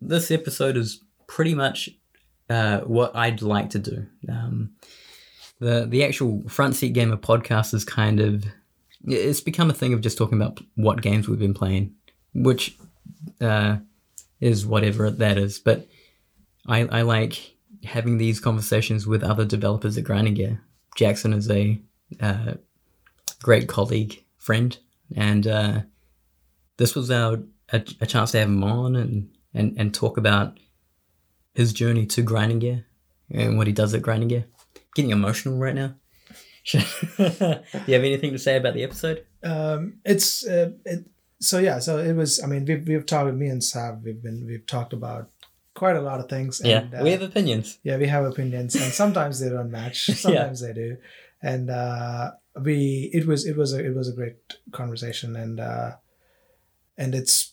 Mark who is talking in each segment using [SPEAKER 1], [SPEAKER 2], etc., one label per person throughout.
[SPEAKER 1] this episode is pretty much uh, what I'd like to do. Um, the the actual front seat gamer podcast is kind of it's become a thing of just talking about what games we've been playing, which uh, is whatever that is. But I, I like having these conversations with other developers at Grinding Gear. Jackson is a uh, great colleague, friend, and uh, this was our a, a chance to have him on and, and, and talk about his journey to Grinding Gear and what he does at Grinding Gear. Getting emotional right now. Do you have anything to say about the episode?
[SPEAKER 2] Um, it's uh, it, so yeah. So it was. I mean, we've we've talked. Me and Sav, we've been we've talked about quite a lot of things.
[SPEAKER 1] Yeah,
[SPEAKER 2] And,
[SPEAKER 1] we
[SPEAKER 2] uh,
[SPEAKER 1] have opinions.
[SPEAKER 2] yeah, we have opinions, and sometimes they don't match. Sometimes they do, and uh, we it was it was a it was a great conversation, and uh, and it's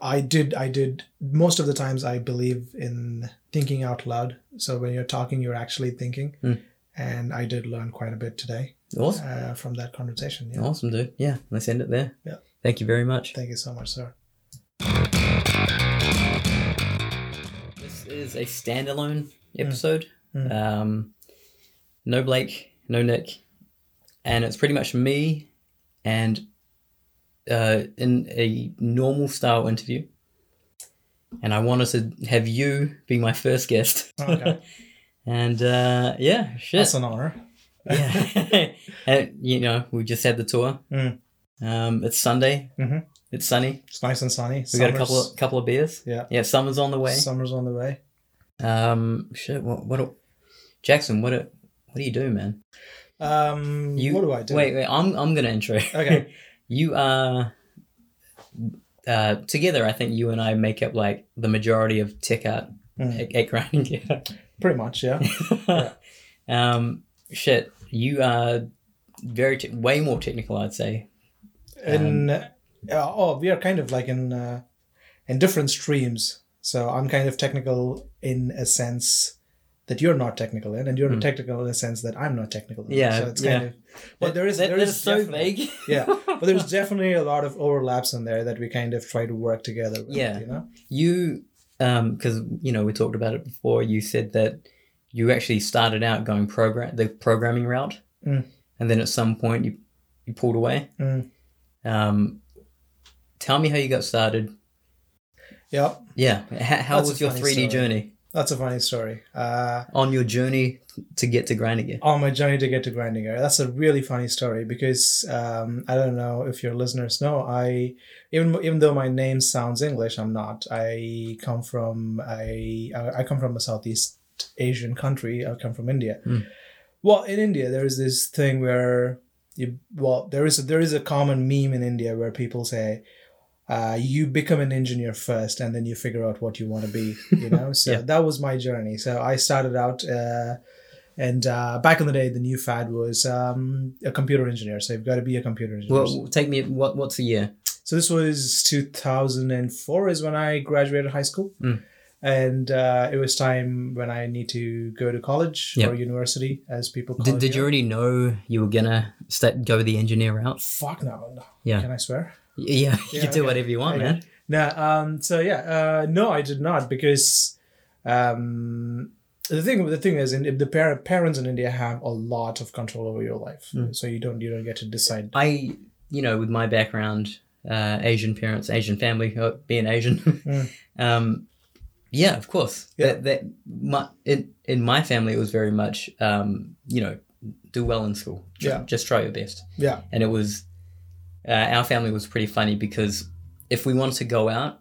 [SPEAKER 2] I did I did most of the times I believe in thinking out loud. So when you're talking, you're actually thinking,
[SPEAKER 1] Mm.
[SPEAKER 2] and I did learn quite a bit today
[SPEAKER 1] Awesome,
[SPEAKER 2] uh, from that conversation. Yeah.
[SPEAKER 1] awesome, dude. Yeah, let's end it there.
[SPEAKER 2] Yeah.
[SPEAKER 1] Thank you very much.
[SPEAKER 2] Thank you so much, sir.
[SPEAKER 1] This is a standalone episode.
[SPEAKER 2] Mm.
[SPEAKER 1] Um, no Blake, no Nick, and it's pretty much me and uh, in a normal style interview. And I wanted to have you be my first guest.
[SPEAKER 2] Okay.
[SPEAKER 1] and uh, yeah, shit.
[SPEAKER 2] That's an honor.
[SPEAKER 1] yeah. and, you know, we just had the tour.
[SPEAKER 2] Mm.
[SPEAKER 1] Um, it's Sunday.
[SPEAKER 2] Mhm.
[SPEAKER 1] It's sunny.
[SPEAKER 2] It's nice and sunny.
[SPEAKER 1] We got a couple of, couple of beers.
[SPEAKER 2] Yeah.
[SPEAKER 1] Yeah, summer's on the way.
[SPEAKER 2] Summer's on the way.
[SPEAKER 1] Um, shit. What? What? Jackson, what? do- What do you do, man?
[SPEAKER 2] Um,
[SPEAKER 1] You,
[SPEAKER 2] what do I do?
[SPEAKER 1] Wait, wait. I'm I'm gonna intro.
[SPEAKER 2] Okay.
[SPEAKER 1] you are. Uh, together, I think you and I make up like the majority of tech art
[SPEAKER 2] Mm.
[SPEAKER 1] at, at Grinding Gear.
[SPEAKER 2] Pretty much, yeah.
[SPEAKER 1] um, shit, you are very te- way more technical, I'd say. Um,
[SPEAKER 2] in uh, oh, we are kind of like in uh, in different streams. So I'm kind of technical in a sense that you're not technical in, and you're
[SPEAKER 1] Mm.
[SPEAKER 2] technical in a sense that I'm not technical. In.
[SPEAKER 1] Yeah,
[SPEAKER 2] So it's kind
[SPEAKER 1] yeah.
[SPEAKER 2] of. But there is
[SPEAKER 1] that,
[SPEAKER 2] there
[SPEAKER 1] that
[SPEAKER 2] is
[SPEAKER 1] is so
[SPEAKER 2] definitely-
[SPEAKER 1] vague.
[SPEAKER 2] yeah, but there's definitely a lot of overlaps in there that we kind of try to work together. With,
[SPEAKER 1] Yeah.
[SPEAKER 2] You know.
[SPEAKER 1] You, um, because you know we talked about it before. You said that you actually started out going program the programming route,
[SPEAKER 2] Mm.
[SPEAKER 1] and then at some point you you pulled away.
[SPEAKER 2] Mm.
[SPEAKER 1] Um, tell me how you got started.
[SPEAKER 2] Yeah.
[SPEAKER 1] Yeah, H- how
[SPEAKER 2] That's a
[SPEAKER 1] was your
[SPEAKER 2] funny
[SPEAKER 1] three D
[SPEAKER 2] story.
[SPEAKER 1] journey
[SPEAKER 2] That's a funny story. Uh,
[SPEAKER 1] on your journey to get to grinding gear?
[SPEAKER 2] on my journey to get to grinding gear. That's a really funny story because um, I don't know if your listeners know. I even even though my name sounds English, I'm not. I come from a I I come from a Southeast Asian country. I come from India.
[SPEAKER 1] Hmm.
[SPEAKER 2] Well, in India, there is this thing where you well there is a, there is a common meme in India where people say. Uh, you become an engineer first and then you figure out what you want to be you know so
[SPEAKER 1] Yeah.
[SPEAKER 2] that was my journey so i started out uh, and uh, back in the day, the new fad was um, a computer engineer. So you've got to be a computer engineer.
[SPEAKER 1] Well, take me. What what's the year?
[SPEAKER 2] so this was 2004 is when I graduated high school.
[SPEAKER 1] Mm.
[SPEAKER 2] And uh, it was time when I need to go to college
[SPEAKER 1] Yeah.
[SPEAKER 2] or university, as people call
[SPEAKER 1] Did,
[SPEAKER 2] it
[SPEAKER 1] did you
[SPEAKER 2] here.
[SPEAKER 1] already know you were gonna st- go the engineer route?
[SPEAKER 2] Fuck no. no.
[SPEAKER 1] Yeah.
[SPEAKER 2] Can I swear?
[SPEAKER 1] Yeah, you
[SPEAKER 2] Yeah,
[SPEAKER 1] can do
[SPEAKER 2] okay.
[SPEAKER 1] whatever you want,
[SPEAKER 2] Okay.
[SPEAKER 1] man.
[SPEAKER 2] No. Um, so yeah. Uh, no, I did not because um, the thing the thing is, in, the par- parents in India have a lot of control over your life.
[SPEAKER 1] Mm.
[SPEAKER 2] So you don't you don't get to decide.
[SPEAKER 1] I, you know, with my background, uh, Asian parents, Asian family, uh, being Asian,
[SPEAKER 2] Mm.
[SPEAKER 1] um, yeah, of course.
[SPEAKER 2] Yeah.
[SPEAKER 1] That, that my in in my family it was very much, um, you know, do well in school. Ju-
[SPEAKER 2] Yeah.
[SPEAKER 1] just try your best.
[SPEAKER 2] Yeah.
[SPEAKER 1] And it was, uh, our family was pretty funny because if we wanted to go out,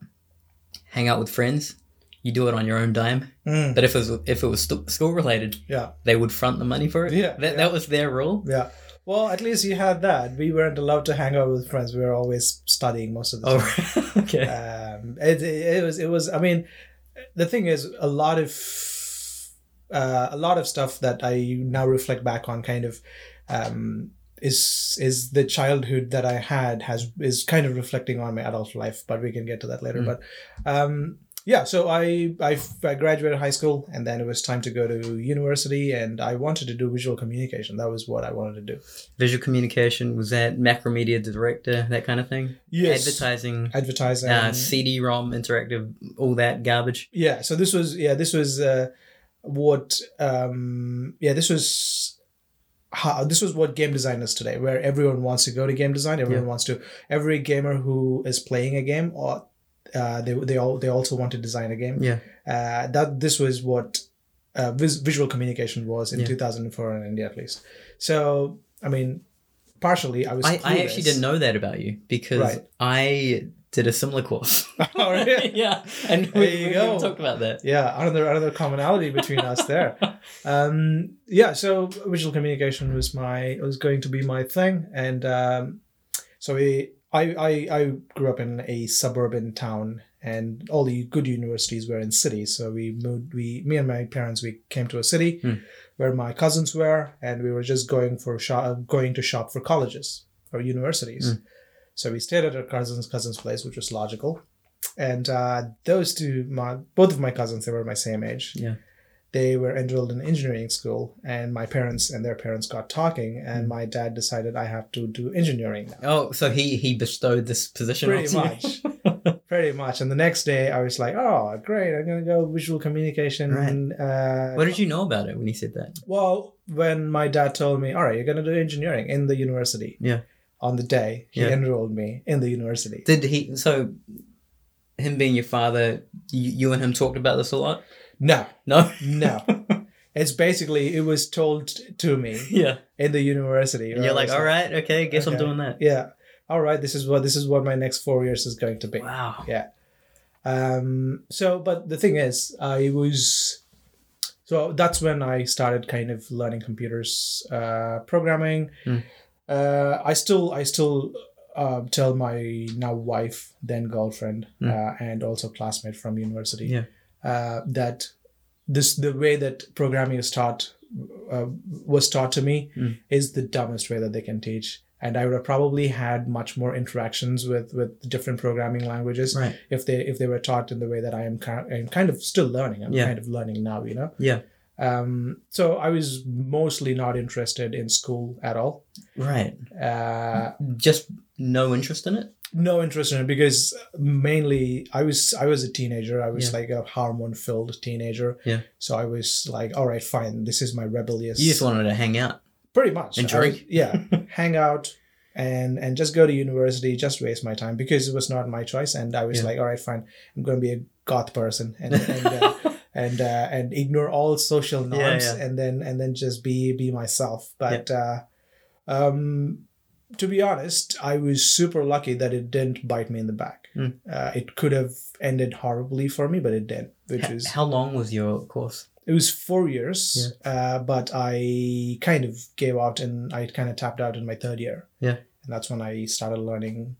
[SPEAKER 1] hang out with friends, you do it on your own dime.
[SPEAKER 2] Mm.
[SPEAKER 1] But if it was if it was stu- school related,
[SPEAKER 2] Yeah.
[SPEAKER 1] they would front the money for it.
[SPEAKER 2] Yeah,
[SPEAKER 1] that
[SPEAKER 2] yeah.
[SPEAKER 1] that was their rule.
[SPEAKER 2] Yeah. Well, at least you had that. We weren't allowed to hang out with friends. We were always studying most of the time.
[SPEAKER 1] Oh, okay.
[SPEAKER 2] Um, it, it was it was. I mean, the thing is, a lot of uh, a lot of stuff that I now reflect back on, kind of. Um, is is the childhood that I had has is kind of reflecting on my adult life, but we can get to that later.
[SPEAKER 1] Mm.
[SPEAKER 2] But um, yeah so I, I i graduated high school and then it was time to go to university and i wanted to do visual communication that was what i wanted to do
[SPEAKER 1] Visual communication was that macromedia director, that kind of thing.
[SPEAKER 2] yes
[SPEAKER 1] Advertising,
[SPEAKER 2] advertising
[SPEAKER 1] uh, CD-ROM, interactive, all that garbage.
[SPEAKER 2] yeah so this was yeah this was uh, what um yeah this was how, this was what game design is today where everyone wants to go to game design everyone wants to every gamer who is playing a game or uh, they, they all they also want to design a game
[SPEAKER 1] Yeah,
[SPEAKER 2] uh, that this was what uh, vis- visual communication was in
[SPEAKER 1] Yeah.
[SPEAKER 2] 2004 in India at least. So I mean, partially I was.
[SPEAKER 1] I, I actually didn't know that about you because
[SPEAKER 2] Right.
[SPEAKER 1] I did a similar course.
[SPEAKER 2] know.
[SPEAKER 1] yeah, and
[SPEAKER 2] There
[SPEAKER 1] we,
[SPEAKER 2] you
[SPEAKER 1] we
[SPEAKER 2] go.
[SPEAKER 1] talked about that.
[SPEAKER 2] yeah, another another commonality between us there. Um, yeah, so visual communication was my was going to be my thing, and um, so we, I I I grew up in a suburban town. And all the good universities were in cities, so we moved. We, me and my parents, we came to a city
[SPEAKER 1] Hmm.
[SPEAKER 2] where my cousins were, and we were just going for shop, going to shop for colleges or universities. So we stayed at our cousin's cousin's place, which was logical. And uh, those two, my both of my cousins, they were my same age.
[SPEAKER 1] Yeah.
[SPEAKER 2] They were enrolled in engineering school, and my parents and their parents got talking, and
[SPEAKER 1] Mm.
[SPEAKER 2] my dad decided I have to do engineering now.
[SPEAKER 1] Oh, so he he bestowed this position.
[SPEAKER 2] Pretty
[SPEAKER 1] on you.
[SPEAKER 2] much, pretty much. And the next day, I was like, "Oh, great! I'm gonna go visual communication."
[SPEAKER 1] Right.
[SPEAKER 2] Uh,
[SPEAKER 1] What did you know about it when he said that?
[SPEAKER 2] Well, when my dad told me, all right, you're going to do engineering in the university.
[SPEAKER 1] Yeah.
[SPEAKER 2] On the day he
[SPEAKER 1] Yeah.
[SPEAKER 2] enrolled me in the university.
[SPEAKER 1] Did he? So, him being your father, you, you and him talked about this a lot.
[SPEAKER 2] No,
[SPEAKER 1] No.
[SPEAKER 2] no. it's basically, it was told to me
[SPEAKER 1] Yeah.
[SPEAKER 2] in the university.
[SPEAKER 1] And you're
[SPEAKER 2] I
[SPEAKER 1] like,
[SPEAKER 2] was
[SPEAKER 1] all right, okay, guess I'm
[SPEAKER 2] Okay.
[SPEAKER 1] doing that.
[SPEAKER 2] Yeah. All right. This is what, this is what my next four years is going to be.
[SPEAKER 1] Wow.
[SPEAKER 2] Um, so, but the thing is, I was so that's when I started kind of learning computers uh, programming.
[SPEAKER 1] Mm.
[SPEAKER 2] Uh, I still, I still uh, tell my now wife, then girlfriend,
[SPEAKER 1] Mm.
[SPEAKER 2] uh, and also classmate from university
[SPEAKER 1] Yeah.
[SPEAKER 2] uh, that this the way that programming is taught uh, was taught to me
[SPEAKER 1] Mm.
[SPEAKER 2] is the dumbest way that they can teach. And I would have probably had much more interactions with with different programming languages
[SPEAKER 1] Right.
[SPEAKER 2] if they if they were taught in the way that I am kind I'm kind of still learning. I'm
[SPEAKER 1] Yeah.
[SPEAKER 2] kind of learning now, you know.
[SPEAKER 1] Yeah.
[SPEAKER 2] Um, so I was mostly not interested in school at all.
[SPEAKER 1] Right.
[SPEAKER 2] Uh,
[SPEAKER 1] Just no interest in it.
[SPEAKER 2] no interest in it because mainly I was I was a teenager. I was
[SPEAKER 1] Yeah.
[SPEAKER 2] like a hormone filled teenager.
[SPEAKER 1] Yeah.
[SPEAKER 2] So I was like, all right, fine. This is my rebellious.
[SPEAKER 1] You just wanted to hang out.
[SPEAKER 2] pretty much
[SPEAKER 1] And
[SPEAKER 2] I
[SPEAKER 1] drink.
[SPEAKER 2] was- yeah, hang out and and just go to university. Just waste my time because it was not my choice. And I was
[SPEAKER 1] Yeah.
[SPEAKER 2] like, all right, fine. I'm going to be a goth person and and uh, and uh, and ignore all social
[SPEAKER 1] Yeah,
[SPEAKER 2] norms
[SPEAKER 1] yeah.
[SPEAKER 2] and then and then just be be myself. But uh, um, to be honest, I was super lucky that it didn't bite me in the back.
[SPEAKER 1] Mm.
[SPEAKER 2] Uh, it could have ended horribly for me, but it didn't, which
[SPEAKER 1] H-
[SPEAKER 2] is
[SPEAKER 1] How long was your course?
[SPEAKER 2] it was four years, uh, but I kind of gave out and I kind of tapped out in my third year.
[SPEAKER 1] Yeah.
[SPEAKER 2] And that's when I started learning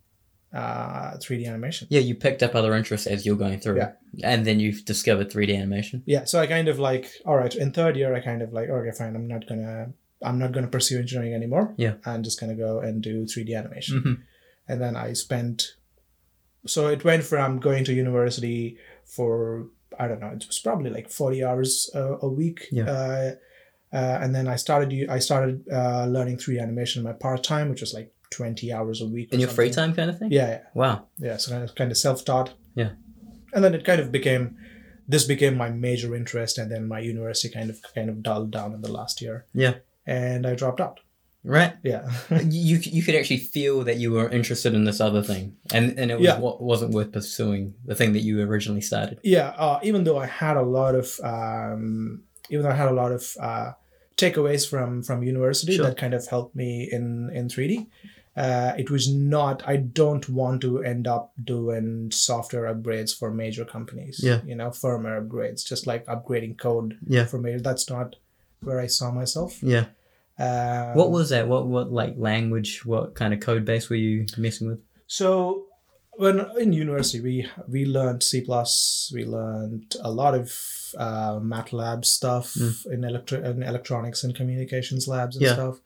[SPEAKER 2] uh, 3D animation.
[SPEAKER 1] Yeah, you picked up other interests as you're going through.
[SPEAKER 2] Yeah.
[SPEAKER 1] And then you've discovered 3D animation.
[SPEAKER 2] Yeah. So I kind of like, all right, in third year, I kind of like, okay, fine, I'm not going to. I'm not going to pursue engineering anymore.
[SPEAKER 1] Yeah.
[SPEAKER 2] I'm just going to go and do 3D animation.
[SPEAKER 1] hmm
[SPEAKER 2] And then I spent, so it went from going to university for, I don't know, it was probably like 40 hours uh, a week.
[SPEAKER 1] Yeah.
[SPEAKER 2] Uh, uh, and then I started, u- I started uh, learning 3D animation in my part time, which was like 20 hours a week. or
[SPEAKER 1] In your free
[SPEAKER 2] something.
[SPEAKER 1] time kind of thing?
[SPEAKER 2] Yeah, yeah,
[SPEAKER 1] Wow.
[SPEAKER 2] yeah. So kind of, kind of self taught.
[SPEAKER 1] Yeah.
[SPEAKER 2] And then it kind of became, this became my major interest. And then my university kind of, kind of dulled down in the last year.
[SPEAKER 1] Yeah.
[SPEAKER 2] And I dropped out.
[SPEAKER 1] Right.
[SPEAKER 2] Yeah.
[SPEAKER 1] you you could actually feel that you were interested in this other thing, and and it was
[SPEAKER 2] Yeah.
[SPEAKER 1] what wasn't worth pursuing the thing that you originally started.
[SPEAKER 2] yeah uh, even though i had a lot of um, even though i had a lot of uh, takeaways from from university
[SPEAKER 1] Sure.
[SPEAKER 2] that kind of helped me in in 3d uh, it was not i don't want to end up doing software upgrades for major companies
[SPEAKER 1] Yeah.
[SPEAKER 2] you know firmware upgrades just like upgrading code
[SPEAKER 1] Yeah.
[SPEAKER 2] for major that's not where i saw myself
[SPEAKER 1] Yeah.
[SPEAKER 2] um,
[SPEAKER 1] what was that? What what like language? What kind of code base were you messing with?
[SPEAKER 2] So when in university we we learned C plus, we learned a lot of uh, MATLAB stuff in, electro- in electronics and communications labs and
[SPEAKER 1] Hmm. Yeah.
[SPEAKER 2] stuff.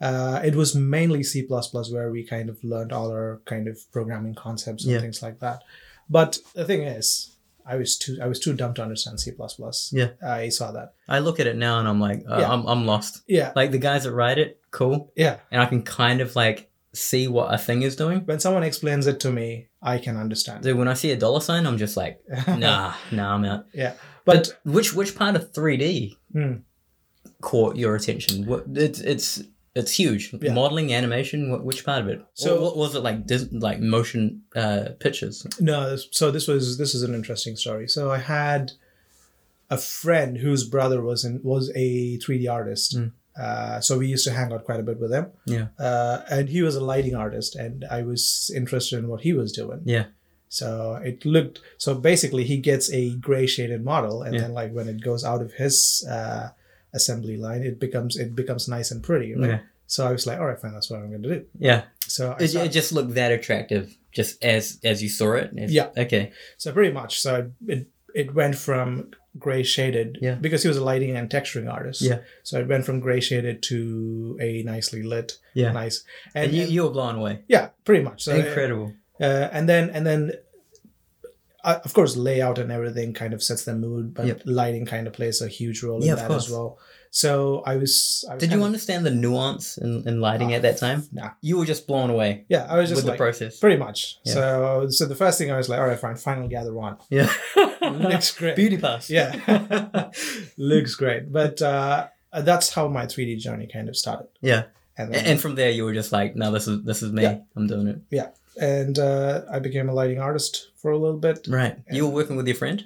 [SPEAKER 2] Uh, it was mainly C plus plus where we kind of learned all our kind of programming concepts and
[SPEAKER 1] Yeah.
[SPEAKER 2] things like that. But the thing is, I was too I was too dumb to understand C plus plus.
[SPEAKER 1] Yeah.
[SPEAKER 2] I saw that.
[SPEAKER 1] I look at it now and I'm like, uh,
[SPEAKER 2] Yeah.
[SPEAKER 1] I'm, I'm lost.
[SPEAKER 2] Yeah,
[SPEAKER 1] Like the guys that write it, cool.
[SPEAKER 2] yeah.
[SPEAKER 1] And I can kind of like see what a thing is doing.
[SPEAKER 2] When someone explains it to me, I can understand.
[SPEAKER 1] So when I see a dollar sign, I'm just like, nah, nah, I'm out.
[SPEAKER 2] Yeah.
[SPEAKER 1] But, which which part of 3D
[SPEAKER 2] Hmm.
[SPEAKER 1] caught your attention? What it's it's it's huge.
[SPEAKER 2] Yeah.
[SPEAKER 1] Modeling, animation. What, which part of it? So
[SPEAKER 2] So-
[SPEAKER 1] what, was it like? Dis, like motion uh, pictures.
[SPEAKER 2] No, this- so this was this is an interesting story. So I had a friend whose brother was in was a 3D artist.
[SPEAKER 1] Mm.
[SPEAKER 2] Uh, so we used to hang out quite a bit with him.
[SPEAKER 1] Yeah.
[SPEAKER 2] Uh, and he was a lighting artist, and I was interested in what he was doing.
[SPEAKER 1] Yeah.
[SPEAKER 2] So it looked so basically he gets a gray shaded model, and
[SPEAKER 1] Yeah.
[SPEAKER 2] then like when it goes out of his uh, assembly line, it becomes it becomes nice and pretty. Right?
[SPEAKER 1] Yeah.
[SPEAKER 2] So I was like, all right, fine, that's what I'm going to do.
[SPEAKER 1] Yeah.
[SPEAKER 2] So I
[SPEAKER 1] It,
[SPEAKER 2] started-
[SPEAKER 1] it just looked that attractive, just as as you saw it. It's-
[SPEAKER 2] Yeah.
[SPEAKER 1] Okay.
[SPEAKER 2] So pretty much, so it it went from gray shaded
[SPEAKER 1] Yeah.
[SPEAKER 2] because he was a lighting and texturing artist.
[SPEAKER 1] Yeah.
[SPEAKER 2] So it went from gray shaded to a nicely lit,
[SPEAKER 1] Yeah.
[SPEAKER 2] nice,
[SPEAKER 1] And,
[SPEAKER 2] and,
[SPEAKER 1] you,
[SPEAKER 2] and-
[SPEAKER 1] you were blown away.
[SPEAKER 2] yeah, pretty much. So
[SPEAKER 1] Incredible.
[SPEAKER 2] uh, and then and then. Uh, of course, layout and everything kind of sets the mood, but
[SPEAKER 1] Yep.
[SPEAKER 2] lighting kind of plays a huge role
[SPEAKER 1] Yeah,
[SPEAKER 2] in
[SPEAKER 1] of
[SPEAKER 2] that
[SPEAKER 1] course.
[SPEAKER 2] as well. So I was. I was
[SPEAKER 1] Did you
[SPEAKER 2] kind of-
[SPEAKER 1] understand the nuance in, in lighting
[SPEAKER 2] Ah,
[SPEAKER 1] at that time?
[SPEAKER 2] nah.
[SPEAKER 1] You were just blown away
[SPEAKER 2] Yeah, I was
[SPEAKER 1] with
[SPEAKER 2] just
[SPEAKER 1] the
[SPEAKER 2] like
[SPEAKER 1] process.
[SPEAKER 2] pretty much.
[SPEAKER 1] Yeah.
[SPEAKER 2] So, so the first thing I was like, all right, fine, final gather one,
[SPEAKER 1] yeah.
[SPEAKER 2] next grip.
[SPEAKER 1] Beauty pass.
[SPEAKER 2] yeah looks great but uh that's how my 3d journey kind of started
[SPEAKER 1] yeah.
[SPEAKER 2] and
[SPEAKER 1] And,
[SPEAKER 2] then,
[SPEAKER 1] and from there, you were just like, no, this is this is me.
[SPEAKER 2] Yeah.
[SPEAKER 1] I'm doing it.
[SPEAKER 2] and uh i became a lighting artist for a little bit
[SPEAKER 1] Right. You were working with your friend.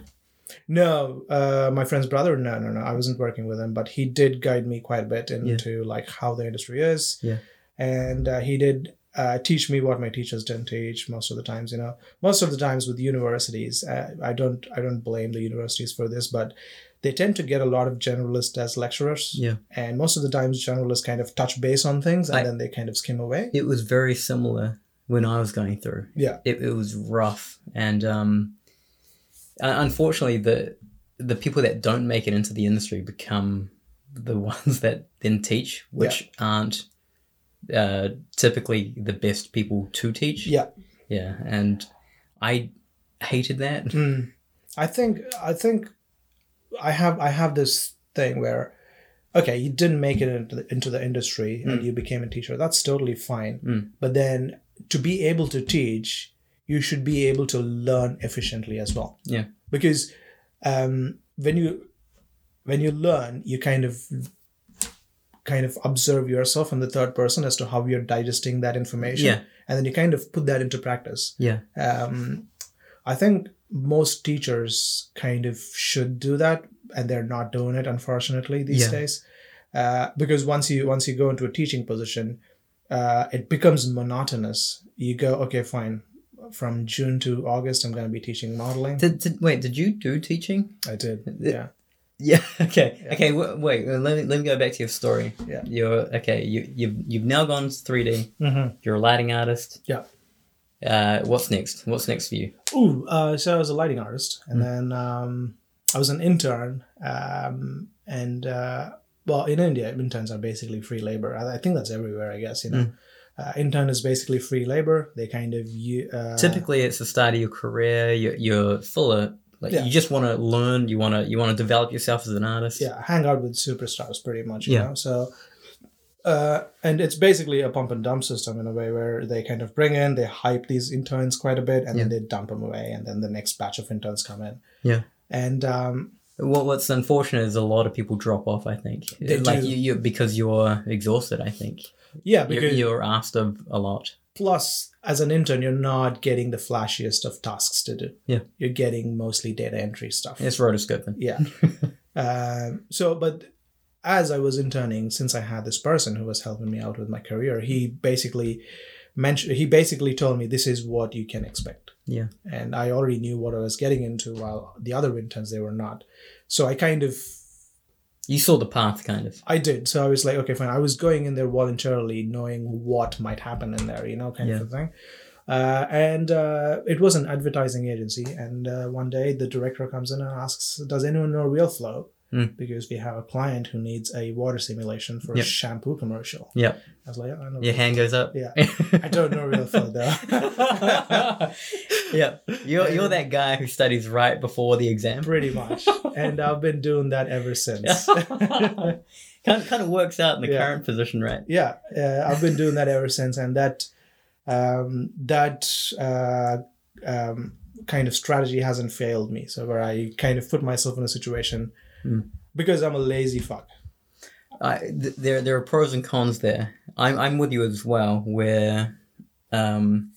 [SPEAKER 2] no uh my friend's brother no no no i wasn't working with him but he did guide me quite a bit into like how the industry is
[SPEAKER 1] Yeah.
[SPEAKER 2] and uh, he did uh, teach me what my teachers didn't teach most of the times you know most of the times with universities uh, i don't i don't blame the universities for this but they tend to get a lot of generalists as lecturers
[SPEAKER 1] Yeah.
[SPEAKER 2] and most of the times journalists kind of touch base on things and
[SPEAKER 1] I-
[SPEAKER 2] then they kind of skim away
[SPEAKER 1] it was very similar when I was going through.
[SPEAKER 2] Yeah.
[SPEAKER 1] it, it was rough, and um, uh, unfortunately, the the people that don't make it into the industry become the ones that then teach, which aren't uh, typically the best people to teach.
[SPEAKER 2] Yeah.
[SPEAKER 1] yeah, and I hated that.
[SPEAKER 2] Mm. i think i think i have i have this thing where okay you didn't make it into the, into the industry and
[SPEAKER 1] Hmm.
[SPEAKER 2] you became a teacher that's totally fine
[SPEAKER 1] Mm.
[SPEAKER 2] but then to be able to teach you should be able to learn efficiently as well
[SPEAKER 1] Yeah.
[SPEAKER 2] because um, when you when you learn you kind of kind of observe yourself in the third person as to how you're digesting that information
[SPEAKER 1] Yeah.
[SPEAKER 2] and then you kind of put that into practice
[SPEAKER 1] Yeah,
[SPEAKER 2] um, I think most teachers kind of should do that, and they're not doing it unfortunately these
[SPEAKER 1] Yeah.
[SPEAKER 2] days, uh, because once you once you go into a teaching position, uh, it becomes monotonous. You go, okay, fine. From June to August, I'm going to be teaching modeling.
[SPEAKER 1] did, did wait? Did you do teaching?
[SPEAKER 2] I did, yeah,
[SPEAKER 1] Yeah. Okay.
[SPEAKER 2] Yeah.
[SPEAKER 1] Okay. W- wait. uh, Let me let me go back to your story.
[SPEAKER 2] Yeah.
[SPEAKER 1] You're okay. You you've you've now gone three D.
[SPEAKER 2] mm-hmm.
[SPEAKER 1] You're a lighting artist.
[SPEAKER 2] Yeah.
[SPEAKER 1] Uh, what's next? What's next for you?
[SPEAKER 2] Ooh, uh, so I was a lighting artist, and
[SPEAKER 1] Hmm.
[SPEAKER 2] then um, I was an intern. Um, and uh, well, in India, interns are basically free labor. I, I think that's everywhere. I guess you
[SPEAKER 1] Hmm.
[SPEAKER 2] know, uh, intern is basically free labor. They kind of you uh,
[SPEAKER 1] Typically, it's the start of your career. You're, you're full of like
[SPEAKER 2] Yeah.
[SPEAKER 1] you just want to learn. You want to you want to develop yourself as an artist.
[SPEAKER 2] yeah hang out with superstars pretty much. You
[SPEAKER 1] Yeah.
[SPEAKER 2] know, so. Uh, and it's basically a pump and dump system in a way where they kind of bring in, they hype these interns quite a bit, and then they dump them away, and then the next batch of interns come in.
[SPEAKER 1] Yeah.
[SPEAKER 2] And um,
[SPEAKER 1] What What's unfortunate is a lot of people drop off. I think
[SPEAKER 2] They
[SPEAKER 1] like
[SPEAKER 2] do.
[SPEAKER 1] you, you because you're exhausted. I think
[SPEAKER 2] yeah,
[SPEAKER 1] you're,
[SPEAKER 2] because
[SPEAKER 1] you're asked of a lot.
[SPEAKER 2] plus as an intern you're not getting the flashiest of tasks to do
[SPEAKER 1] Yeah.
[SPEAKER 2] you're getting mostly data entry stuff
[SPEAKER 1] It's rotoscoping.
[SPEAKER 2] yeah um, so but as i was interning since i had this person who was helping me out with my career he basically mentioned he basically told me this is what you can expect
[SPEAKER 1] Yeah.
[SPEAKER 2] and i already knew what i was getting into while the other interns they were not so i kind of
[SPEAKER 1] You saw the path, kind of.
[SPEAKER 2] I did. So I was like, okay, fine. I was going in there voluntarily, knowing what might happen in there, you know, kind of a thing. Uh, and uh, it was an advertising agency. And uh, one day the director comes in and asks, does anyone know Real Flow?
[SPEAKER 1] Mm.
[SPEAKER 2] Because we have a client who needs a water simulation for
[SPEAKER 1] Yep.
[SPEAKER 2] a shampoo commercial.
[SPEAKER 1] Yep.
[SPEAKER 2] I was like, I don't know.
[SPEAKER 1] Your hand goes up.
[SPEAKER 2] Yeah. I don't know Real Flow, though.
[SPEAKER 1] yeah, you're you're that guy who studies right before the exam.
[SPEAKER 2] pretty much. And I've been doing that ever since.
[SPEAKER 1] kind of, kind of works out in the
[SPEAKER 2] Yeah.
[SPEAKER 1] current position, right?
[SPEAKER 2] yeah, uh, I've been doing that ever since, and that um, that uh, um, kind of strategy hasn't failed me. So where I kind of put myself in a situation
[SPEAKER 1] Mm.
[SPEAKER 2] because I'm a lazy fuck.
[SPEAKER 1] I, th- there there are pros and cons there. I'm I'm with you as well. Where, um,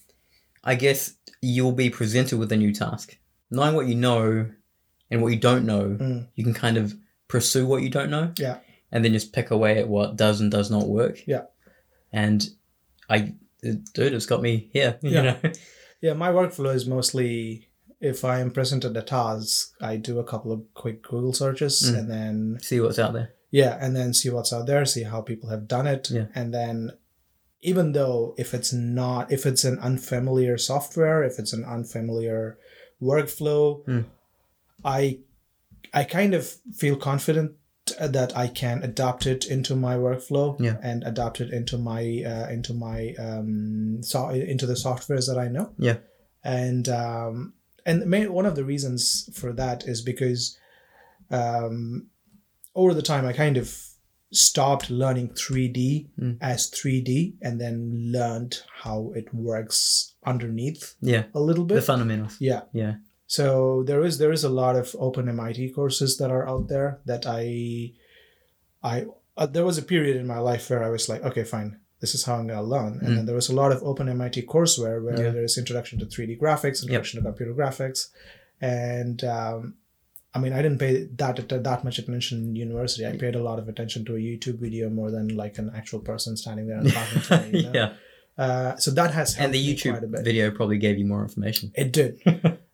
[SPEAKER 1] I guess you'll be presented with a new task, knowing what you know, and what you don't know.
[SPEAKER 2] Mm.
[SPEAKER 1] You can kind of pursue what you don't know.
[SPEAKER 2] Yeah.
[SPEAKER 1] And then just pick away at what does and does not work.
[SPEAKER 2] Yeah.
[SPEAKER 1] And I, dude, it's got me here. You
[SPEAKER 2] Yeah.
[SPEAKER 1] know.
[SPEAKER 2] Yeah, my workflow is mostly if I am presented a task, I do a couple of quick Google searches
[SPEAKER 1] Mm.
[SPEAKER 2] and then
[SPEAKER 1] See what's out there.
[SPEAKER 2] yeah and then see what's out there see how people have done it
[SPEAKER 1] Yeah.
[SPEAKER 2] and then even though if it's not if it's an unfamiliar software if it's an unfamiliar workflow
[SPEAKER 1] Hmm.
[SPEAKER 2] i i kind of feel confident that i can adapt it into my workflow
[SPEAKER 1] Yeah.
[SPEAKER 2] and adapt it into my uh, into my um so into the softwares that i know
[SPEAKER 1] Yeah.
[SPEAKER 2] and um and main, one of the reasons for that is because um over the time I kind of stopped learning 3D
[SPEAKER 1] Mm.
[SPEAKER 2] as 3D and then learned how it works underneath
[SPEAKER 1] Yeah.
[SPEAKER 2] a little
[SPEAKER 1] The
[SPEAKER 2] bit.
[SPEAKER 1] fundamentals.
[SPEAKER 2] yeah.
[SPEAKER 1] Yeah.
[SPEAKER 2] So there is there is a lot of open MIT courses that are out there that I I uh, there was a period in my life where I was like, okay, fine. This is how I'm going to learn. And
[SPEAKER 1] Mm.
[SPEAKER 2] then there was a lot of open MIT courseware where
[SPEAKER 1] Yeah.
[SPEAKER 2] there is introduction to 3D graphics, introduction to computer graphics. And um, I mean, I didn't pay that that much attention in university. I paid a lot of attention to a YouTube video more than like an actual person standing there and talking to me. You know?
[SPEAKER 1] yeah.
[SPEAKER 2] uh, so that has helped
[SPEAKER 1] And the
[SPEAKER 2] me quite a
[SPEAKER 1] YouTube
[SPEAKER 2] bit.
[SPEAKER 1] video probably gave you more information.
[SPEAKER 2] It did.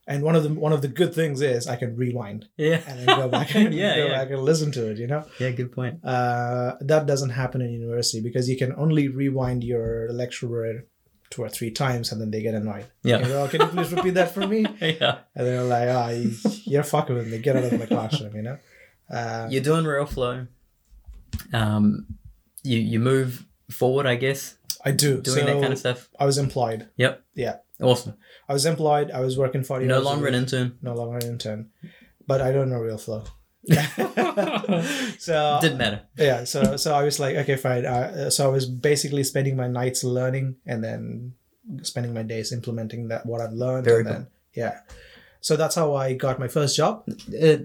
[SPEAKER 2] and one of the one of the good things is I can rewind
[SPEAKER 1] Yeah.
[SPEAKER 2] and then go back and
[SPEAKER 1] yeah.
[SPEAKER 2] go
[SPEAKER 1] yeah.
[SPEAKER 2] back and listen to it. You know,
[SPEAKER 1] Yeah. Good point.
[SPEAKER 2] uh, that doesn't happen in university because you can only rewind your lecturer two or three times and then they get annoyed. You
[SPEAKER 1] Yeah.
[SPEAKER 2] know, can you please repeat that for me?
[SPEAKER 1] yeah.
[SPEAKER 2] And they're like, "Ah, oh, you're fucking with me. Get out of my classroom." You know. Uh,
[SPEAKER 1] You're doing real flow. Um, you you move forward, I guess,
[SPEAKER 2] I do.
[SPEAKER 1] doing
[SPEAKER 2] so
[SPEAKER 1] that kind of stuff.
[SPEAKER 2] I was employed.
[SPEAKER 1] Yep.
[SPEAKER 2] Yeah.
[SPEAKER 1] Awesome.
[SPEAKER 2] I was employed. I was working forty.
[SPEAKER 1] No
[SPEAKER 2] hours a
[SPEAKER 1] longer
[SPEAKER 2] week.
[SPEAKER 1] an intern.
[SPEAKER 2] no longer an intern, but I don't know real flow. so
[SPEAKER 1] Didn't matter.
[SPEAKER 2] yeah, so so I was like, okay, fine. Uh, so I was basically spending my nights learning and then spending my days implementing that what I've learned.
[SPEAKER 1] Very
[SPEAKER 2] and then, yeah. So that's how I got my first job.
[SPEAKER 1] Uh,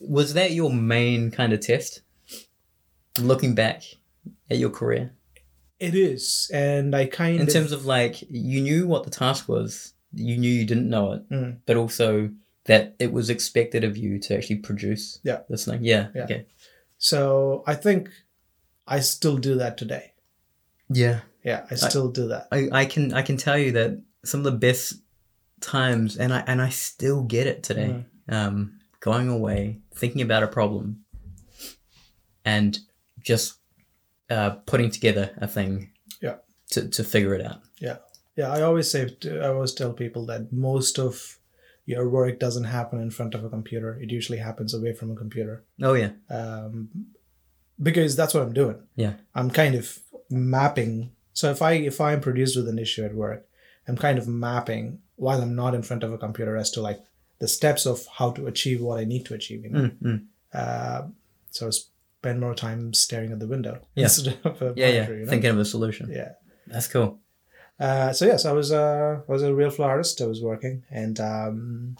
[SPEAKER 1] was that your main kind of test? Looking back at your career,
[SPEAKER 2] It is, and I kind
[SPEAKER 1] in
[SPEAKER 2] of
[SPEAKER 1] terms of like you knew what the task was, you knew you didn't know it,
[SPEAKER 2] Mm.
[SPEAKER 1] but also that it was expected of you to actually produce
[SPEAKER 2] Yeah.
[SPEAKER 1] this thing. Yeah.
[SPEAKER 2] Yeah.
[SPEAKER 1] Okay.
[SPEAKER 2] so I think I still do that today.
[SPEAKER 1] Yeah.
[SPEAKER 2] Yeah, I still do that.
[SPEAKER 1] I, I can I can tell you that some of the best times and I and I still get it today.
[SPEAKER 2] Mm.
[SPEAKER 1] Um, going away, thinking about a problem, and just uh, putting together a thing.
[SPEAKER 2] Yeah.
[SPEAKER 1] To, to figure it out.
[SPEAKER 2] Yeah, I always say I always tell people that most of your work doesn't happen in front of a computer. It usually happens away from a computer,
[SPEAKER 1] Oh yeah.
[SPEAKER 2] um, because that's what I'm doing.
[SPEAKER 1] Yeah.
[SPEAKER 2] I'm kind of mapping. So if I if I'm produced with an issue at work, I'm kind of mapping while I'm not in front of a computer as to like the steps of how to achieve what I need to achieve. You know,
[SPEAKER 1] Mm, mm.
[SPEAKER 2] uh, so I spend more time staring at the window
[SPEAKER 1] Yeah.
[SPEAKER 2] instead of a
[SPEAKER 1] Yeah, yeah.
[SPEAKER 2] monitor, you know?
[SPEAKER 1] Thinking of a solution.
[SPEAKER 2] yeah.
[SPEAKER 1] That's cool.
[SPEAKER 2] Uh, so yes, I was uh, I was a real flow artist. I was working, and um,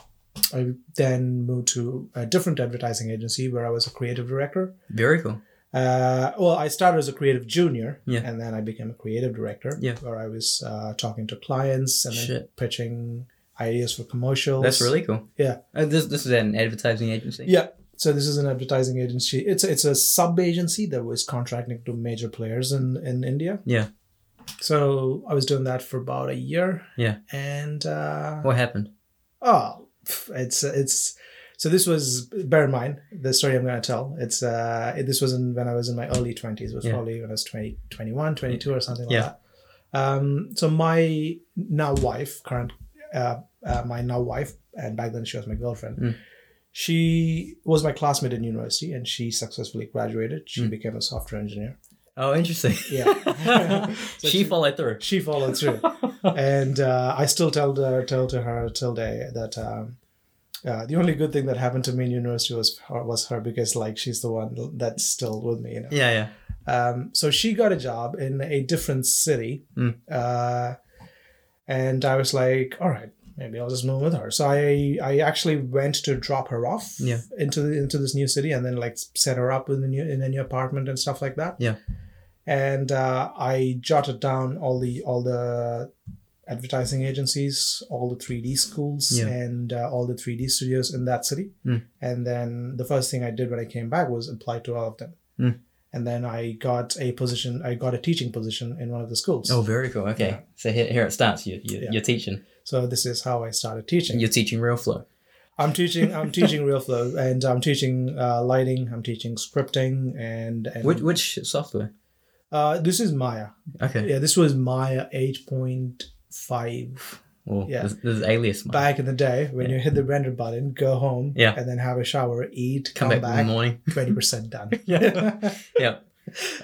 [SPEAKER 2] I then moved to a different advertising agency where I was a creative director.
[SPEAKER 1] Very cool.
[SPEAKER 2] Uh, well, I started as a creative junior,
[SPEAKER 1] Yeah.
[SPEAKER 2] and then I became a creative director,
[SPEAKER 1] Yeah.
[SPEAKER 2] where I was uh, talking to clients and then
[SPEAKER 1] Shit.
[SPEAKER 2] pitching ideas for commercials.
[SPEAKER 1] That's really cool.
[SPEAKER 2] Yeah.
[SPEAKER 1] Uh, this this is an advertising agency.
[SPEAKER 2] yeah. So this is an advertising agency. It's it's a sub agency that was contracting to major players in in India.
[SPEAKER 1] Yeah.
[SPEAKER 2] So I was doing that for about a year.
[SPEAKER 1] Yeah.
[SPEAKER 2] And uh,
[SPEAKER 1] What happened?
[SPEAKER 2] Oh, pff, it's it's. So this was bear in mind the story I'm going to tell. It's uh it- this was in, when I was in my early twenties. Was
[SPEAKER 1] Yeah.
[SPEAKER 2] probably when I was 20, 21, 22 or something like
[SPEAKER 1] Yeah.
[SPEAKER 2] that. Um, so my now wife, current, uh, uh, my now wife, and back then she was my girlfriend.
[SPEAKER 1] Mm.
[SPEAKER 2] She was my classmate in university, and she successfully graduated. She
[SPEAKER 1] Mm.
[SPEAKER 2] became a software engineer.
[SPEAKER 1] Oh, interesting.
[SPEAKER 2] Yeah. So
[SPEAKER 1] she, followed through.
[SPEAKER 2] She followed through. and uh, I still tell the, tell to her till day that um, uh, the only good thing that happened to me in university was her, was her because like she's the one that's still with me. You know.
[SPEAKER 1] Yeah, yeah.
[SPEAKER 2] Um, so she got a job in a different city,
[SPEAKER 1] Mm.
[SPEAKER 2] uh, and I was like, all right, maybe I'll just move with her. So I I actually went to drop her off
[SPEAKER 1] Yeah.
[SPEAKER 2] into the, into this new city and then like set her up in the new in a new apartment and stuff like that.
[SPEAKER 1] Yeah.
[SPEAKER 2] And uh, I jotted down all the all the advertising agencies, all the 3D schools,
[SPEAKER 1] Yeah.
[SPEAKER 2] and uh, all the 3D studios in that city.
[SPEAKER 1] Mm.
[SPEAKER 2] And then the first thing I did when I came back was apply to all of them.
[SPEAKER 1] Mm.
[SPEAKER 2] And then I got a position. I got a teaching position in one of the schools.
[SPEAKER 1] Oh, very cool. Okay,
[SPEAKER 2] Yeah.
[SPEAKER 1] so here, here it starts. You, you
[SPEAKER 2] Yeah.
[SPEAKER 1] you're teaching.
[SPEAKER 2] So this is how I started teaching.
[SPEAKER 1] You're teaching real flow.
[SPEAKER 2] I'm teaching. I'm teaching real flow, and I'm teaching uh, lighting. I'm teaching scripting, and, and
[SPEAKER 1] Which which software?
[SPEAKER 2] uh, this is Maya.
[SPEAKER 1] Okay.
[SPEAKER 2] Yeah, this was Maya eight point five
[SPEAKER 1] Well,
[SPEAKER 2] Yeah.
[SPEAKER 1] this, this is alias. Mine.
[SPEAKER 2] back in the day when you hit the render button, go home,
[SPEAKER 1] Yeah.
[SPEAKER 2] and then have a shower, eat,
[SPEAKER 1] Come back, in the morning.
[SPEAKER 2] twenty percent done.
[SPEAKER 1] Yeah. yeah.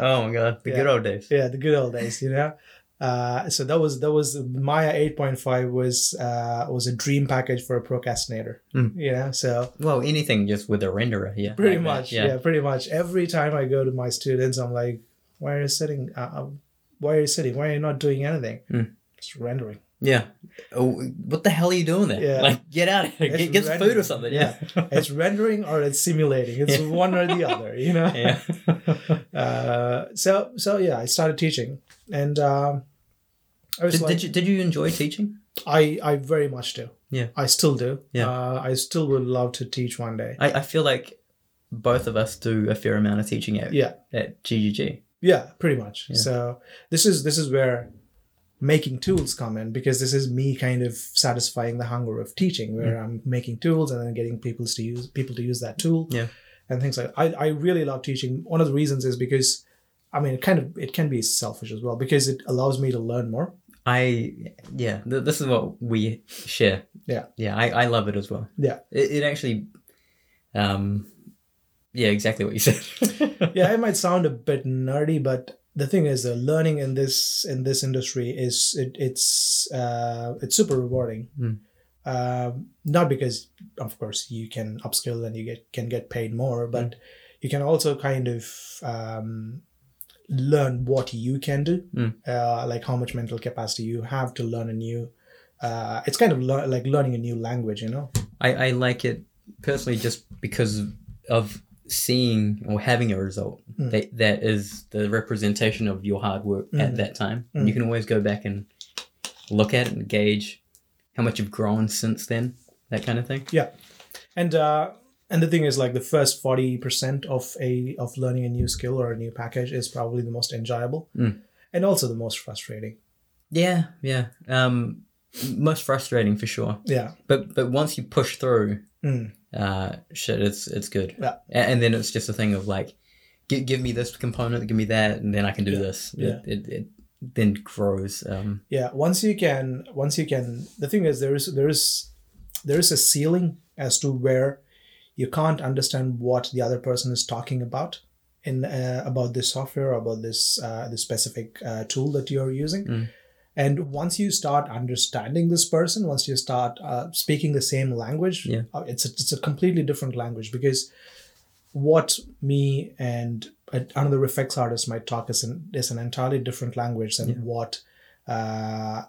[SPEAKER 1] Oh my god, the
[SPEAKER 2] Yeah.
[SPEAKER 1] good old days.
[SPEAKER 2] yeah, the good old days, you know. Uh, so that was that was Maya eight point five was uh, was a dream package for a procrastinator.
[SPEAKER 1] Mm.
[SPEAKER 2] You know, so
[SPEAKER 1] Well, anything just with a renderer. Yeah.
[SPEAKER 2] pretty
[SPEAKER 1] like that,
[SPEAKER 2] much yeah. pretty much every time i go to my students i'm like why are you sitting uh, uh, why are you sitting why are you not doing anything
[SPEAKER 1] Mm.
[SPEAKER 2] it's rendering
[SPEAKER 1] Yeah. Oh, what the hell are you doing there?
[SPEAKER 2] Yeah.
[SPEAKER 1] Like, get out of here.
[SPEAKER 2] It's
[SPEAKER 1] Get, get some food or
[SPEAKER 2] rendering.
[SPEAKER 1] something. Yeah.
[SPEAKER 2] Yeah. it's rendering or it's simulating it's
[SPEAKER 1] Yeah.
[SPEAKER 2] one or the other you know
[SPEAKER 1] yeah.
[SPEAKER 2] uh, so so yeah i started teaching and um, i was
[SPEAKER 1] Did,
[SPEAKER 2] like
[SPEAKER 1] did you did you enjoy teaching?
[SPEAKER 2] i i very much do
[SPEAKER 1] Yeah.
[SPEAKER 2] i still do
[SPEAKER 1] Yeah.
[SPEAKER 2] uh, i still would love to teach one day
[SPEAKER 1] I, I feel like both of us do a fair amount of teaching at
[SPEAKER 2] yeah
[SPEAKER 1] at GGG.
[SPEAKER 2] Yeah, pretty much.
[SPEAKER 1] Yeah.
[SPEAKER 2] So this is this is where making tools come in because this is me kind of satisfying the hunger of teaching where
[SPEAKER 1] Mm.
[SPEAKER 2] I'm making tools and then getting people to use people to use that tool.
[SPEAKER 1] Yeah.
[SPEAKER 2] And things like I, I really love teaching. One of the reasons is because I mean it kind of it can be selfish as well because it allows me to learn more.
[SPEAKER 1] I yeah, th- this is what we share.
[SPEAKER 2] Yeah.
[SPEAKER 1] Yeah, I, I love it as well.
[SPEAKER 2] Yeah.
[SPEAKER 1] It, it actually um yeah, exactly what you said.
[SPEAKER 2] Yeah, it might sound a bit nerdy, but the thing is the learning in this in this industry is it, it's uh, it's super rewarding.
[SPEAKER 1] Mm.
[SPEAKER 2] Um, not because of course you can upskill and you get can get paid more, but you can also kind of um, learn what you can do,
[SPEAKER 1] Mm.
[SPEAKER 2] uh, like how much mental capacity you have to learn a new. Uh, it's kind of lear- like learning a new language, you know.
[SPEAKER 1] I, I like it personally just because of seeing or having a result
[SPEAKER 2] Mm.
[SPEAKER 1] that, that is the representation of your hard work
[SPEAKER 2] Mhm.
[SPEAKER 1] at that time. And you
[SPEAKER 2] Mhm.
[SPEAKER 1] can always go back and look at it and gauge how much you've grown since then, that kind of thing.
[SPEAKER 2] and uh and the thing is like the first 40% of a of learning a new skill or a new package is probably the most enjoyable
[SPEAKER 1] Mm.
[SPEAKER 2] and also the most frustrating
[SPEAKER 1] Yeah, yeah. Um, most frustrating for sure.
[SPEAKER 2] yeah
[SPEAKER 1] But but once you push through,
[SPEAKER 2] Mm.
[SPEAKER 1] uh, shit, it's it's good.
[SPEAKER 2] Yeah.
[SPEAKER 1] A- And, then it's just a thing of like, give, give me this component, give me that, and then I can do
[SPEAKER 2] Yeah,
[SPEAKER 1] this.
[SPEAKER 2] yeah.
[SPEAKER 1] It, it, it then grows. Um,
[SPEAKER 2] yeah once you can once you can the thing is there is there is there is a ceiling as to where you can't understand what the other person is talking about in uh, about this software or about this uh, this specific uh, tool that you're using
[SPEAKER 1] Mm.
[SPEAKER 2] and once you start understanding this person once you start uh, speaking the same language
[SPEAKER 1] Yeah.
[SPEAKER 2] uh, it's a, it's a completely different language because what me and a- another effects artist might talk is an, is an entirely different language than
[SPEAKER 1] Yeah.
[SPEAKER 2] what uh,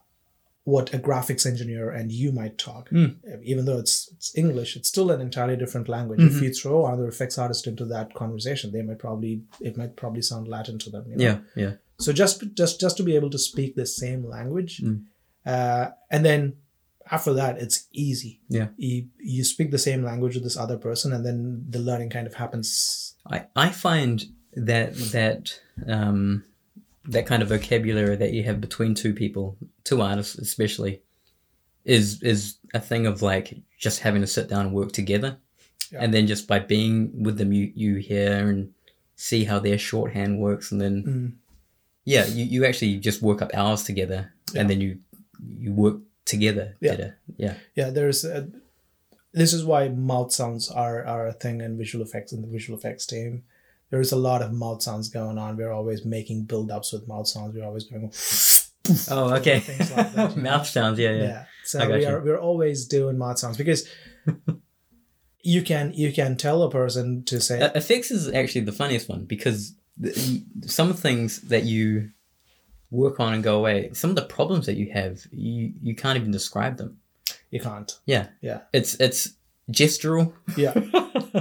[SPEAKER 2] what a graphics engineer and you might talk.
[SPEAKER 1] Mm.
[SPEAKER 2] Even though it's it's English, it's still an entirely different language. If
[SPEAKER 1] Mhm.
[SPEAKER 2] you throw another effects artist into that conversation, they might probably it might probably sound Latin to them. you know?
[SPEAKER 1] Yeah, yeah.
[SPEAKER 2] So just just just to be able to speak the same language,
[SPEAKER 1] Mm.
[SPEAKER 2] uh, and then after that, it's easy.
[SPEAKER 1] Yeah.
[SPEAKER 2] you, you speak the same language with this other person, and then the learning kind of happens.
[SPEAKER 1] I, I find that that um, that kind of vocabulary that you have between two people, two artists especially, is is a thing of like just having to sit down and work together,
[SPEAKER 2] Yeah.
[SPEAKER 1] and then just by being with them, you you hear and see how their shorthand works, and then
[SPEAKER 2] Mm.
[SPEAKER 1] yeah, you, you actually just work up hours together,
[SPEAKER 2] Yeah.
[SPEAKER 1] and then you you work together
[SPEAKER 2] Yeah.
[SPEAKER 1] better. Yeah,
[SPEAKER 2] Yeah, there's a, this is why mouth sounds are are a thing in visual effects in the visual effects team. There is a lot of mouth sounds going on. We're always making build ups with mouth sounds. We're always going poof,
[SPEAKER 1] Oh, okay.
[SPEAKER 2] things like that, you know?
[SPEAKER 1] Mouth sounds, yeah, yeah.
[SPEAKER 2] yeah. So
[SPEAKER 1] I got
[SPEAKER 2] we
[SPEAKER 1] you.
[SPEAKER 2] are we're always doing mad songs because you can you can tell a person to say
[SPEAKER 1] Uh, effects is actually the funniest one because the, some things that you work on and go away, some of the problems that you have, you, you can't even describe them.
[SPEAKER 2] you can't
[SPEAKER 1] Yeah.
[SPEAKER 2] Yeah.
[SPEAKER 1] It's it's gestural.
[SPEAKER 2] yeah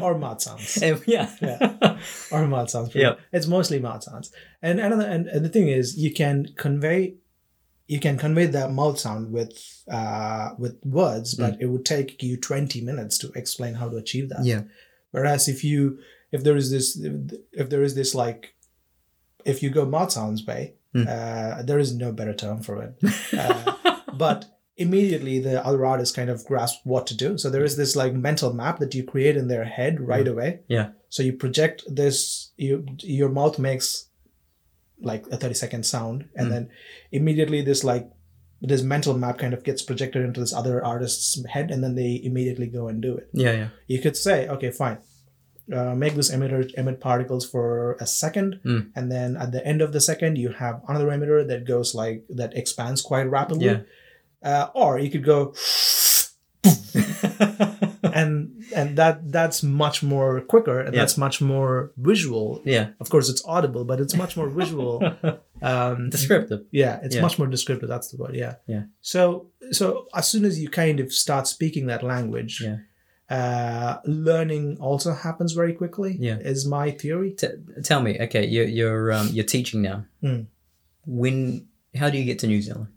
[SPEAKER 2] or mad songs
[SPEAKER 1] And- yeah.
[SPEAKER 2] Yeah. or mad songs
[SPEAKER 1] Yeah.
[SPEAKER 2] it's mostly mad songs and another and, and the thing is you can convey you can convey that mouth sound with uh with words
[SPEAKER 1] Mm.
[SPEAKER 2] but it would take you 20 minutes to explain how to achieve that
[SPEAKER 1] yeah.
[SPEAKER 2] Whereas if you if there is this if there is this like if you go Mart sounds way,
[SPEAKER 1] Hmm.
[SPEAKER 2] uh, there is no better term for it. Uh, but immediately the other artists kind of grasp what to do. So there is this like mental map that you create in their head right away.
[SPEAKER 1] Hmm. Yeah.
[SPEAKER 2] So you project this you your mouth makes like a 30 second sound and
[SPEAKER 1] Hmm.
[SPEAKER 2] then immediately this like this mental map kind of gets projected into this other artist's head and then they immediately go and do it
[SPEAKER 1] Yeah. Yeah.
[SPEAKER 2] you could say, okay, fine, uh, make this emitter emit particles for a second,
[SPEAKER 1] Mm.
[SPEAKER 2] and then at the end of the second, you have another emitter that goes like that expands quite rapidly.
[SPEAKER 1] Yeah.
[SPEAKER 2] Uh, or you could go, and and that that's much more quicker, and
[SPEAKER 1] Yeah.
[SPEAKER 2] that's much more visual.
[SPEAKER 1] yeah.
[SPEAKER 2] Of course, it's audible, but it's much more visual. um,
[SPEAKER 1] Descriptive.
[SPEAKER 2] yeah, it's
[SPEAKER 1] Yeah.
[SPEAKER 2] much more descriptive. That's the word. Yeah.
[SPEAKER 1] Yeah.
[SPEAKER 2] So so as soon as you kind of start speaking that language,
[SPEAKER 1] Yeah.
[SPEAKER 2] uh, learning also happens very quickly.
[SPEAKER 1] Yeah.
[SPEAKER 2] Is my theory.
[SPEAKER 1] T- tell me, okay, you're you're um, you're teaching now.
[SPEAKER 2] Hmm.
[SPEAKER 1] When? How do you get to New Zealand?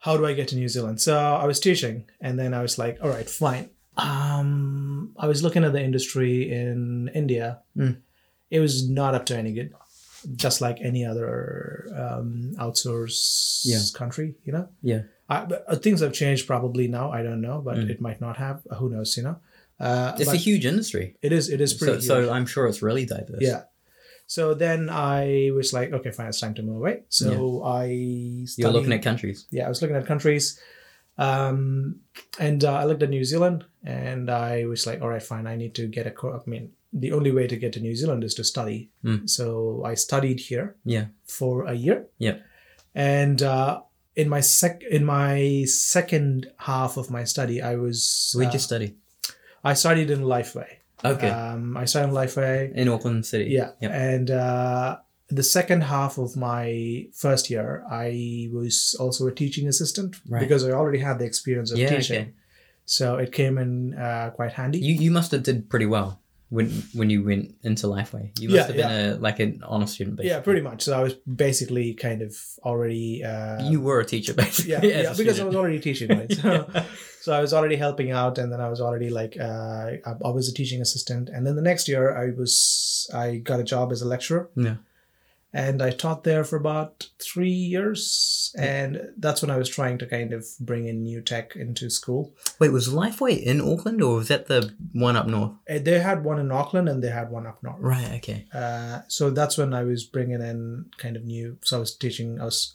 [SPEAKER 2] How do I get to New Zealand? So I was teaching, and then I was like, all right, fine. Um, I was looking at the industry in India.
[SPEAKER 1] Mm.
[SPEAKER 2] It was not up to any good, just like any other um, outsource
[SPEAKER 1] Yeah.
[SPEAKER 2] country, you know.
[SPEAKER 1] Yeah.
[SPEAKER 2] I, but, uh, things have changed probably now. I don't know, but
[SPEAKER 1] Mm.
[SPEAKER 2] it might not have. Who knows? You know, uh,
[SPEAKER 1] It's
[SPEAKER 2] but
[SPEAKER 1] a huge industry.
[SPEAKER 2] it is. It is pretty.
[SPEAKER 1] So, so
[SPEAKER 2] huge.
[SPEAKER 1] I'm sure it's really diverse.
[SPEAKER 2] yeah. So then I was like, okay, fine, it's time to move away. So I
[SPEAKER 1] You're
[SPEAKER 2] studied-
[SPEAKER 1] looking at countries.
[SPEAKER 2] yeah, I was looking at countries, um, and uh, I looked at New Zealand, and I was like, all right, fine, I need to get a. Co- I mean, the only way to get to New Zealand is to study.
[SPEAKER 1] Mm.
[SPEAKER 2] So I studied here
[SPEAKER 1] Yeah.
[SPEAKER 2] for a year.
[SPEAKER 1] Yep.
[SPEAKER 2] And uh, in my sec in my second half of my study, I was
[SPEAKER 1] Where'd
[SPEAKER 2] uh,
[SPEAKER 1] you study?
[SPEAKER 2] I studied in Lifeway.
[SPEAKER 1] Okay.
[SPEAKER 2] Um, I studied in Lifeway.
[SPEAKER 1] in Auckland City.
[SPEAKER 2] Yeah.
[SPEAKER 1] Yep.
[SPEAKER 2] And uh, the second half of my first year, I was also a teaching assistant
[SPEAKER 1] Right.
[SPEAKER 2] because I already had the experience of
[SPEAKER 1] Yeah,
[SPEAKER 2] teaching.
[SPEAKER 1] okay.
[SPEAKER 2] So it came in uh, quite handy.
[SPEAKER 1] You you must have did pretty well when when you went into Lifeway. You must
[SPEAKER 2] Yeah,
[SPEAKER 1] have been a like an honor student. Basically.
[SPEAKER 2] yeah, pretty much. So I was basically kind of already. Uh,
[SPEAKER 1] you were a teacher basically.
[SPEAKER 2] yeah,
[SPEAKER 1] as
[SPEAKER 2] yeah,
[SPEAKER 1] a
[SPEAKER 2] because I
[SPEAKER 1] student.
[SPEAKER 2] was already teaching, right? So,
[SPEAKER 1] Yeah.
[SPEAKER 2] so I was already helping out, and then I was already like, uh, I I was a teaching assistant, and then the next year I was, I got a job as a lecturer.
[SPEAKER 1] Yeah.
[SPEAKER 2] and I taught there for about three years, and that's when I was trying to kind of bring in new tech into school.
[SPEAKER 1] Wait, was Lifeway in Auckland or was that the one up north?
[SPEAKER 2] Uh, They had one in Auckland and they had one up north.
[SPEAKER 1] Right. Okay.
[SPEAKER 2] Uh, so that's when I was bringing in kind of new. So I was teaching. I was,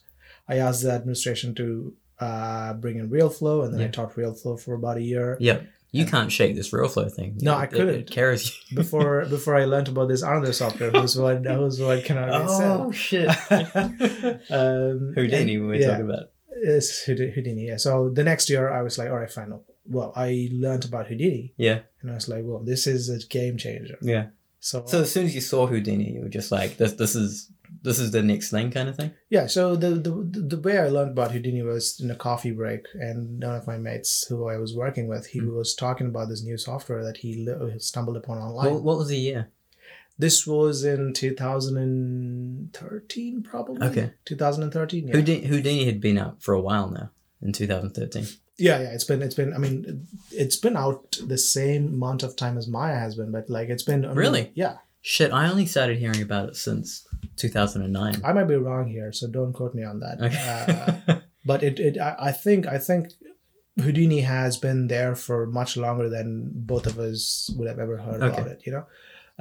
[SPEAKER 2] I asked the administration to uh, bring in real flow, and then I
[SPEAKER 1] Yeah.
[SPEAKER 2] taught real flow for about a year
[SPEAKER 1] Yep. You can't shake this real flow thing.
[SPEAKER 2] No, I
[SPEAKER 1] It- it- It
[SPEAKER 2] couldn't.
[SPEAKER 1] carries you.
[SPEAKER 2] before before I learned about this another software. Who's what? Who's what? Can I
[SPEAKER 1] Oh shit.
[SPEAKER 2] um,
[SPEAKER 1] Houdini when we
[SPEAKER 2] yeah.
[SPEAKER 1] talk about.
[SPEAKER 2] It's Houdi- Houdini. Yeah. So the next year, I was like, all right, fine. Well, I learned about Houdini,
[SPEAKER 1] Yeah.
[SPEAKER 2] and I was like, well, this is a game changer.
[SPEAKER 1] Yeah.
[SPEAKER 2] So,
[SPEAKER 1] So as soon as you saw Houdini, you were just like, this this is this is the next thing kind of thing.
[SPEAKER 2] yeah. So the, the the way I learned about Houdini was in a coffee break, and one of my mates who I was working with, he
[SPEAKER 1] Mm.
[SPEAKER 2] was talking about this new software that he li- stumbled upon online.
[SPEAKER 1] What, what was the year?
[SPEAKER 2] this was in 2013, probably.
[SPEAKER 1] Okay.
[SPEAKER 2] 2013. Yeah.
[SPEAKER 1] Houdini, Houdini had been out for a while now in 2013.
[SPEAKER 2] yeah yeah it's been it's been i mean it's been out the same amount of time as maya has been but like it's been I mean,
[SPEAKER 1] Really?
[SPEAKER 2] yeah
[SPEAKER 1] Shit, I only started hearing about it since 2009.
[SPEAKER 2] i might be wrong here so don't quote me on that uh,
[SPEAKER 1] Okay.
[SPEAKER 2] but it, it I, I think i think houdini has been there for much longer than both of us would have ever heard about
[SPEAKER 1] Okay.
[SPEAKER 2] it you know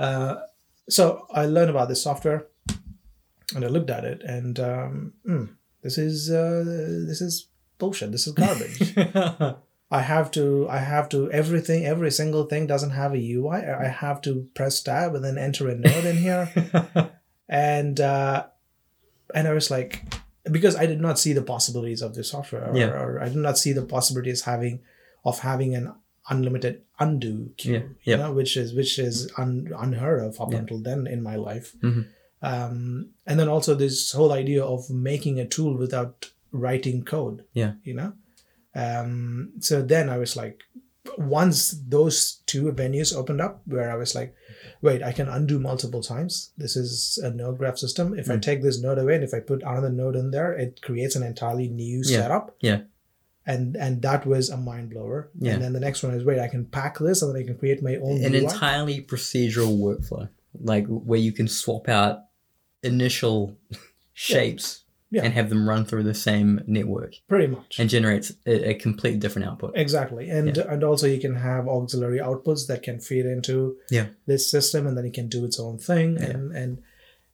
[SPEAKER 2] uh, so i learned about this software and i looked at it and um, hmm, this is uh, this is bullshit this is garbage I have to I have to everything every single thing doesn't have a UI. I I have to press tab and then enter a node in here. And uh and I was like, because I did not see the possibilities of the software, or,
[SPEAKER 1] Yeah.
[SPEAKER 2] or I did not see the possibilities having of having an unlimited undo queue,
[SPEAKER 1] Yeah,
[SPEAKER 2] you
[SPEAKER 1] yeah. Mm.
[SPEAKER 2] know, which is which is un, unheard of up
[SPEAKER 1] Yeah.
[SPEAKER 2] until then in my life.
[SPEAKER 1] Mhm.
[SPEAKER 2] Um, and then also this whole idea of making a tool without writing code.
[SPEAKER 1] Yeah.
[SPEAKER 2] you know. Um, so then I was like, once those two venues opened up, where I was like, wait, I can undo multiple times. This is a node graph system. If I
[SPEAKER 1] Mm.
[SPEAKER 2] take this node away and if I put another node in there, it creates an entirely new
[SPEAKER 1] Yeah.
[SPEAKER 2] setup.
[SPEAKER 1] Yeah.
[SPEAKER 2] And and that was a mind blower.
[SPEAKER 1] Yeah.
[SPEAKER 2] And then the next one is wait, I can pack this and then I can create my own.
[SPEAKER 1] an
[SPEAKER 2] UI.
[SPEAKER 1] entirely procedural workflow, like where you can swap out initial shapes
[SPEAKER 2] Yeah.
[SPEAKER 1] and have them run through the same network
[SPEAKER 2] pretty much.
[SPEAKER 1] and generates a, a completely different output.
[SPEAKER 2] Exactly, and and also you can have auxiliary outputs that can feed into
[SPEAKER 1] Yeah.
[SPEAKER 2] this system, and then it can do its own thing.
[SPEAKER 1] Yeah.
[SPEAKER 2] And and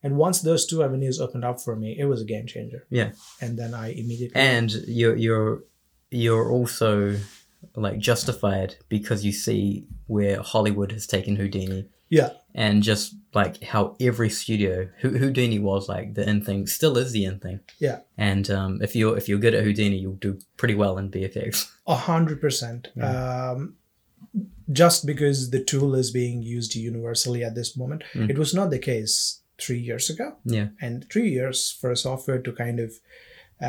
[SPEAKER 2] and once those two avenues opened up for me, it was a game changer.
[SPEAKER 1] Yeah.
[SPEAKER 2] and then I immediately
[SPEAKER 1] And you're you're you're also like justified because you see where Hollywood has taken Houdini.
[SPEAKER 2] Yeah.
[SPEAKER 1] And just like how every studio, Hu- Houdini was like the end thing, still is the end thing.
[SPEAKER 2] Yeah.
[SPEAKER 1] And um, if you're if you're good at Houdini, you'll do pretty well in BFX.
[SPEAKER 2] A hundred percent. Um, just because the tool is being used universally at this moment,
[SPEAKER 1] Mm.
[SPEAKER 2] it was not the case three years ago.
[SPEAKER 1] Yeah.
[SPEAKER 2] and three years for software to kind of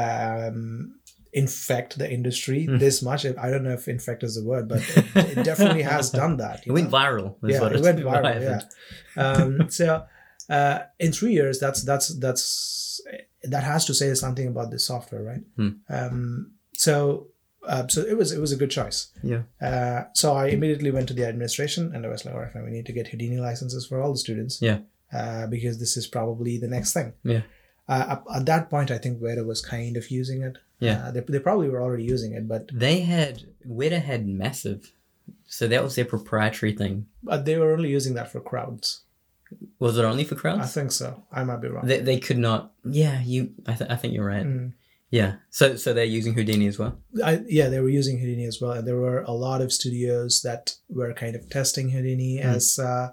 [SPEAKER 2] um, infect the industry
[SPEAKER 1] Mm.
[SPEAKER 2] this much. I don't know if infect is the word, but it, it definitely has done that.
[SPEAKER 1] It
[SPEAKER 2] you
[SPEAKER 1] went
[SPEAKER 2] know?
[SPEAKER 1] viral. is
[SPEAKER 2] yeah,
[SPEAKER 1] what
[SPEAKER 2] it went
[SPEAKER 1] what
[SPEAKER 2] viral.
[SPEAKER 1] happened.
[SPEAKER 2] Yeah. Um, so uh, in three years, that's that's that's that has to say something about the software, right?
[SPEAKER 1] Hmm.
[SPEAKER 2] Um, so uh, so it was it was a good choice.
[SPEAKER 1] Yeah.
[SPEAKER 2] Uh, so I immediately went to the administration and I was like, all right, fine, we need to get Houdini licenses for all the students.
[SPEAKER 1] Yeah.
[SPEAKER 2] Uh, because this is probably the next thing.
[SPEAKER 1] Yeah.
[SPEAKER 2] Uh, up- at that point, I think Weta was kind of using it.
[SPEAKER 1] Yeah.
[SPEAKER 2] Uh, they, they probably were already using it, but
[SPEAKER 1] They had Weta had massive, so that was their proprietary thing.
[SPEAKER 2] but they were only using that for crowds.
[SPEAKER 1] Was it only for
[SPEAKER 2] I
[SPEAKER 1] crowds?
[SPEAKER 2] think so. I might be wrong.
[SPEAKER 1] They, they could not. Yeah, you. I, th- I think you're right.
[SPEAKER 2] Mm.
[SPEAKER 1] Yeah. So so they're using Houdini as well.
[SPEAKER 2] I, yeah, they were using Houdini as well, and there were a lot of studios that were kind of testing Houdini
[SPEAKER 1] Mm.
[SPEAKER 2] as uh,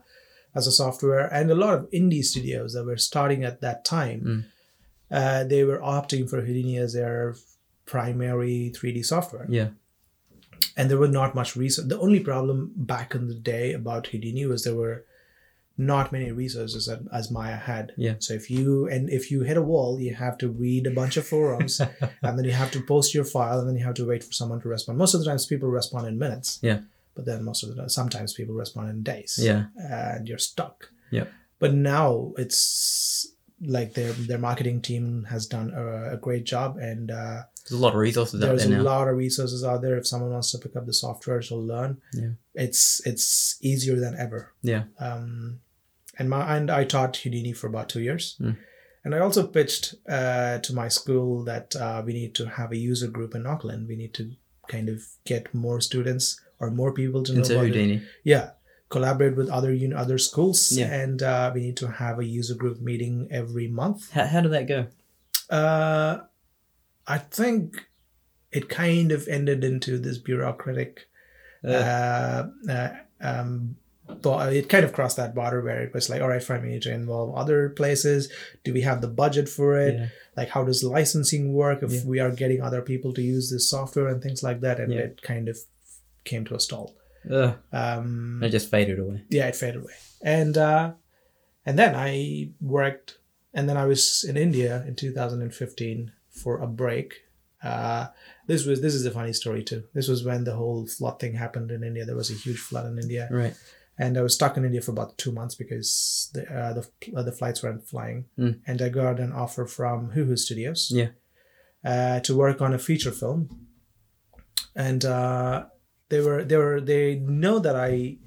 [SPEAKER 2] as a software, and a lot of indie studios that were starting at that time.
[SPEAKER 1] Mm.
[SPEAKER 2] Uh, they were opting for Houdini as their primary 3D software,
[SPEAKER 1] Yeah.
[SPEAKER 2] and there were not much research. The only problem back in the day about Houdini was there were not many resources as, as Maya had.
[SPEAKER 1] Yeah.
[SPEAKER 2] So if you and if you hit a wall, you have to read a bunch of forums and then you have to post your file and then you have to wait for someone to respond most of the times people respond in minutes
[SPEAKER 1] Yeah.
[SPEAKER 2] but then most of the time sometimes people respond in days
[SPEAKER 1] Yeah.
[SPEAKER 2] and you're stuck
[SPEAKER 1] Yeah.
[SPEAKER 2] but now it's like their their marketing team has done a, a great job and uh,
[SPEAKER 1] There's a lot of resources out
[SPEAKER 2] there's
[SPEAKER 1] there now.
[SPEAKER 2] a lot of resources out there if someone wants to pick up the software to learn
[SPEAKER 1] Yeah.
[SPEAKER 2] it's it's easier than ever
[SPEAKER 1] Yeah.
[SPEAKER 2] um and my and i taught houdini for about two years
[SPEAKER 1] Mm.
[SPEAKER 2] and i also pitched uh to my school that uh, we need to have a user group in auckland we need to kind of get more students or more people to know
[SPEAKER 1] Into
[SPEAKER 2] about it.
[SPEAKER 1] Houdini.
[SPEAKER 2] yeah collaborate with other un- other schools
[SPEAKER 1] Yeah.
[SPEAKER 2] and uh, we need to have a user group meeting every month
[SPEAKER 1] How, how did that go?
[SPEAKER 2] uh, I think it kind of ended into this bureaucratic.
[SPEAKER 1] Uh,
[SPEAKER 2] Uh, uh, um, but it kind of crossed that border where it was like, all right, fine, we need to involve other places. Do we have the budget for it?
[SPEAKER 1] yeah.
[SPEAKER 2] Like, how does licensing work if
[SPEAKER 1] Yeah.
[SPEAKER 2] we are getting other people to use this software and things like that? And
[SPEAKER 1] Yeah.
[SPEAKER 2] it kind of came to a stall.
[SPEAKER 1] Ugh,
[SPEAKER 2] Um,
[SPEAKER 1] it Uh, just faded away.
[SPEAKER 2] yeah, it faded away. And uh, and then I worked, and then I was in India in 2015 for a break. Uh, this was this is a funny story too. This was when the whole flood thing happened in India. There was a huge flood in India,
[SPEAKER 1] Right.
[SPEAKER 2] and I was stuck in India for about two months because the uh, the, uh, the flights weren't flying.
[SPEAKER 1] Mm.
[SPEAKER 2] And I got an offer from Hoo Hoo Studios,
[SPEAKER 1] Yeah.
[SPEAKER 2] uh, to work on a feature film. And uh, they were they were they know that I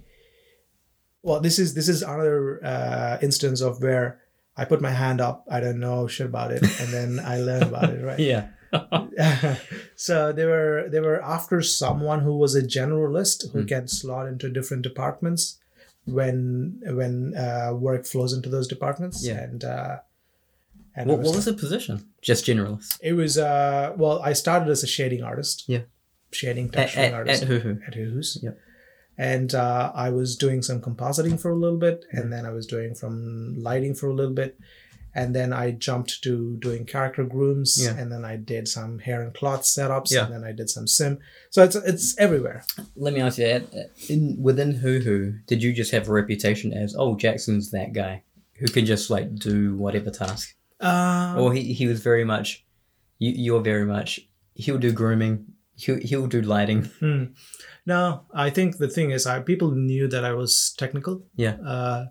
[SPEAKER 2] well this is this is another uh, instance of where I put my hand up I don't know shit about it and then I learn about it right
[SPEAKER 1] Yeah.
[SPEAKER 2] so they were they were after someone who was a generalist who
[SPEAKER 1] Hmm.
[SPEAKER 2] can slot into different departments when when uh, work flows into those departments
[SPEAKER 1] Yeah.
[SPEAKER 2] and uh, and I
[SPEAKER 1] What,
[SPEAKER 2] was
[SPEAKER 1] what was
[SPEAKER 2] like-
[SPEAKER 1] the position? Just generalist.
[SPEAKER 2] it was uh well, I started as a shading artist.
[SPEAKER 1] Yeah.
[SPEAKER 2] Shading
[SPEAKER 1] At,
[SPEAKER 2] texturing
[SPEAKER 1] at, at
[SPEAKER 2] artist
[SPEAKER 1] Hoo-Hoo.
[SPEAKER 2] at Who's.
[SPEAKER 1] Yep.
[SPEAKER 2] And uh,
[SPEAKER 1] Mm-hmm.
[SPEAKER 2] I was doing some compositing for a little bit, and then I was doing some lighting for a little bit, and then I jumped to doing character grooms,
[SPEAKER 1] Yeah.
[SPEAKER 2] and then I did some hair and cloth setups,
[SPEAKER 1] Yeah.
[SPEAKER 2] and then I did some sim. So it's it's everywhere.
[SPEAKER 1] Let me ask you that. In, within Hoo Hoo, did you just have a reputation as, oh, Jackson's that guy who can just like do whatever task?
[SPEAKER 2] Uh,
[SPEAKER 1] Or he, he was very much, you, you're very much, he'll do grooming, he'll, he'll do lighting.
[SPEAKER 2] Hmm. No, I think the thing is, I people knew that I was technical.
[SPEAKER 1] Yeah.
[SPEAKER 2] Uh,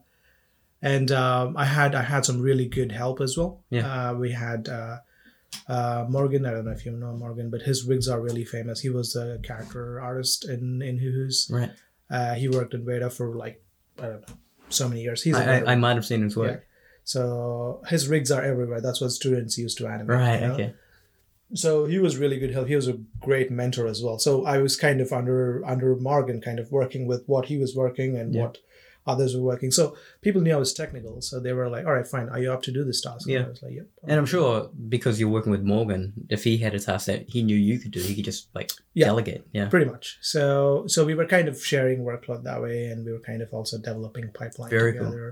[SPEAKER 2] and um, I had I had some really good help as well.
[SPEAKER 1] Yeah.
[SPEAKER 2] Uh, we had uh, uh, Morgan. I don't know if you know Morgan, but his wigs are really famous. He was a character artist in in Hoo Hoo's.
[SPEAKER 1] Right.
[SPEAKER 2] Uh, he worked in Veda for like I don't know so many years. He's a
[SPEAKER 1] I,
[SPEAKER 2] veteran.
[SPEAKER 1] I, I might have seen his work.
[SPEAKER 2] so his rigs are everywhere. That's what students used to animate.
[SPEAKER 1] Right,
[SPEAKER 2] you know?
[SPEAKER 1] okay.
[SPEAKER 2] so he was really good help he was a great mentor as well so i was kind of under under morgan kind of working with what he was working and
[SPEAKER 1] Yeah.
[SPEAKER 2] what others were working so people knew i was technical so they were like all right fine are you up to do this task and
[SPEAKER 1] Yeah.
[SPEAKER 2] i was like yep
[SPEAKER 1] And I'm sure because you're working with Morgan, if he had a task that he knew you could do, he could just like
[SPEAKER 2] Yeah.
[SPEAKER 1] delegate. Yeah.
[SPEAKER 2] pretty much so so we were kind of sharing workload that way and we were kind of also developing pipeline
[SPEAKER 1] Very cool.
[SPEAKER 2] together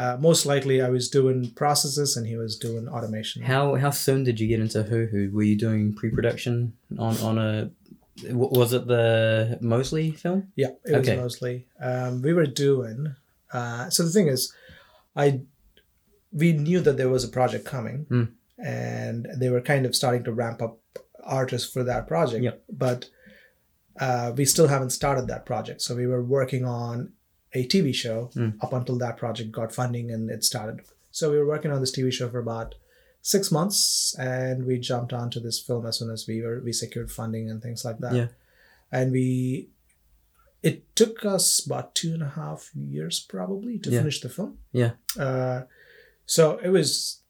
[SPEAKER 2] uh, most likely i was doing processes and he was doing automation
[SPEAKER 1] How how soon did you get into Hoo Hoo? Were you doing pre production on on a w- was it the Mosley film?
[SPEAKER 2] Yeah, it
[SPEAKER 1] Okay.
[SPEAKER 2] was mostly. Um, we were doing. Uh, so the thing is, I we knew that there was a project coming,
[SPEAKER 1] Hmm.
[SPEAKER 2] and they were kind of starting to ramp up artists for that project.
[SPEAKER 1] Yep.
[SPEAKER 2] But uh, we still haven't started that project, so we were working on a TV show
[SPEAKER 1] Hmm.
[SPEAKER 2] up until that project got funding and it started. So we were working on this TV show for about six months, and we jumped onto this film as soon as we were we secured funding and things like that.
[SPEAKER 1] Yeah.
[SPEAKER 2] And we it took us about two and a half years probably to
[SPEAKER 1] Yeah.
[SPEAKER 2] finish the film.
[SPEAKER 1] Yeah.
[SPEAKER 2] Uh, so it was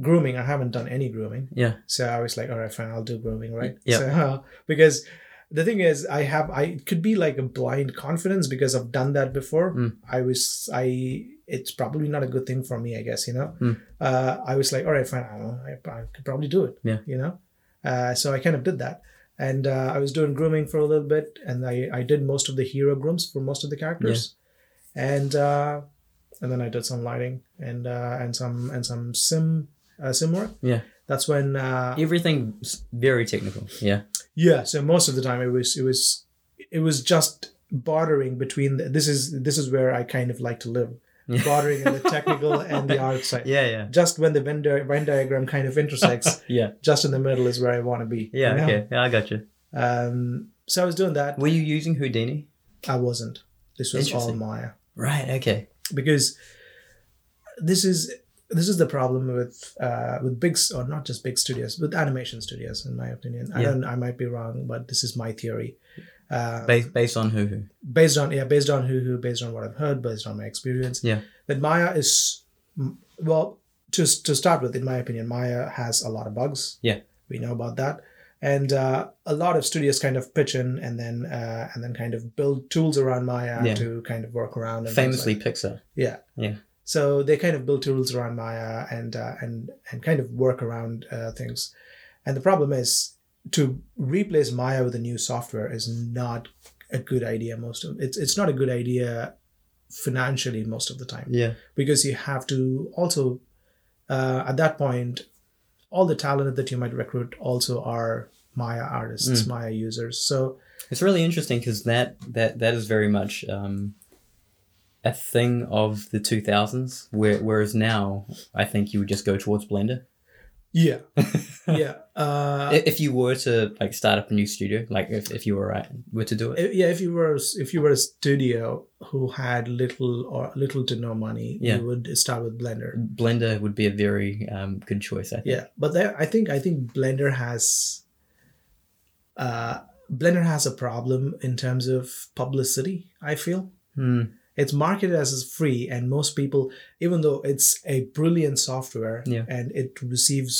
[SPEAKER 2] grooming. I haven't done any grooming.
[SPEAKER 1] Yeah.
[SPEAKER 2] So I was like, all right, fine, I'll do grooming, right?
[SPEAKER 1] Yeah.
[SPEAKER 2] So, because the thing is, I have I it could be like a blind confidence because I've done that before.
[SPEAKER 1] Mm.
[SPEAKER 2] I was I. It's probably not a good thing for me, I guess. You know.
[SPEAKER 1] Mm.
[SPEAKER 2] Uh, I was like, all right, fine, I, don't know, I, I could probably do it.
[SPEAKER 1] Yeah.
[SPEAKER 2] You know. Uh, so I kind of did that. And uh, I was doing grooming for a little bit, and I, I did most of the hero grooms for most of the characters, and uh, and then I did some lighting and uh, and some and some sim uh, sim work.
[SPEAKER 1] Yeah.
[SPEAKER 2] that's when uh,
[SPEAKER 1] Everything s- very technical. Yeah.
[SPEAKER 2] yeah, so most of the time it was it was it was just bordering between the, this is this is where I kind of like to live,
[SPEAKER 1] Yeah.
[SPEAKER 2] bordering in the technical and the art side.
[SPEAKER 1] Yeah, yeah.
[SPEAKER 2] Just when the Venn, di- Venn diagram kind of intersects,
[SPEAKER 1] Yeah.
[SPEAKER 2] just in the middle is where I want to be.
[SPEAKER 1] Yeah,
[SPEAKER 2] you know?
[SPEAKER 1] okay. Yeah, I got you.
[SPEAKER 2] Um, so I was doing that.
[SPEAKER 1] Were you using Houdini?
[SPEAKER 2] I wasn't. This was all
[SPEAKER 1] Interesting.
[SPEAKER 2] Maya
[SPEAKER 1] Right, okay.
[SPEAKER 2] because this is this is the problem with uh, with big s- or not just big studios with animation studios in my opinion. I
[SPEAKER 1] Yeah.
[SPEAKER 2] don't. I might be wrong, but this is my theory. Uh,
[SPEAKER 1] Based, based on Hoo Hoo.
[SPEAKER 2] based on yeah based on who who based on what i've heard based on my experience
[SPEAKER 1] Yeah.
[SPEAKER 2] that maya is mm, well to, to start with in my opinion maya has a lot of bugs
[SPEAKER 1] Yeah.
[SPEAKER 2] we know about that and uh, a lot of studios kind of pitch in and then uh, and then kind of build tools around maya
[SPEAKER 1] Yeah.
[SPEAKER 2] to kind of work around and things
[SPEAKER 1] Famously
[SPEAKER 2] like-
[SPEAKER 1] Pixar.
[SPEAKER 2] yeah
[SPEAKER 1] Yeah.
[SPEAKER 2] so they kind of build tools around maya and uh, and and kind of work around uh, things and the problem is to replace Maya with a new software is not a good idea most of it's it's not a good idea financially most of the time
[SPEAKER 1] Yeah.
[SPEAKER 2] because you have to also uh, at that point all the talent that you might recruit also are Maya artists,
[SPEAKER 1] Mm.
[SPEAKER 2] Maya users. So
[SPEAKER 1] It's really interesting because that, that, that is very much um, a thing of the 2000s, where, whereas now I think you would just go towards Blender.
[SPEAKER 2] yeah, yeah, uh,
[SPEAKER 1] I- if you were to like start up a new studio, like if, if you were right, were to do it.
[SPEAKER 2] if- yeah. If you were if you were a studio who had little or little to no money,
[SPEAKER 1] Yeah. Mm,
[SPEAKER 2] you would start with Blender.
[SPEAKER 1] Blender would be a very um, good choice, I think.
[SPEAKER 2] yeah but there, i think i think blender has uh blender has a problem in terms of publicity i feel
[SPEAKER 1] Hmm.
[SPEAKER 2] it's marketed as free and most people even though it's a brilliant software
[SPEAKER 1] Yeah.
[SPEAKER 2] and it receives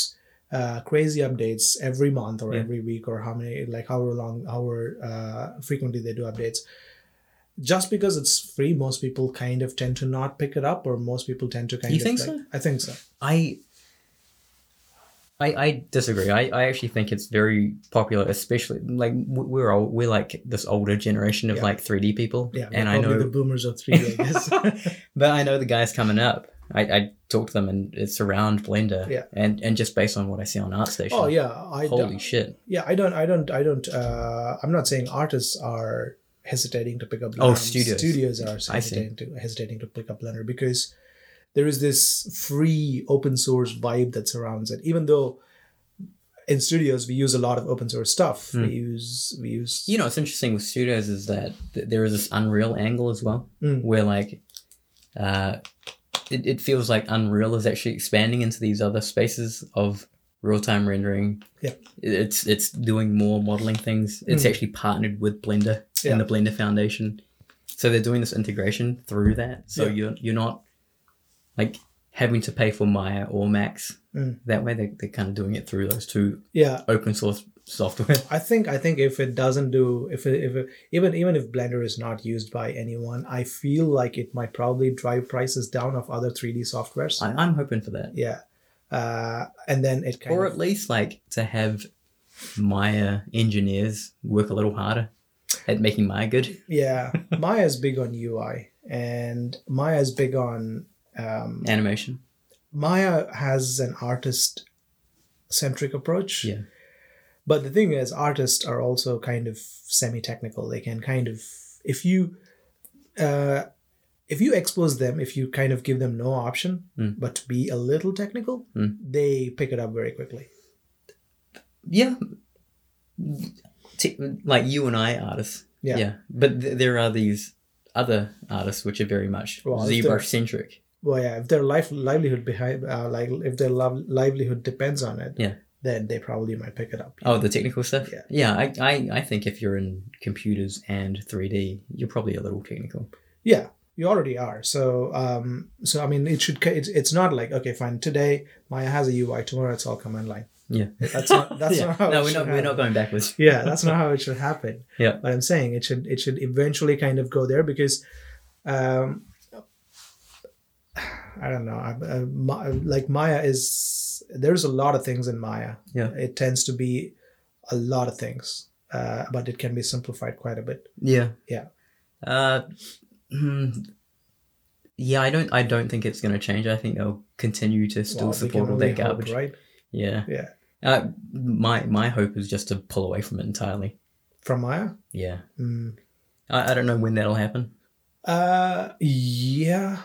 [SPEAKER 2] uh, crazy updates every month or
[SPEAKER 1] Yeah.
[SPEAKER 2] every week or how many like however long however uh, frequently they do updates just because it's free most people kind of tend to not pick it up or most people tend to kind
[SPEAKER 1] You
[SPEAKER 2] of
[SPEAKER 1] think
[SPEAKER 2] like-
[SPEAKER 1] so?
[SPEAKER 2] i think so
[SPEAKER 1] I, I I disagree. I, I actually think it's very popular, especially like w- we're old, we're like this older generation of
[SPEAKER 2] Yeah.
[SPEAKER 1] like 3D people,
[SPEAKER 2] yeah
[SPEAKER 1] and
[SPEAKER 2] we're
[SPEAKER 1] I
[SPEAKER 2] probably
[SPEAKER 1] know,
[SPEAKER 2] the boomers of three i guess
[SPEAKER 1] but I know the guys coming up I, I talk to them and it's around Blender.
[SPEAKER 2] Yeah.
[SPEAKER 1] And and just based on what I see on ArtStation.
[SPEAKER 2] Oh yeah, I
[SPEAKER 1] Holy
[SPEAKER 2] don't,
[SPEAKER 1] shit.
[SPEAKER 2] yeah, I don't, I don't, I don't. Uh, I'm not saying artists are hesitating to pick up.
[SPEAKER 1] Oh,
[SPEAKER 2] Blender.
[SPEAKER 1] studios.
[SPEAKER 2] Studios are
[SPEAKER 1] I see.
[SPEAKER 2] hesitating to hesitating to pick up Blender because there is this free open source vibe that surrounds it. Even though in studios we use a lot of open source stuff,
[SPEAKER 1] Hmm.
[SPEAKER 2] we use we use
[SPEAKER 1] You know, it's interesting with studios is that th- there is this Unreal angle as well,
[SPEAKER 2] Mm.
[SPEAKER 1] where like, uh, it, it feels like Unreal is actually expanding into these other spaces of real time rendering.
[SPEAKER 2] Yeah.
[SPEAKER 1] It- It's it's doing more modeling things. It's
[SPEAKER 2] Mm.
[SPEAKER 1] actually partnered with Blender and
[SPEAKER 2] Yeah.
[SPEAKER 1] the Blender Foundation, so they're doing this integration through that. So
[SPEAKER 2] Yeah.
[SPEAKER 1] you're you're not like having to pay for Maya or Max.
[SPEAKER 2] Mm.
[SPEAKER 1] That way, they they're kind of doing it through those two
[SPEAKER 2] yeah.
[SPEAKER 1] open source software.
[SPEAKER 2] I think I think if it doesn't do if it, if it, even even if Blender is not used by anyone, I feel like it might probably drive prices down of other 3D softwares.
[SPEAKER 1] I, I'm hoping for that.
[SPEAKER 2] yeah, uh, and then it kind
[SPEAKER 1] or
[SPEAKER 2] of
[SPEAKER 1] at least like to have Maya engineers work a little harder at making Maya good.
[SPEAKER 2] yeah. Maya's big on UI, and Maya's big on um,
[SPEAKER 1] Animation.
[SPEAKER 2] Maya has an artist centric approach.
[SPEAKER 1] Yeah.
[SPEAKER 2] But the thing is, artists are also kind of semi technical. They can kind of, if you, uh, if you expose them, if you kind of give them no option
[SPEAKER 1] Mm.
[SPEAKER 2] but to be a little technical,
[SPEAKER 1] Mm.
[SPEAKER 2] they pick it up very quickly.
[SPEAKER 1] Yeah. T- like you and I artists.
[SPEAKER 2] Yeah.
[SPEAKER 1] But th- there are these other artists which are very much
[SPEAKER 2] Well, it's
[SPEAKER 1] zebra centric.
[SPEAKER 2] Well, yeah, if their life livelihood behind, uh, like if their love, livelihood depends on it,
[SPEAKER 1] Yeah.
[SPEAKER 2] then they probably might pick it up.
[SPEAKER 1] Oh, the technical stuff?
[SPEAKER 2] Yeah.
[SPEAKER 1] Yeah. I, I, I think if you're in computers and 3D, you're probably a little technical.
[SPEAKER 2] yeah you already are so um so i mean it should ca- it's, it's not like okay fine today maya has a ui tomorrow it's all command line
[SPEAKER 1] Yeah.
[SPEAKER 2] that's not that's
[SPEAKER 1] Yeah.
[SPEAKER 2] not how
[SPEAKER 1] no,
[SPEAKER 2] it
[SPEAKER 1] we're not,
[SPEAKER 2] should
[SPEAKER 1] we're not
[SPEAKER 2] happen.
[SPEAKER 1] going backwards.
[SPEAKER 2] yeah that's not how it should happen
[SPEAKER 1] Yeah.
[SPEAKER 2] but i'm saying it should it should eventually kind of go there because um i don't know I, I, Ma- like maya is there's a lot of things in maya
[SPEAKER 1] Yeah.
[SPEAKER 2] it tends to be a lot of things uh, but it can be simplified quite a bit
[SPEAKER 1] Yeah.
[SPEAKER 2] Yeah.
[SPEAKER 1] Uh, hmm. yeah, I don't. I don't think it's going to change. I think they'll continue to still
[SPEAKER 2] Well, we can
[SPEAKER 1] support all
[SPEAKER 2] only
[SPEAKER 1] that
[SPEAKER 2] hope,
[SPEAKER 1] garbage.
[SPEAKER 2] right
[SPEAKER 1] Yeah.
[SPEAKER 2] Yeah.
[SPEAKER 1] Uh, my my hope is just to pull away from it entirely.
[SPEAKER 2] from maya
[SPEAKER 1] Yeah.
[SPEAKER 2] Mm.
[SPEAKER 1] I, I don't know when that'll happen.
[SPEAKER 2] Uh, yeah.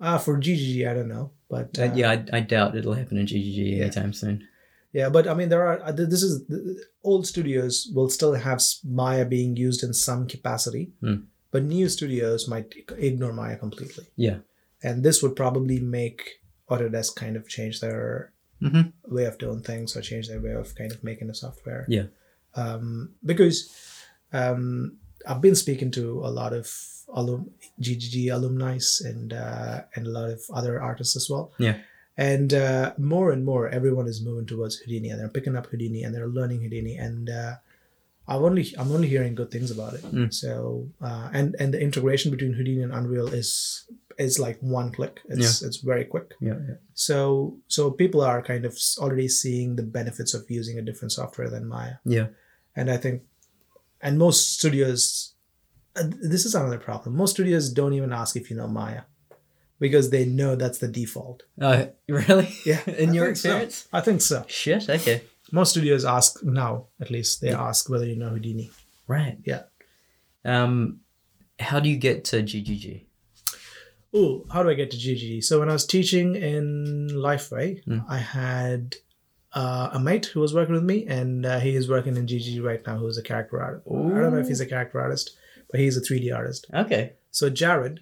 [SPEAKER 2] Uh, for GGG, I don't know, but
[SPEAKER 1] Uh,
[SPEAKER 2] uh,
[SPEAKER 1] yeah, I, I doubt it'll happen in GGG
[SPEAKER 2] Yeah.
[SPEAKER 1] anytime soon.
[SPEAKER 2] yeah. But I mean, there are. uh, th- This is th- old studios will still have s- Maya being used in some capacity,
[SPEAKER 1] Hmm.
[SPEAKER 2] but new studios might ignore Maya completely.
[SPEAKER 1] Yeah.
[SPEAKER 2] and this would probably make Autodesk kind of change their
[SPEAKER 1] hmm
[SPEAKER 2] way of doing things or change their way of kind of making the software.
[SPEAKER 1] Yeah.
[SPEAKER 2] Um, because um, I've been speaking to a lot of alum GGG alumni and uh, and a lot of other artists as well.
[SPEAKER 1] Yeah.
[SPEAKER 2] And uh, more and more, everyone is moving towards Houdini, and they're picking up Houdini, and they're learning Houdini, and uh, I'm only I'm only hearing good things about it.
[SPEAKER 1] Mm.
[SPEAKER 2] So uh, and and the integration between Houdini and Unreal is is like one click. It's it's very quick.
[SPEAKER 1] Yeah, yeah.
[SPEAKER 2] So so people are kind of s- already seeing the benefits of using a different software than Maya.
[SPEAKER 1] Yeah.
[SPEAKER 2] And I think, and most studios, uh, this is another problem. Most studios don't even ask if you know Maya, because they know that's the default.
[SPEAKER 1] Uh, really?
[SPEAKER 2] Yeah.
[SPEAKER 1] in
[SPEAKER 2] I
[SPEAKER 1] your
[SPEAKER 2] think so.
[SPEAKER 1] experience?
[SPEAKER 2] I think so.
[SPEAKER 1] Shit. Okay.
[SPEAKER 2] Most studios ask now, at least they ask whether you know Houdini.
[SPEAKER 1] Right.
[SPEAKER 2] Yeah.
[SPEAKER 1] Um, how do you get to GGG?
[SPEAKER 2] Oh, how do I get to GGE? So when I was teaching in Lifeway,
[SPEAKER 1] Mm.
[SPEAKER 2] I had uh, a mate who was working with me, and uh, he is working in GGE right now, who's a character artist. I don't know if he's a character artist, but he's a 3D artist.
[SPEAKER 1] Okay.
[SPEAKER 2] So Jared,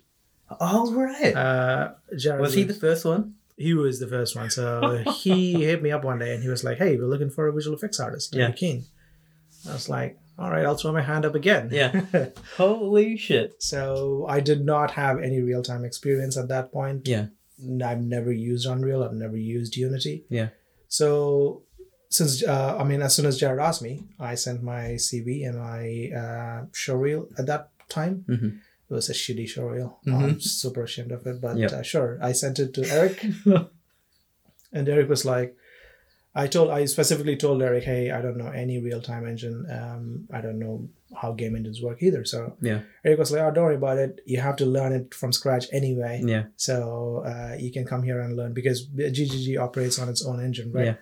[SPEAKER 1] All right.
[SPEAKER 2] uh, Jared
[SPEAKER 1] was he the first one?
[SPEAKER 2] he was the first one. So he hit me up one day and he was like, "Hey, we're looking for a visual effects artist. Are
[SPEAKER 1] Yeah.
[SPEAKER 2] you keen?" I was like, "All right, I'll throw my hand up again."
[SPEAKER 1] Yeah. Holy shit.
[SPEAKER 2] so I did not have any real time experience at that point.
[SPEAKER 1] Yeah.
[SPEAKER 2] N- I've never used Unreal. I've never used Unity.
[SPEAKER 1] Yeah.
[SPEAKER 2] So since uh, I mean, as soon as Jared asked me, I sent my CV and my uh, showreel at that time.
[SPEAKER 1] Mhm.
[SPEAKER 2] It was a shitty showreel. I'm
[SPEAKER 1] Mhm.
[SPEAKER 2] super ashamed of it, but
[SPEAKER 1] Yeah.
[SPEAKER 2] uh, sure, I sent it to Eric, and Eric was like, I told I specifically told Eric, hey, I don't know any real time engine. Um, I don't know how game engines work either. So
[SPEAKER 1] Yeah.
[SPEAKER 2] Eric was like, oh, don't worry about it. You have to learn it from scratch anyway.
[SPEAKER 1] Yeah.
[SPEAKER 2] So uh, you can come here and learn because GGG operates on its own engine, right?
[SPEAKER 1] Yeah.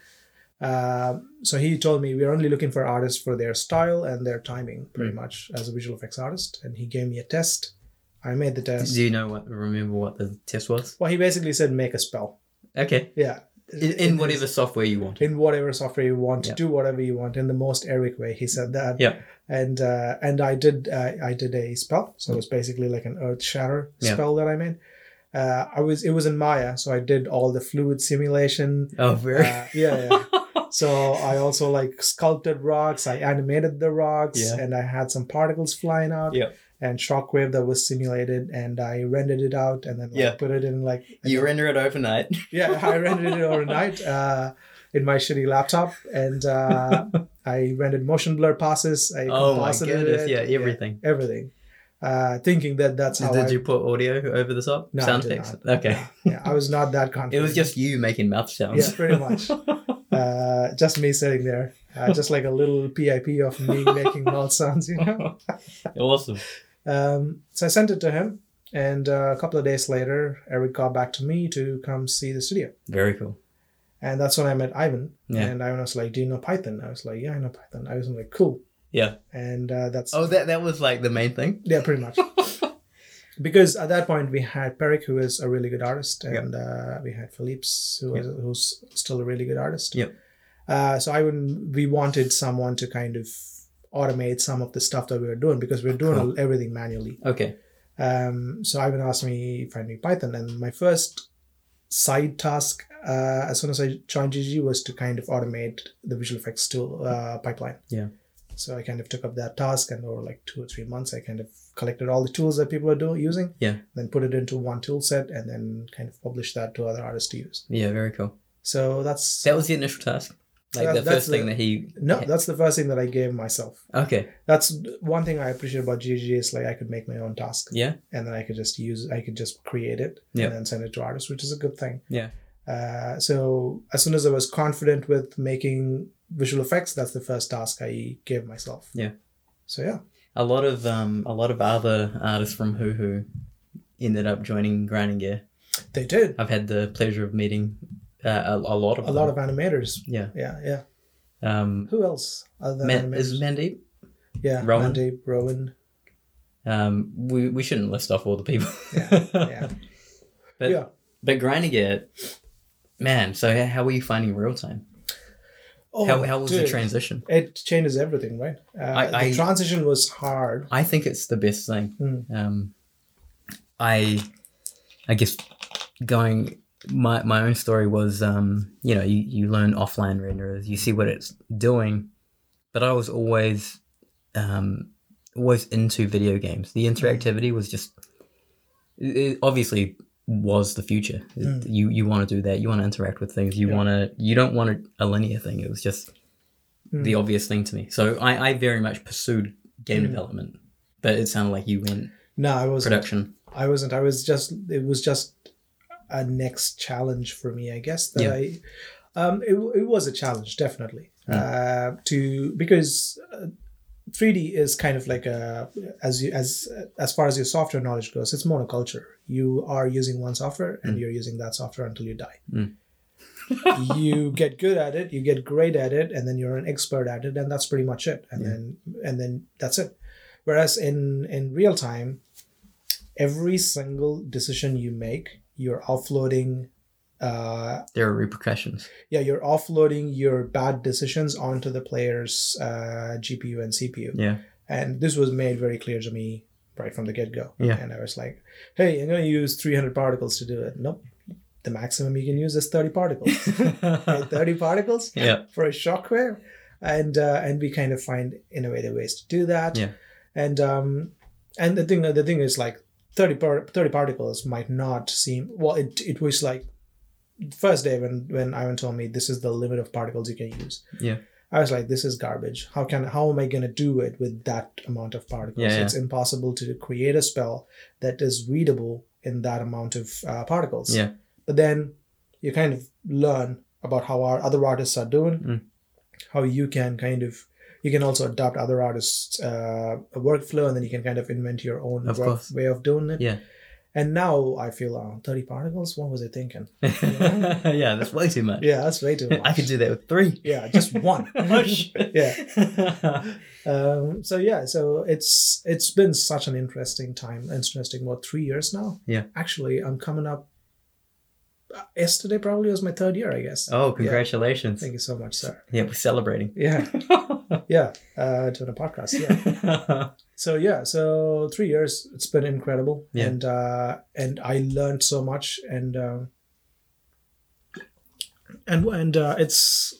[SPEAKER 2] Um, so he told me we're only looking for artists for their style and their timing, pretty
[SPEAKER 1] Mm.
[SPEAKER 2] much, as a visual effects artist. And he gave me a test. I made the test.
[SPEAKER 1] Do you know what? Remember what the test was?
[SPEAKER 2] Well, he basically said make a spell.
[SPEAKER 1] Okay.
[SPEAKER 2] Yeah.
[SPEAKER 1] In, in whatever software you want.
[SPEAKER 2] in whatever software you want,
[SPEAKER 1] Yeah.
[SPEAKER 2] do whatever you want in the most Eric way. He said that.
[SPEAKER 1] Yeah.
[SPEAKER 2] And uh, and I did uh, I did a spell, so it was basically like an earth shatter
[SPEAKER 1] Yeah.
[SPEAKER 2] spell that I made. Uh, I was it was in Maya, so I did all the fluid simulation.
[SPEAKER 1] Oh, very.
[SPEAKER 2] Uh, yeah, yeah. so I also like sculpted rocks. I animated the rocks,
[SPEAKER 1] Yeah.
[SPEAKER 2] and I had some particles flying out.
[SPEAKER 1] Yeah.
[SPEAKER 2] And shockwave that was simulated, and I rendered it out, and then like,
[SPEAKER 1] Yeah.
[SPEAKER 2] put it in like
[SPEAKER 1] you render it overnight.
[SPEAKER 2] yeah, I rendered it overnight uh, in my shitty laptop, and uh, I rendered motion blur passes. I
[SPEAKER 1] oh my
[SPEAKER 2] composited
[SPEAKER 1] goodness!
[SPEAKER 2] it,
[SPEAKER 1] Yeah, everything.
[SPEAKER 2] everything. Uh, thinking that that's how
[SPEAKER 1] Did
[SPEAKER 2] I,
[SPEAKER 1] you put audio over the top?
[SPEAKER 2] No, I
[SPEAKER 1] Sound
[SPEAKER 2] did
[SPEAKER 1] effects.
[SPEAKER 2] not.
[SPEAKER 1] Okay.
[SPEAKER 2] yeah, I was not that confident.
[SPEAKER 1] It was just you making mouth sounds.
[SPEAKER 2] yeah, pretty much, uh, just me sitting there, uh, just like a little PIP of me making mouth sounds, you know.
[SPEAKER 1] awesome.
[SPEAKER 2] Um, so I sent it to him, and uh, a couple of days later, Eric got back to me to come see the studio.
[SPEAKER 1] Very cool.
[SPEAKER 2] And that's when I met Ivan.
[SPEAKER 1] Yeah.
[SPEAKER 2] And Ivan was like, Do you know Python? I was like, Yeah, I know Python. I was like, Cool.
[SPEAKER 1] Yeah.
[SPEAKER 2] And uh, that's,
[SPEAKER 1] Oh, that that was like the main thing.
[SPEAKER 2] yeah, pretty much. because at that point, we had Perik, who is a really good artist,
[SPEAKER 1] Yeah.
[SPEAKER 2] and uh, we had Philippe, who is, who's still a really good artist.
[SPEAKER 1] Yep.
[SPEAKER 2] Uh, so Ivan, we wanted someone to kind of automate some of the stuff that we were doing because we were doing
[SPEAKER 1] Cool.
[SPEAKER 2] everything manually.
[SPEAKER 1] Okay.
[SPEAKER 2] Um, so Ivan asked me if I knew Python, and my first side task uh, as soon as I joined GG was to kind of automate the visual effects tool uh, pipeline.
[SPEAKER 1] Yeah.
[SPEAKER 2] So I kind of took up that task, and over like two or three months, I kind of collected all the tools that people are doing using.
[SPEAKER 1] Yeah.
[SPEAKER 2] Then put it into one tool set, and then kind of published that to other artists to use.
[SPEAKER 1] Yeah, very cool.
[SPEAKER 2] So that's
[SPEAKER 1] That was the initial task. Like
[SPEAKER 2] That-
[SPEAKER 1] the
[SPEAKER 2] that's
[SPEAKER 1] first thing
[SPEAKER 2] the-
[SPEAKER 1] that he.
[SPEAKER 2] no, that's the first thing that I gave myself.
[SPEAKER 1] Okay.
[SPEAKER 2] That's one thing I appreciate about GG is like I could make my own task.
[SPEAKER 1] Yeah.
[SPEAKER 2] and then I could just use I could just create it
[SPEAKER 1] Yeah.
[SPEAKER 2] and then send it to artists, which is a good thing.
[SPEAKER 1] Yeah.
[SPEAKER 2] Uh, so as soon as I was confident with making visual effects, that's the first task I gave myself.
[SPEAKER 1] Yeah.
[SPEAKER 2] So yeah,
[SPEAKER 1] A lot of um a lot of other artists from Hoo Hoo ended up joining Grinding Gear.
[SPEAKER 2] they did
[SPEAKER 1] I've had the pleasure of meeting uh, a, a lot of
[SPEAKER 2] a lot of animators.
[SPEAKER 1] Yeah.
[SPEAKER 2] Yeah, yeah.
[SPEAKER 1] um
[SPEAKER 2] Who else other than
[SPEAKER 1] Man,
[SPEAKER 2] animators?
[SPEAKER 1] is Mandeep.
[SPEAKER 2] yeah,
[SPEAKER 1] Rowan?
[SPEAKER 2] Mandeep, Rowan.
[SPEAKER 1] Um, we we shouldn't list off all the people.
[SPEAKER 2] Yeah, Yeah,
[SPEAKER 1] But
[SPEAKER 2] Yeah.
[SPEAKER 1] but grinding it, man. So h- how were you finding real time?
[SPEAKER 2] Oh,
[SPEAKER 1] how how was the
[SPEAKER 2] dude,
[SPEAKER 1] transition?
[SPEAKER 2] It changes everything, right? Uh,
[SPEAKER 1] I-
[SPEAKER 2] the
[SPEAKER 1] I-
[SPEAKER 2] transition was hard.
[SPEAKER 1] I think it's the best thing.
[SPEAKER 2] Mm.
[SPEAKER 1] Um, I I guess going my my own story was um you know you you learn offline renderers you see what it's doing, but I was always um always into video games. The interactivity was just it it obviously was the future. It-
[SPEAKER 2] Mm.
[SPEAKER 1] You you want to do that. You want to interact with things. You
[SPEAKER 2] Yeah.
[SPEAKER 1] want to. You don't want a, a linear thing. It was just the
[SPEAKER 2] Mm.
[SPEAKER 1] obvious thing to me. So I, I very much pursued game
[SPEAKER 2] Mm.
[SPEAKER 1] development, but it sounded like you went
[SPEAKER 2] No, I was
[SPEAKER 1] production.
[SPEAKER 2] I wasn't. I was just. It was just a next challenge for me, I guess. That
[SPEAKER 1] Yeah.
[SPEAKER 2] I, um, it, it was a challenge definitely. Uh, to because uh, 3D is kind of like a as you as as far as your software knowledge goes, it's monoculture. You are using one software and you're using that software until you die.
[SPEAKER 1] Mm.
[SPEAKER 2] you get good at it, you get great at it, and then you're an expert at it, and that's pretty much it. And
[SPEAKER 1] Yeah.
[SPEAKER 2] then and then that's it. Whereas in in real time, every single decision you make, you're offloading. Uh,
[SPEAKER 1] There are repercussions.
[SPEAKER 2] yeah, you're offloading your bad decisions onto the player's uh, GPU and CPU
[SPEAKER 1] Yeah,
[SPEAKER 2] and this was made very clear to me right from the get-go
[SPEAKER 1] Yeah.
[SPEAKER 2] and i was like hey i'm going to use 300 particles to do it nope the maximum you can use is 30 particles Right, 30 particles
[SPEAKER 1] yeah,
[SPEAKER 2] for a shockwave and uh, and we kind of find innovative ways to do that
[SPEAKER 1] Yeah.
[SPEAKER 2] and um and the thing the thing is like 30 par- 30 particles might not seem well it it was like first day when when ivan told me this is the limit of particles you can use
[SPEAKER 1] Yeah.
[SPEAKER 2] i was like this is garbage how can how am i going to do it with that amount of particles
[SPEAKER 1] Yeah, yeah.
[SPEAKER 2] it's impossible to create a spell that is readable in that amount of uh, particles
[SPEAKER 1] Yeah.
[SPEAKER 2] but then you kind of learn about how our other artists are doing,
[SPEAKER 1] Mm.
[SPEAKER 2] how you can kind of you can also adopt other artists' uh, workflow, and then you can kind of invent your own
[SPEAKER 1] Of
[SPEAKER 2] work-
[SPEAKER 1] course.
[SPEAKER 2] way of doing it.
[SPEAKER 1] Yeah.
[SPEAKER 2] And now I feel uh, thirty particles. What was I thinking?
[SPEAKER 1] yeah, that's way too much.
[SPEAKER 2] Yeah, Oh, that's way too much.
[SPEAKER 1] I could do Oh, that with three.
[SPEAKER 2] Yeah, just one. yeah.
[SPEAKER 1] yeah.
[SPEAKER 2] Um, so yeah, so it's it's been such an interesting time. Interesting, what three years now?
[SPEAKER 1] Yeah.
[SPEAKER 2] Actually, I'm coming up. uh, Yesterday probably was my third year, I guess.
[SPEAKER 1] Oh, congratulations.
[SPEAKER 2] Thank you so much, sir.
[SPEAKER 1] Yeah, we're celebrating.
[SPEAKER 2] Yeah, yeah. Uh, doing a podcast. Yeah. so yeah, so three years. It's been incredible,
[SPEAKER 1] Yeah.
[SPEAKER 2] and uh, and I learned so much, and um, and and uh, it's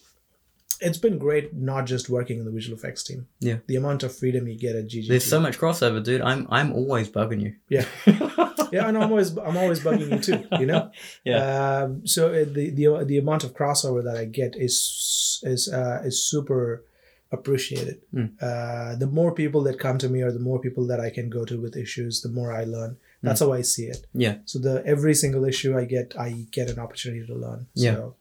[SPEAKER 2] it's been great not just working in the visual effects team.
[SPEAKER 1] Yeah.
[SPEAKER 2] The amount of freedom you get at GG.
[SPEAKER 1] There's so much crossover, dude. I'm I'm always bugging you.
[SPEAKER 2] Yeah. yeah, and I'm always I'm always bugging you too. You know. Yeah. Um, so uh, the the the amount of crossover that I get is is uh, is super appreciated.
[SPEAKER 1] Mm.
[SPEAKER 2] Uh, the more people that come to me, or the more people that I can go to with issues, the more I learn. That's how I see it.
[SPEAKER 1] Hmm. Yeah.
[SPEAKER 2] So the every single issue I get, I get an opportunity to learn.
[SPEAKER 1] Yeah.
[SPEAKER 2] So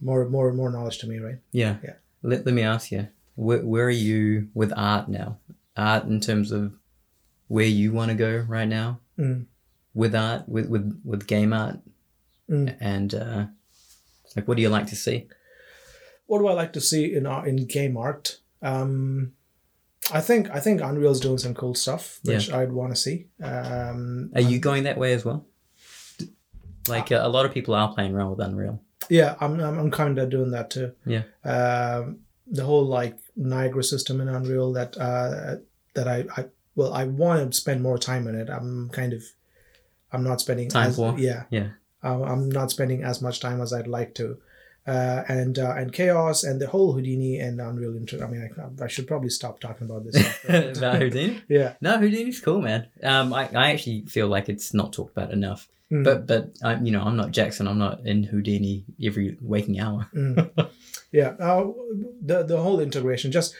[SPEAKER 2] more more more knowledge to me, right?
[SPEAKER 1] Yeah.
[SPEAKER 2] Yeah.
[SPEAKER 1] Let, let me ask you, where, where are you with art now? Art in terms of where you want to go right now
[SPEAKER 2] Mm.
[SPEAKER 1] with art, with with, with game art,
[SPEAKER 2] Mm.
[SPEAKER 1] and uh, like what do you like to see?
[SPEAKER 2] What do I like to see in our in game art? Um, I think I think Unreal's doing some cool stuff, which I'd want to see. Um,
[SPEAKER 1] Are you going that way as well? D- Like uh, a lot of people are playing around with Unreal.
[SPEAKER 2] Yeah, I'm I'm, I'm kind of doing that too.
[SPEAKER 1] Yeah.
[SPEAKER 2] Um, the whole like Niagara system in Unreal that uh, that I, I well I want to spend more time in it. I'm kind of I'm not spending
[SPEAKER 1] Time
[SPEAKER 2] as,
[SPEAKER 1] poor.
[SPEAKER 2] yeah
[SPEAKER 1] Yeah.
[SPEAKER 2] I'm- I'm not spending as much time as I'd like to. Uh, and uh, and chaos and the whole Houdini and Unreal Inter- I mean, I, I should probably stop talking about this. stuff, right?
[SPEAKER 1] About Houdini?
[SPEAKER 2] yeah,
[SPEAKER 1] No, Houdini's cool, man. Um, I, I actually feel like it's not talked about enough.
[SPEAKER 2] Mm.
[SPEAKER 1] But but I'm you know I'm not Jackson. I'm not in Houdini every waking hour.
[SPEAKER 2] Mm. yeah. Uh, the the whole integration. Just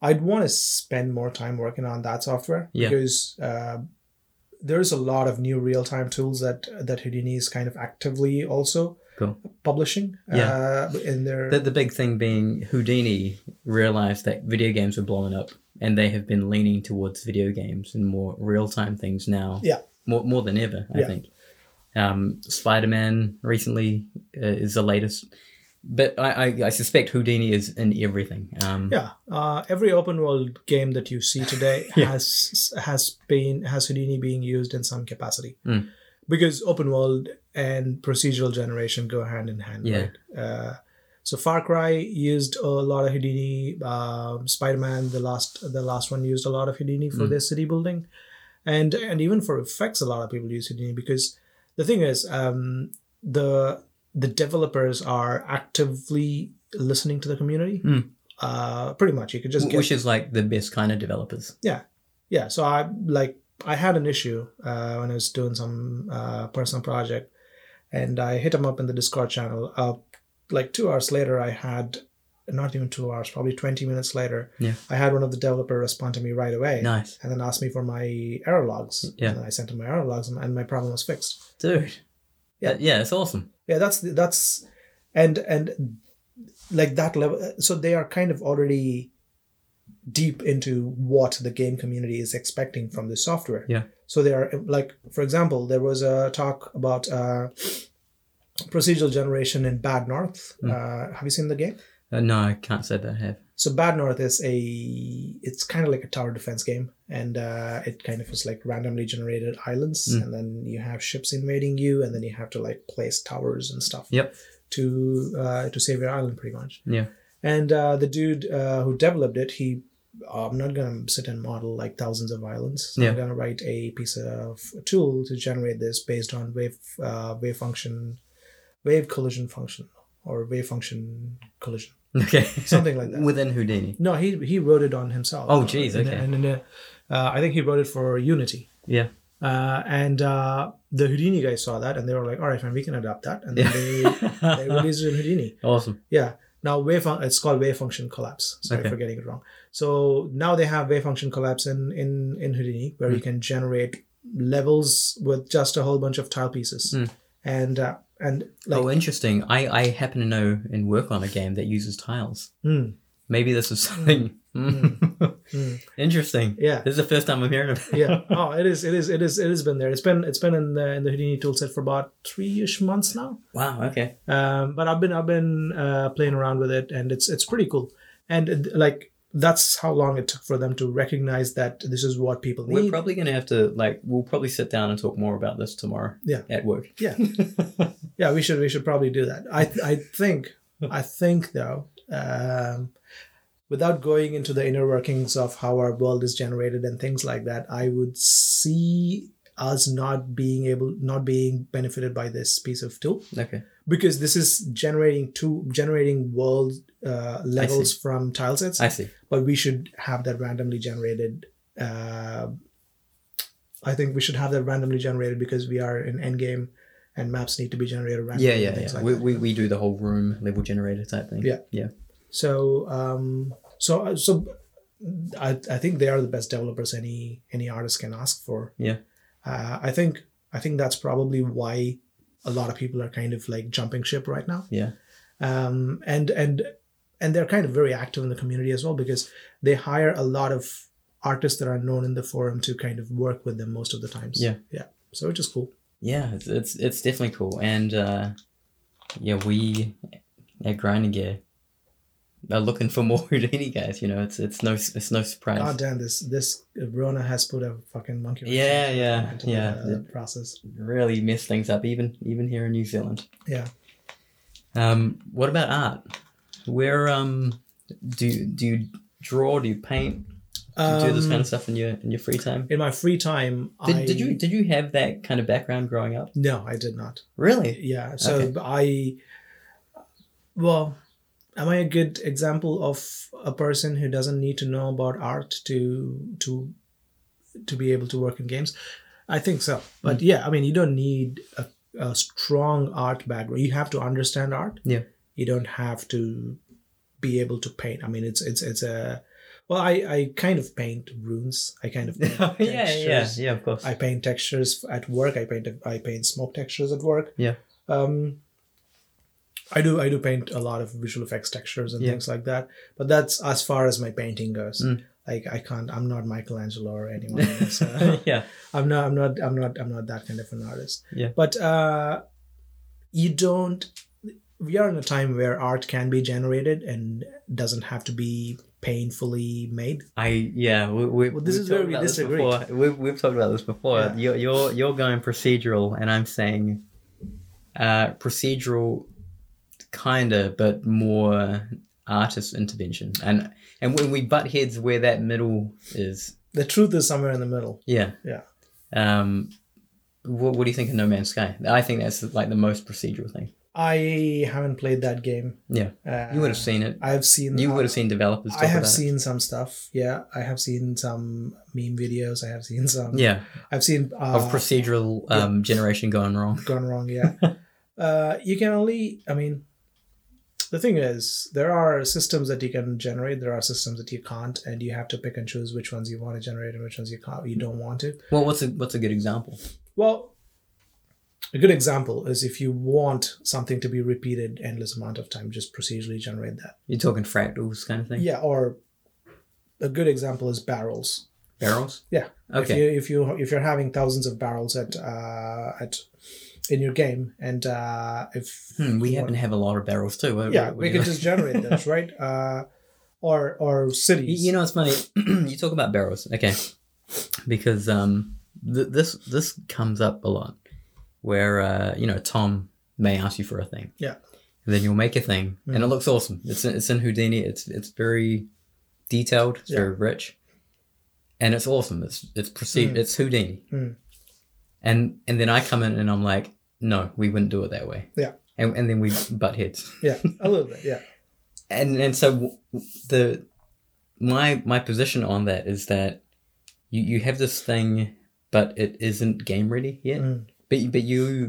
[SPEAKER 2] I'd want to spend more time working on that software
[SPEAKER 1] Yeah.
[SPEAKER 2] because uh, there's a lot of new real time tools that that Houdini is kind of actively also
[SPEAKER 1] Cool.
[SPEAKER 2] publishing.
[SPEAKER 1] Yeah.
[SPEAKER 2] Uh, in their
[SPEAKER 1] The, the big thing being Houdini realized that video games were blowing up, and they have been leaning towards video games and more real time things now.
[SPEAKER 2] Yeah.
[SPEAKER 1] more more than ever, I
[SPEAKER 2] Yeah.
[SPEAKER 1] think. Um, Spider Man recently uh, is the latest, but I, I, I suspect Houdini is in everything. Um,
[SPEAKER 2] yeah, uh, every open world game that you see today
[SPEAKER 1] Yeah.
[SPEAKER 2] has has been has Houdini being used in some capacity,
[SPEAKER 1] Mm.
[SPEAKER 2] because open world and procedural generation go hand in hand.
[SPEAKER 1] Yeah.
[SPEAKER 2] Right? Uh, so Far Cry used a lot of Houdini. Um, Spider Man, the last the last one, used a lot of Houdini for
[SPEAKER 1] Mm.
[SPEAKER 2] their city building, and and even for effects, a lot of people use Houdini because the thing is um, the the developers are actively listening to the community.
[SPEAKER 1] Mm.
[SPEAKER 2] Uh, pretty much, you could just
[SPEAKER 1] w-
[SPEAKER 2] get
[SPEAKER 1] which is like the best kind of developers.
[SPEAKER 2] yeah so i like i had an issue uh, when i was doing some uh, personal project and i hit him up in the discord channel uh, like two hours later i had not even two hours probably 20 minutes later
[SPEAKER 1] Yeah.
[SPEAKER 2] i had one of the developer respond to me right away
[SPEAKER 1] Nice,
[SPEAKER 2] and then asked me for my error logs
[SPEAKER 1] Yeah.
[SPEAKER 2] and i sent him my error logs and, and my problem was fixed
[SPEAKER 1] dude.
[SPEAKER 2] Yeah.
[SPEAKER 1] Yeah, yeah, it's awesome.
[SPEAKER 2] yeah that's the- that's and and like that level so they are kind of already deep into what the game community is expecting from the software
[SPEAKER 1] Yeah.
[SPEAKER 2] so they are like for example there was a talk about uh procedural generation in bad north
[SPEAKER 1] Mm.
[SPEAKER 2] uh have you seen the game
[SPEAKER 1] Uh, no, I can't say that I have.
[SPEAKER 2] so bad north is a it's kind of like a tower defense game and uh it kind of is like randomly generated islands
[SPEAKER 1] Mm.
[SPEAKER 2] and then you have ships invading you and then you have to like place towers and stuff
[SPEAKER 1] Yep.
[SPEAKER 2] to uh, to save your island pretty much
[SPEAKER 1] Yeah.
[SPEAKER 2] and uh, the dude uh, who developed it he uh, i'm not gonna sit and model like thousands of islands i'm
[SPEAKER 1] Yeah.
[SPEAKER 2] gonna write a piece of tool to generate this based on wave uh, wave function wave collision function or wave function collision
[SPEAKER 1] Okay.
[SPEAKER 2] something like that
[SPEAKER 1] Within Houdini.
[SPEAKER 2] no he he wrote it on himself
[SPEAKER 1] Oh, geez,
[SPEAKER 2] And-
[SPEAKER 1] okay.
[SPEAKER 2] and, and, uh, uh, i think he wrote it for unity
[SPEAKER 1] Yeah.
[SPEAKER 2] uh, and uh, the houdini guys saw that and they were like all right fine we can adopt that and then they, they released it in houdini
[SPEAKER 1] awesome.
[SPEAKER 2] yeah. Now wave fun- it's called wave function collapse. Sorry
[SPEAKER 1] Okay.
[SPEAKER 2] for getting it wrong. So now they have wave function collapse in
[SPEAKER 1] Hmm.
[SPEAKER 2] in in Houdini, where you can generate levels with just a whole bunch of tile pieces,
[SPEAKER 1] Mm.
[SPEAKER 2] and uh, and like
[SPEAKER 1] oh, interesting. I, I happen to know and work on a game that uses tiles.
[SPEAKER 2] mm,
[SPEAKER 1] Maybe this is something.
[SPEAKER 2] mm,
[SPEAKER 1] interesting.
[SPEAKER 2] yeah
[SPEAKER 1] This is the first time I'm hearing of it.
[SPEAKER 2] yeah oh it is it is it is it has been there it's been it's been in the in the houdini toolset for about three-ish months now
[SPEAKER 1] wow, okay.
[SPEAKER 2] um, but I've been I've been uh, playing around with it, and it's it's pretty cool. And uh, like that's how long it took for them to recognize that this is what people
[SPEAKER 1] We're
[SPEAKER 2] need.
[SPEAKER 1] probably going to have to, like, we'll probably sit down and talk more about this tomorrow
[SPEAKER 2] Yeah.
[SPEAKER 1] at work.
[SPEAKER 2] Yeah. yeah, we should we should probably do that. I I think I think though, um, without going into the inner workings of how our world is generated and things like that, I would see us not being able not being benefited by this piece of tool
[SPEAKER 1] okay.
[SPEAKER 2] because this is generating two generating world uh, levels from tile sets
[SPEAKER 1] I see.
[SPEAKER 2] but we should have that randomly generated. Uh, I think we should have that randomly generated because we are in endgame, and maps need to be generated randomly.
[SPEAKER 1] Yeah,
[SPEAKER 2] and
[SPEAKER 1] yeah,
[SPEAKER 2] things
[SPEAKER 1] yeah.
[SPEAKER 2] like
[SPEAKER 1] we,
[SPEAKER 2] that.
[SPEAKER 1] we, we do the whole room level generator type thing.
[SPEAKER 2] Yeah.
[SPEAKER 1] Yeah.
[SPEAKER 2] So, um, so, so, I, I think they are the best developers any any artist can ask for.
[SPEAKER 1] Yeah.
[SPEAKER 2] Uh, I think I think that's probably why a lot of people are kind of like jumping ship right now.
[SPEAKER 1] Yeah.
[SPEAKER 2] um, and and and they're kind of very active in the community as well because they hire a lot of artists that are known in the forum to kind of work with them most of the times.
[SPEAKER 1] Yeah.
[SPEAKER 2] yeah. So which is cool.
[SPEAKER 1] Yeah, it's it's, it's definitely cool. And uh, yeah, we at Grinding Gear are looking for more Houdini guys. You know, it's it's no it's no surprise.
[SPEAKER 2] God damn this this Rona has put a fucking monkey. wrench
[SPEAKER 1] Yeah, yeah,
[SPEAKER 2] into
[SPEAKER 1] yeah.
[SPEAKER 2] The process.
[SPEAKER 1] really mess things up, even even here in New Zealand.
[SPEAKER 2] Yeah.
[SPEAKER 1] Um, what about art? Where um, do you- do you draw? Do you paint? Do you do this
[SPEAKER 2] Um,
[SPEAKER 1] kind of stuff in your in your free time?
[SPEAKER 2] in my free time,
[SPEAKER 1] Did,
[SPEAKER 2] I
[SPEAKER 1] did you did you have that kind of background growing up?
[SPEAKER 2] No, I did not.
[SPEAKER 1] Really?
[SPEAKER 2] Yeah. So
[SPEAKER 1] Okay.
[SPEAKER 2] I, well, am I a good example of a person who doesn't need to know about art to to to be able to work in games? I think so. But
[SPEAKER 1] Hmm.
[SPEAKER 2] yeah, I mean, you don't need a, a strong art background. You have to understand art.
[SPEAKER 1] Yeah.
[SPEAKER 2] You don't have to be able to paint. I mean, it's it's it's a well, I I kind of paint runes. I kind of paint
[SPEAKER 1] yeah, yeah,
[SPEAKER 2] textures.
[SPEAKER 1] yeah. Of course.
[SPEAKER 2] I paint textures at work. I paint I paint smoke textures at work.
[SPEAKER 1] Yeah.
[SPEAKER 2] Um, I do I do paint a lot of visual effects textures and
[SPEAKER 1] Yeah.
[SPEAKER 2] things like that. But that's as far as my painting goes.
[SPEAKER 1] Mm.
[SPEAKER 2] Like I can't. I'm not Michelangelo or anyone. else. Uh,
[SPEAKER 1] yeah.
[SPEAKER 2] I'm not. I'm not. I'm not. I'm not that kind of an artist.
[SPEAKER 1] Yeah.
[SPEAKER 2] But uh, you don't. We are in a time where art can be generated and doesn't have to be painfully made.
[SPEAKER 1] I yeah. We, we,
[SPEAKER 2] Well, this
[SPEAKER 1] we've
[SPEAKER 2] is where
[SPEAKER 1] talked
[SPEAKER 2] we
[SPEAKER 1] about this
[SPEAKER 2] disagree.
[SPEAKER 1] before. We've, we've talked about this before.
[SPEAKER 2] Yeah.
[SPEAKER 1] You're, you're you're going procedural, and I'm saying uh, procedural, kinda, but more artist intervention. And and when we butt heads where that middle is,
[SPEAKER 2] The truth is somewhere in the middle.
[SPEAKER 1] yeah,
[SPEAKER 2] Yeah.
[SPEAKER 1] Um, what, what do you think of No Man's Sky? I think that's like the most procedural thing.
[SPEAKER 2] I haven't played that game.
[SPEAKER 1] Yeah,
[SPEAKER 2] Uh,
[SPEAKER 1] you would have seen it.
[SPEAKER 2] I've seen.
[SPEAKER 1] You would have seen developers. Talk
[SPEAKER 2] I have
[SPEAKER 1] about
[SPEAKER 2] seen some stuff. Yeah, I have seen some meme videos. I have seen some.
[SPEAKER 1] It. Yeah,
[SPEAKER 2] I've seen
[SPEAKER 1] of
[SPEAKER 2] uh,
[SPEAKER 1] procedural
[SPEAKER 2] yeah.
[SPEAKER 1] um, generation gone wrong.
[SPEAKER 2] gone wrong. Yeah, uh, you can only. I mean, the thing is, there are systems that you can generate. There are systems that you can't, and you have to pick and choose which ones you want to generate and which ones you can't. You don't want to.
[SPEAKER 1] Well, what's a what's a good example?
[SPEAKER 2] Well, a good example is if you want something to be repeated endless amount of time, just procedurally generate that.
[SPEAKER 1] You're talking fractals kind of thing?
[SPEAKER 2] Yeah, or a good example is barrels.
[SPEAKER 1] Barrels?
[SPEAKER 2] Yeah.
[SPEAKER 1] Okay.
[SPEAKER 2] If you if you if you're having thousands of barrels at uh, at in your game, and uh, if
[SPEAKER 1] Hmm, we happen to have a lot of barrels too. What-
[SPEAKER 2] yeah,
[SPEAKER 1] what
[SPEAKER 2] we
[SPEAKER 1] do
[SPEAKER 2] can
[SPEAKER 1] you-
[SPEAKER 2] just generate those, right? Uh, or or
[SPEAKER 1] You,
[SPEAKER 2] cities.
[SPEAKER 1] you know, it's funny. you talk about barrels, okay? Because um, th- this this comes up a lot, where uh, you know Tom may ask you for a thing.
[SPEAKER 2] Yeah. Mm.
[SPEAKER 1] And then you'll make a thing, and it looks awesome. It's in- it's in Houdini. It's it's very detailed. It's
[SPEAKER 2] Yeah.
[SPEAKER 1] very rich, and it's awesome. It's it's perceived. It's Houdini.
[SPEAKER 2] Mm.
[SPEAKER 1] And and then I come in and I'm like, no, we wouldn't do it that way.
[SPEAKER 2] Yeah.
[SPEAKER 1] And and then we butt heads
[SPEAKER 2] yeah, a little bit. Yeah,
[SPEAKER 1] and and so w- the my my position on that is that you you have this thing but it isn't game ready yet
[SPEAKER 2] Mm.
[SPEAKER 1] but you- but you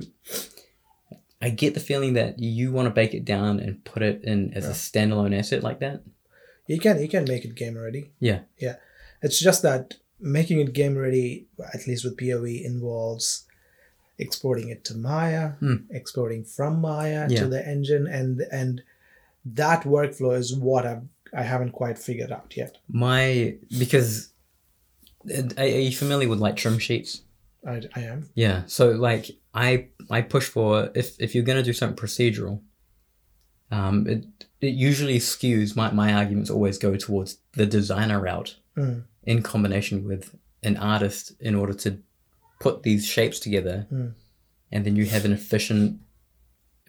[SPEAKER 1] i get the feeling that you want to bake it down and put it in as a
[SPEAKER 2] Yeah.
[SPEAKER 1] standalone asset like that
[SPEAKER 2] you can you can make it game ready.
[SPEAKER 1] Yeah.
[SPEAKER 2] yeah. It's just that making it game ready, at least with POE, involves exporting it to Maya,
[SPEAKER 1] Mm.
[SPEAKER 2] exporting from Maya
[SPEAKER 1] Yeah.
[SPEAKER 2] to the engine, and and that workflow is what I've I haven't quite figured out yet.
[SPEAKER 1] My because are are you familiar with like trim sheets?
[SPEAKER 2] I, I am.
[SPEAKER 1] Yeah. So like I I push for if if you're gonna do something procedural, um, it it usually skews my my arguments always go towards the designer route
[SPEAKER 2] Mm.
[SPEAKER 1] in combination with an artist in order to put these shapes together,
[SPEAKER 2] Mm.
[SPEAKER 1] and then you have an efficient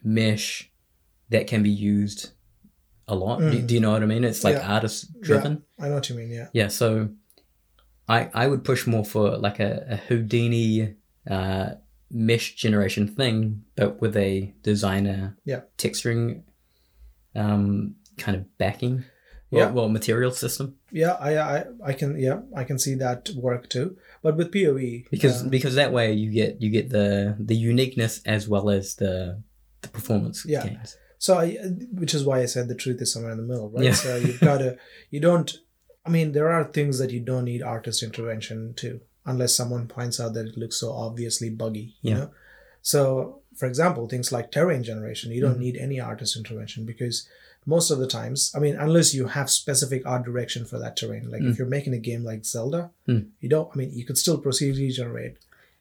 [SPEAKER 1] mesh that can be used a lot. Do,
[SPEAKER 2] Mm.
[SPEAKER 1] do you know what I mean? It's like
[SPEAKER 2] Yeah.
[SPEAKER 1] artist driven.
[SPEAKER 2] I know what you mean. Yeah.
[SPEAKER 1] Yeah, so I I would push more for like a, a Houdini uh, mesh generation thing, but with a designer
[SPEAKER 2] Yeah.
[SPEAKER 1] texturing um, kind of backing.
[SPEAKER 2] Yeah.
[SPEAKER 1] Well, well, material system
[SPEAKER 2] Yeah. I, I I can. Yeah. I can see that work too. But with POE,
[SPEAKER 1] because
[SPEAKER 2] um,
[SPEAKER 1] because that way you get you get the the uniqueness as well as the the performance
[SPEAKER 2] Yeah.
[SPEAKER 1] gains.
[SPEAKER 2] So, I, which is why I said the truth is somewhere in the middle, right?
[SPEAKER 1] Yeah.
[SPEAKER 2] So you've got to, you don't. I mean, there are things that you don't need artist intervention to, unless someone points out that it looks so obviously buggy. You
[SPEAKER 1] Yeah.
[SPEAKER 2] know. So, for example, things like terrain generation, you don't
[SPEAKER 1] Mhm.
[SPEAKER 2] need any artist intervention because most of the times, I mean, unless you have specific art direction for that terrain, like if
[SPEAKER 1] Mm.
[SPEAKER 2] you're making a game like Zelda,
[SPEAKER 1] Mm.
[SPEAKER 2] you don't. I mean, you could still procedurally generate,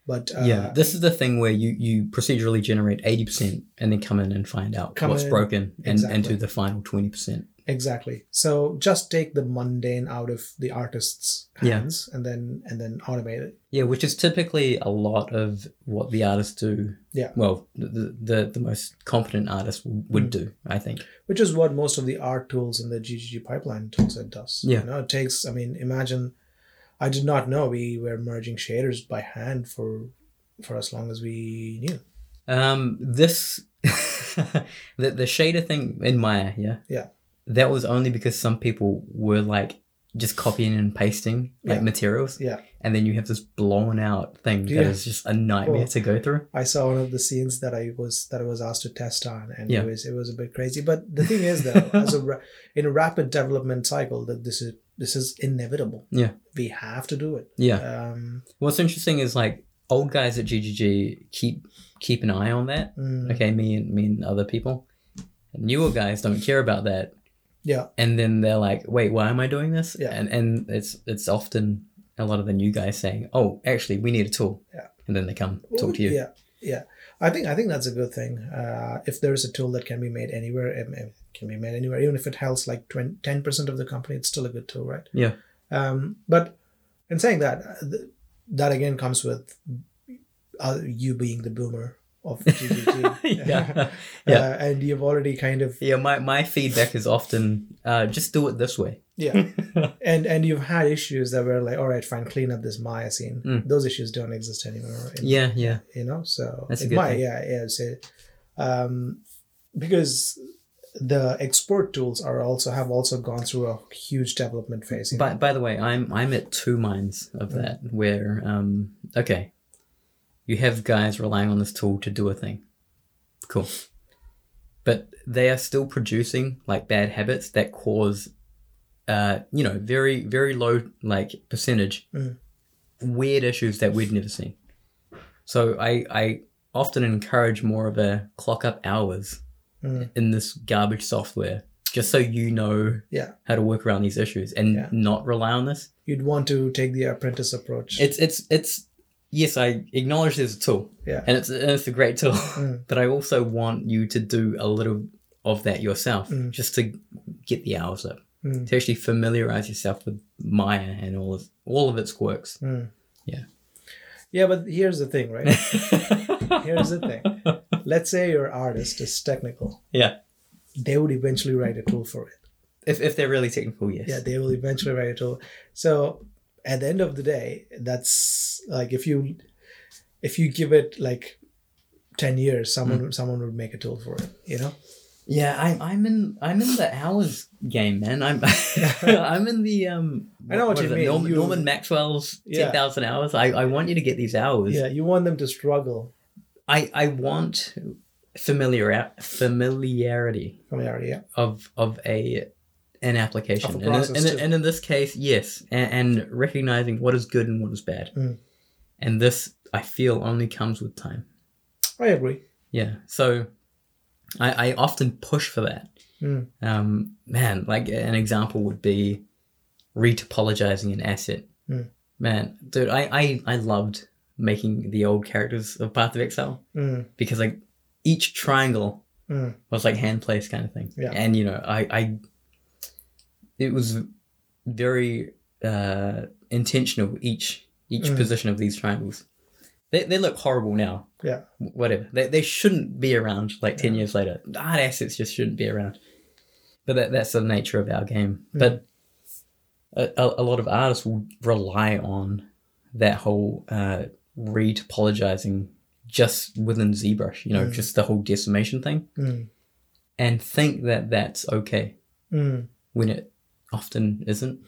[SPEAKER 2] but uh,
[SPEAKER 1] yeah, this is the thing where you you procedurally generate eighty percent and then come in and find out
[SPEAKER 2] Come
[SPEAKER 1] what's
[SPEAKER 2] in,
[SPEAKER 1] broken and and
[SPEAKER 2] exactly.
[SPEAKER 1] do the final twenty percent.
[SPEAKER 2] Exactly. So just take the mundane out of the artist's
[SPEAKER 1] Yeah.
[SPEAKER 2] hands and then and then automate it.
[SPEAKER 1] Yeah, which is typically a lot of what the artists do.
[SPEAKER 2] Yeah.
[SPEAKER 1] Well, the the, the most competent artist w- would
[SPEAKER 2] Mm.
[SPEAKER 1] do, I think.
[SPEAKER 2] Which is what most of the art tools in the GGG pipeline toolset does.
[SPEAKER 1] Yeah.
[SPEAKER 2] You know, it takes I mean, imagine I did not know we were merging shaders by hand for for as long as we knew.
[SPEAKER 1] Um, this the the shader thing in Maya, yeah.
[SPEAKER 2] Yeah.
[SPEAKER 1] That was only because some people were like just copying and pasting like
[SPEAKER 2] Yeah.
[SPEAKER 1] materials,
[SPEAKER 2] Yeah.
[SPEAKER 1] and then you have this blown out thing that
[SPEAKER 2] Yeah.
[SPEAKER 1] is just a nightmare
[SPEAKER 2] Well,
[SPEAKER 1] to go through.
[SPEAKER 2] I saw one of the scenes that I was that I was asked to test on, and
[SPEAKER 1] Yeah.
[SPEAKER 2] it was it was a bit crazy. But the thing is, though, as a ra- in a rapid development cycle, that this is this is inevitable.
[SPEAKER 1] Yeah.
[SPEAKER 2] we have to do it.
[SPEAKER 1] Yeah.
[SPEAKER 2] Um,
[SPEAKER 1] What's interesting is like old guys at GGG keep keep an eye on that.
[SPEAKER 2] mm,
[SPEAKER 1] okay, me and me and other people. Newer guys don't care about that,
[SPEAKER 2] Yeah,
[SPEAKER 1] and then they're like, "Wait, why am I doing this?"
[SPEAKER 2] Yeah.
[SPEAKER 1] and and it's it's often a lot of the new guys saying, "Oh, actually, we need a tool,"
[SPEAKER 2] Yeah.
[SPEAKER 1] and then they come talk to you.
[SPEAKER 2] Yeah, yeah. I think I think that's a good thing. Uh, if there is a tool that can be made anywhere, it, may- it can be made anywhere. Even if it helps like 10 percent of the company, it's still a good tool, right?
[SPEAKER 1] Yeah.
[SPEAKER 2] Um, but in saying that, uh, th- that again comes with uh, you being the boomer of GGG.
[SPEAKER 1] yeah,
[SPEAKER 2] Uh,
[SPEAKER 1] Yeah.
[SPEAKER 2] and you've already kind of
[SPEAKER 1] yeah. My my feedback is often uh, just do it this way.
[SPEAKER 2] yeah, and and you've had issues that were like, all right, fine, clean up this Maya scene.
[SPEAKER 1] Mm.
[SPEAKER 2] Those issues don't exist anymore. in-
[SPEAKER 1] Yeah, yeah,
[SPEAKER 2] you know so
[SPEAKER 1] That's a
[SPEAKER 2] it
[SPEAKER 1] good
[SPEAKER 2] might
[SPEAKER 1] thing.
[SPEAKER 2] yeah yeah so, um because the export tools are also have also gone through a huge development phase you
[SPEAKER 1] By
[SPEAKER 2] know.
[SPEAKER 1] by the way, I'm I'm at two minds of
[SPEAKER 2] Mm.
[SPEAKER 1] that where um okay, you have guys relying on this tool to do a thing, cool, but they are still producing like bad habits that cause, uh you know very very low like percentage,
[SPEAKER 2] Mm.
[SPEAKER 1] weird issues that we'd never seen, so I I often encourage more of a clock up hours
[SPEAKER 2] Mm.
[SPEAKER 1] in this garbage software just so you know
[SPEAKER 2] Yeah.
[SPEAKER 1] how to work around these issues and
[SPEAKER 2] Yeah.
[SPEAKER 1] not rely on this
[SPEAKER 2] you'd want to take the apprentice approach
[SPEAKER 1] it's it's it's yes i acknowledge there's a tool
[SPEAKER 2] yeah
[SPEAKER 1] and it's and it's a great tool
[SPEAKER 2] Mm.
[SPEAKER 1] but i also want you to do a little of that yourself
[SPEAKER 2] Mm.
[SPEAKER 1] just to get the hours up
[SPEAKER 2] Mm.
[SPEAKER 1] to actually familiarize yourself with maya and all of all of its works
[SPEAKER 2] Mm.
[SPEAKER 1] Yeah.
[SPEAKER 2] yeah but here's the thing right here's the thing let's say your artist is technical
[SPEAKER 1] Yeah.
[SPEAKER 2] they would eventually write a tool for it
[SPEAKER 1] if, if they're really technical yes
[SPEAKER 2] yeah they will eventually write a tool so at the end of the day that's like if you if you give it like 10 years someone
[SPEAKER 1] Mm.
[SPEAKER 2] someone would make a tool for it you know
[SPEAKER 1] Yeah, I'm I'm in I'm in the hours game, man. I'm I'm in the um.
[SPEAKER 2] I know what you
[SPEAKER 1] is it,
[SPEAKER 2] mean.
[SPEAKER 1] Norman,
[SPEAKER 2] You-
[SPEAKER 1] Norman Maxwell's
[SPEAKER 2] Yeah.
[SPEAKER 1] ten thousand hours. I, I want you to get these hours.
[SPEAKER 2] yeah you want them to struggle
[SPEAKER 1] I I want familiar familiarity
[SPEAKER 2] familiarity yeah
[SPEAKER 1] of of a an application,
[SPEAKER 2] Of a
[SPEAKER 1] and,
[SPEAKER 2] process
[SPEAKER 1] in, and, in-
[SPEAKER 2] too.
[SPEAKER 1] and in this case, yes, and, and recognizing what is good and what is bad,
[SPEAKER 2] Mm.
[SPEAKER 1] and this I feel only comes with time.
[SPEAKER 2] I agree.
[SPEAKER 1] Yeah. So I, I often push for that.
[SPEAKER 2] Mm.
[SPEAKER 1] Um, man, like an example would be retopologizing an asset.
[SPEAKER 2] Mm.
[SPEAKER 1] Man, dude, I, I, I loved making the old characters of Path of Exile
[SPEAKER 2] Mm.
[SPEAKER 1] because like each triangle
[SPEAKER 2] Mm.
[SPEAKER 1] was like hand placed kind of thing.
[SPEAKER 2] Yeah.
[SPEAKER 1] And you know, I, I it was very uh, intentional each each
[SPEAKER 2] Mm.
[SPEAKER 1] position of these triangles. They, they look horrible now.
[SPEAKER 2] Yeah.
[SPEAKER 1] Whatever. They, they shouldn't be around like ten
[SPEAKER 2] Yeah.
[SPEAKER 1] years later. Art assets just shouldn't be around. But that, that's the nature of our game.
[SPEAKER 2] Mm.
[SPEAKER 1] But a, a, a lot of artists will rely on that whole uh, re-topologizing just within ZBrush, you know,
[SPEAKER 2] Mm.
[SPEAKER 1] just the whole decimation thing,
[SPEAKER 2] Mm.
[SPEAKER 1] and think that that's okay
[SPEAKER 2] Mm.
[SPEAKER 1] when it often isn't.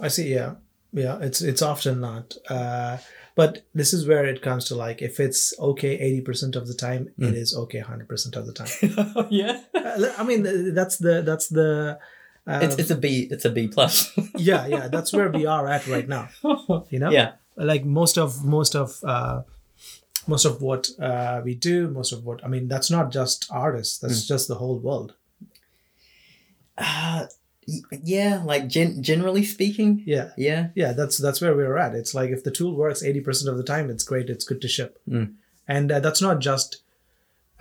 [SPEAKER 2] I see. Yeah, yeah. It's it's often not. Uh, but this is where it comes to like if it's okay eighty percent of the time, it
[SPEAKER 1] Mm.
[SPEAKER 2] is okay hundred percent of the time.
[SPEAKER 1] Oh, yeah,
[SPEAKER 2] Uh, I mean, th- that's the that's the. Uh,
[SPEAKER 1] it's it's a B, it's a B plus.
[SPEAKER 2] yeah, yeah. That's where we are at right now. You know.
[SPEAKER 1] Yeah,
[SPEAKER 2] like most of most of uh, most of what uh, we do most of what i mean that's not just artists that's
[SPEAKER 1] Mm.
[SPEAKER 2] just the whole world
[SPEAKER 1] uh, y- yeah. Like gen- generally speaking,
[SPEAKER 2] yeah
[SPEAKER 1] yeah,
[SPEAKER 2] yeah that's that's where we're at it's like if the tool works 80% of the time it's great it's good to ship
[SPEAKER 1] Mm.
[SPEAKER 2] and uh, that's not just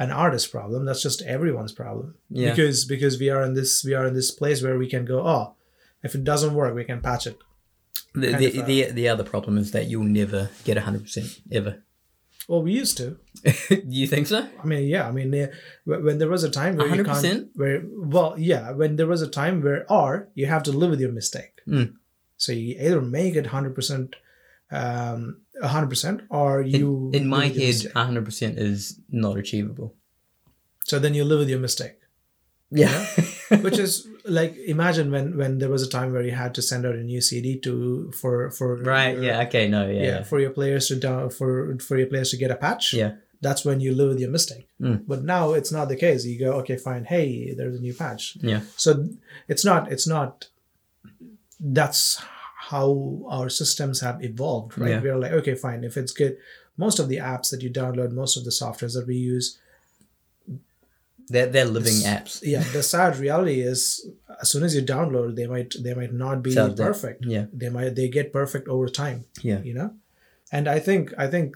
[SPEAKER 2] an artist problem that's just everyone's problem
[SPEAKER 1] yeah,
[SPEAKER 2] because because we are in this we are in this place where we can go oh if it doesn't work we can patch it
[SPEAKER 1] the,
[SPEAKER 2] kind
[SPEAKER 1] the,
[SPEAKER 2] of, uh,
[SPEAKER 1] the the other problem is that you'll never get hundred percent ever.
[SPEAKER 2] well we used to
[SPEAKER 1] you think so?
[SPEAKER 2] I mean, yeah. I mean, eh, wh- when there was a time where you
[SPEAKER 1] 100%?
[SPEAKER 2] can't, where well, yeah, when there was a time where or you have to live with your mistake.
[SPEAKER 1] Mm.
[SPEAKER 2] So you either make it hundred percent, um, hundred percent, or you
[SPEAKER 1] in my
[SPEAKER 2] live with your
[SPEAKER 1] head,
[SPEAKER 2] mistake.
[SPEAKER 1] hundred percent is not achievable.
[SPEAKER 2] So then you live with your mistake,
[SPEAKER 1] Yeah.
[SPEAKER 2] which is like imagine when when there was a time where you had to send out a new CD to for for
[SPEAKER 1] right.
[SPEAKER 2] your-
[SPEAKER 1] Yeah. Okay. No. Yeah.
[SPEAKER 2] yeah,
[SPEAKER 1] Yeah.
[SPEAKER 2] for your players to down for for your players to get a patch.
[SPEAKER 1] Yeah.
[SPEAKER 2] That's when you live with your mistake.
[SPEAKER 1] Mm.
[SPEAKER 2] But now it's not the case. You go, okay, fine. Hey, there's a new patch.
[SPEAKER 1] Yeah.
[SPEAKER 2] so it's not it's not that's how our systems have evolved right
[SPEAKER 1] Yeah.
[SPEAKER 2] we're like okay fine if it's good most of the apps that you download most of the softwares that we use
[SPEAKER 1] They're they're living apps.
[SPEAKER 2] yeah the sad reality is as soon as you download they might they might not be
[SPEAKER 1] Sounds like-
[SPEAKER 2] perfect
[SPEAKER 1] Yeah.
[SPEAKER 2] they might they get perfect over time
[SPEAKER 1] Yeah.
[SPEAKER 2] you know and i think i think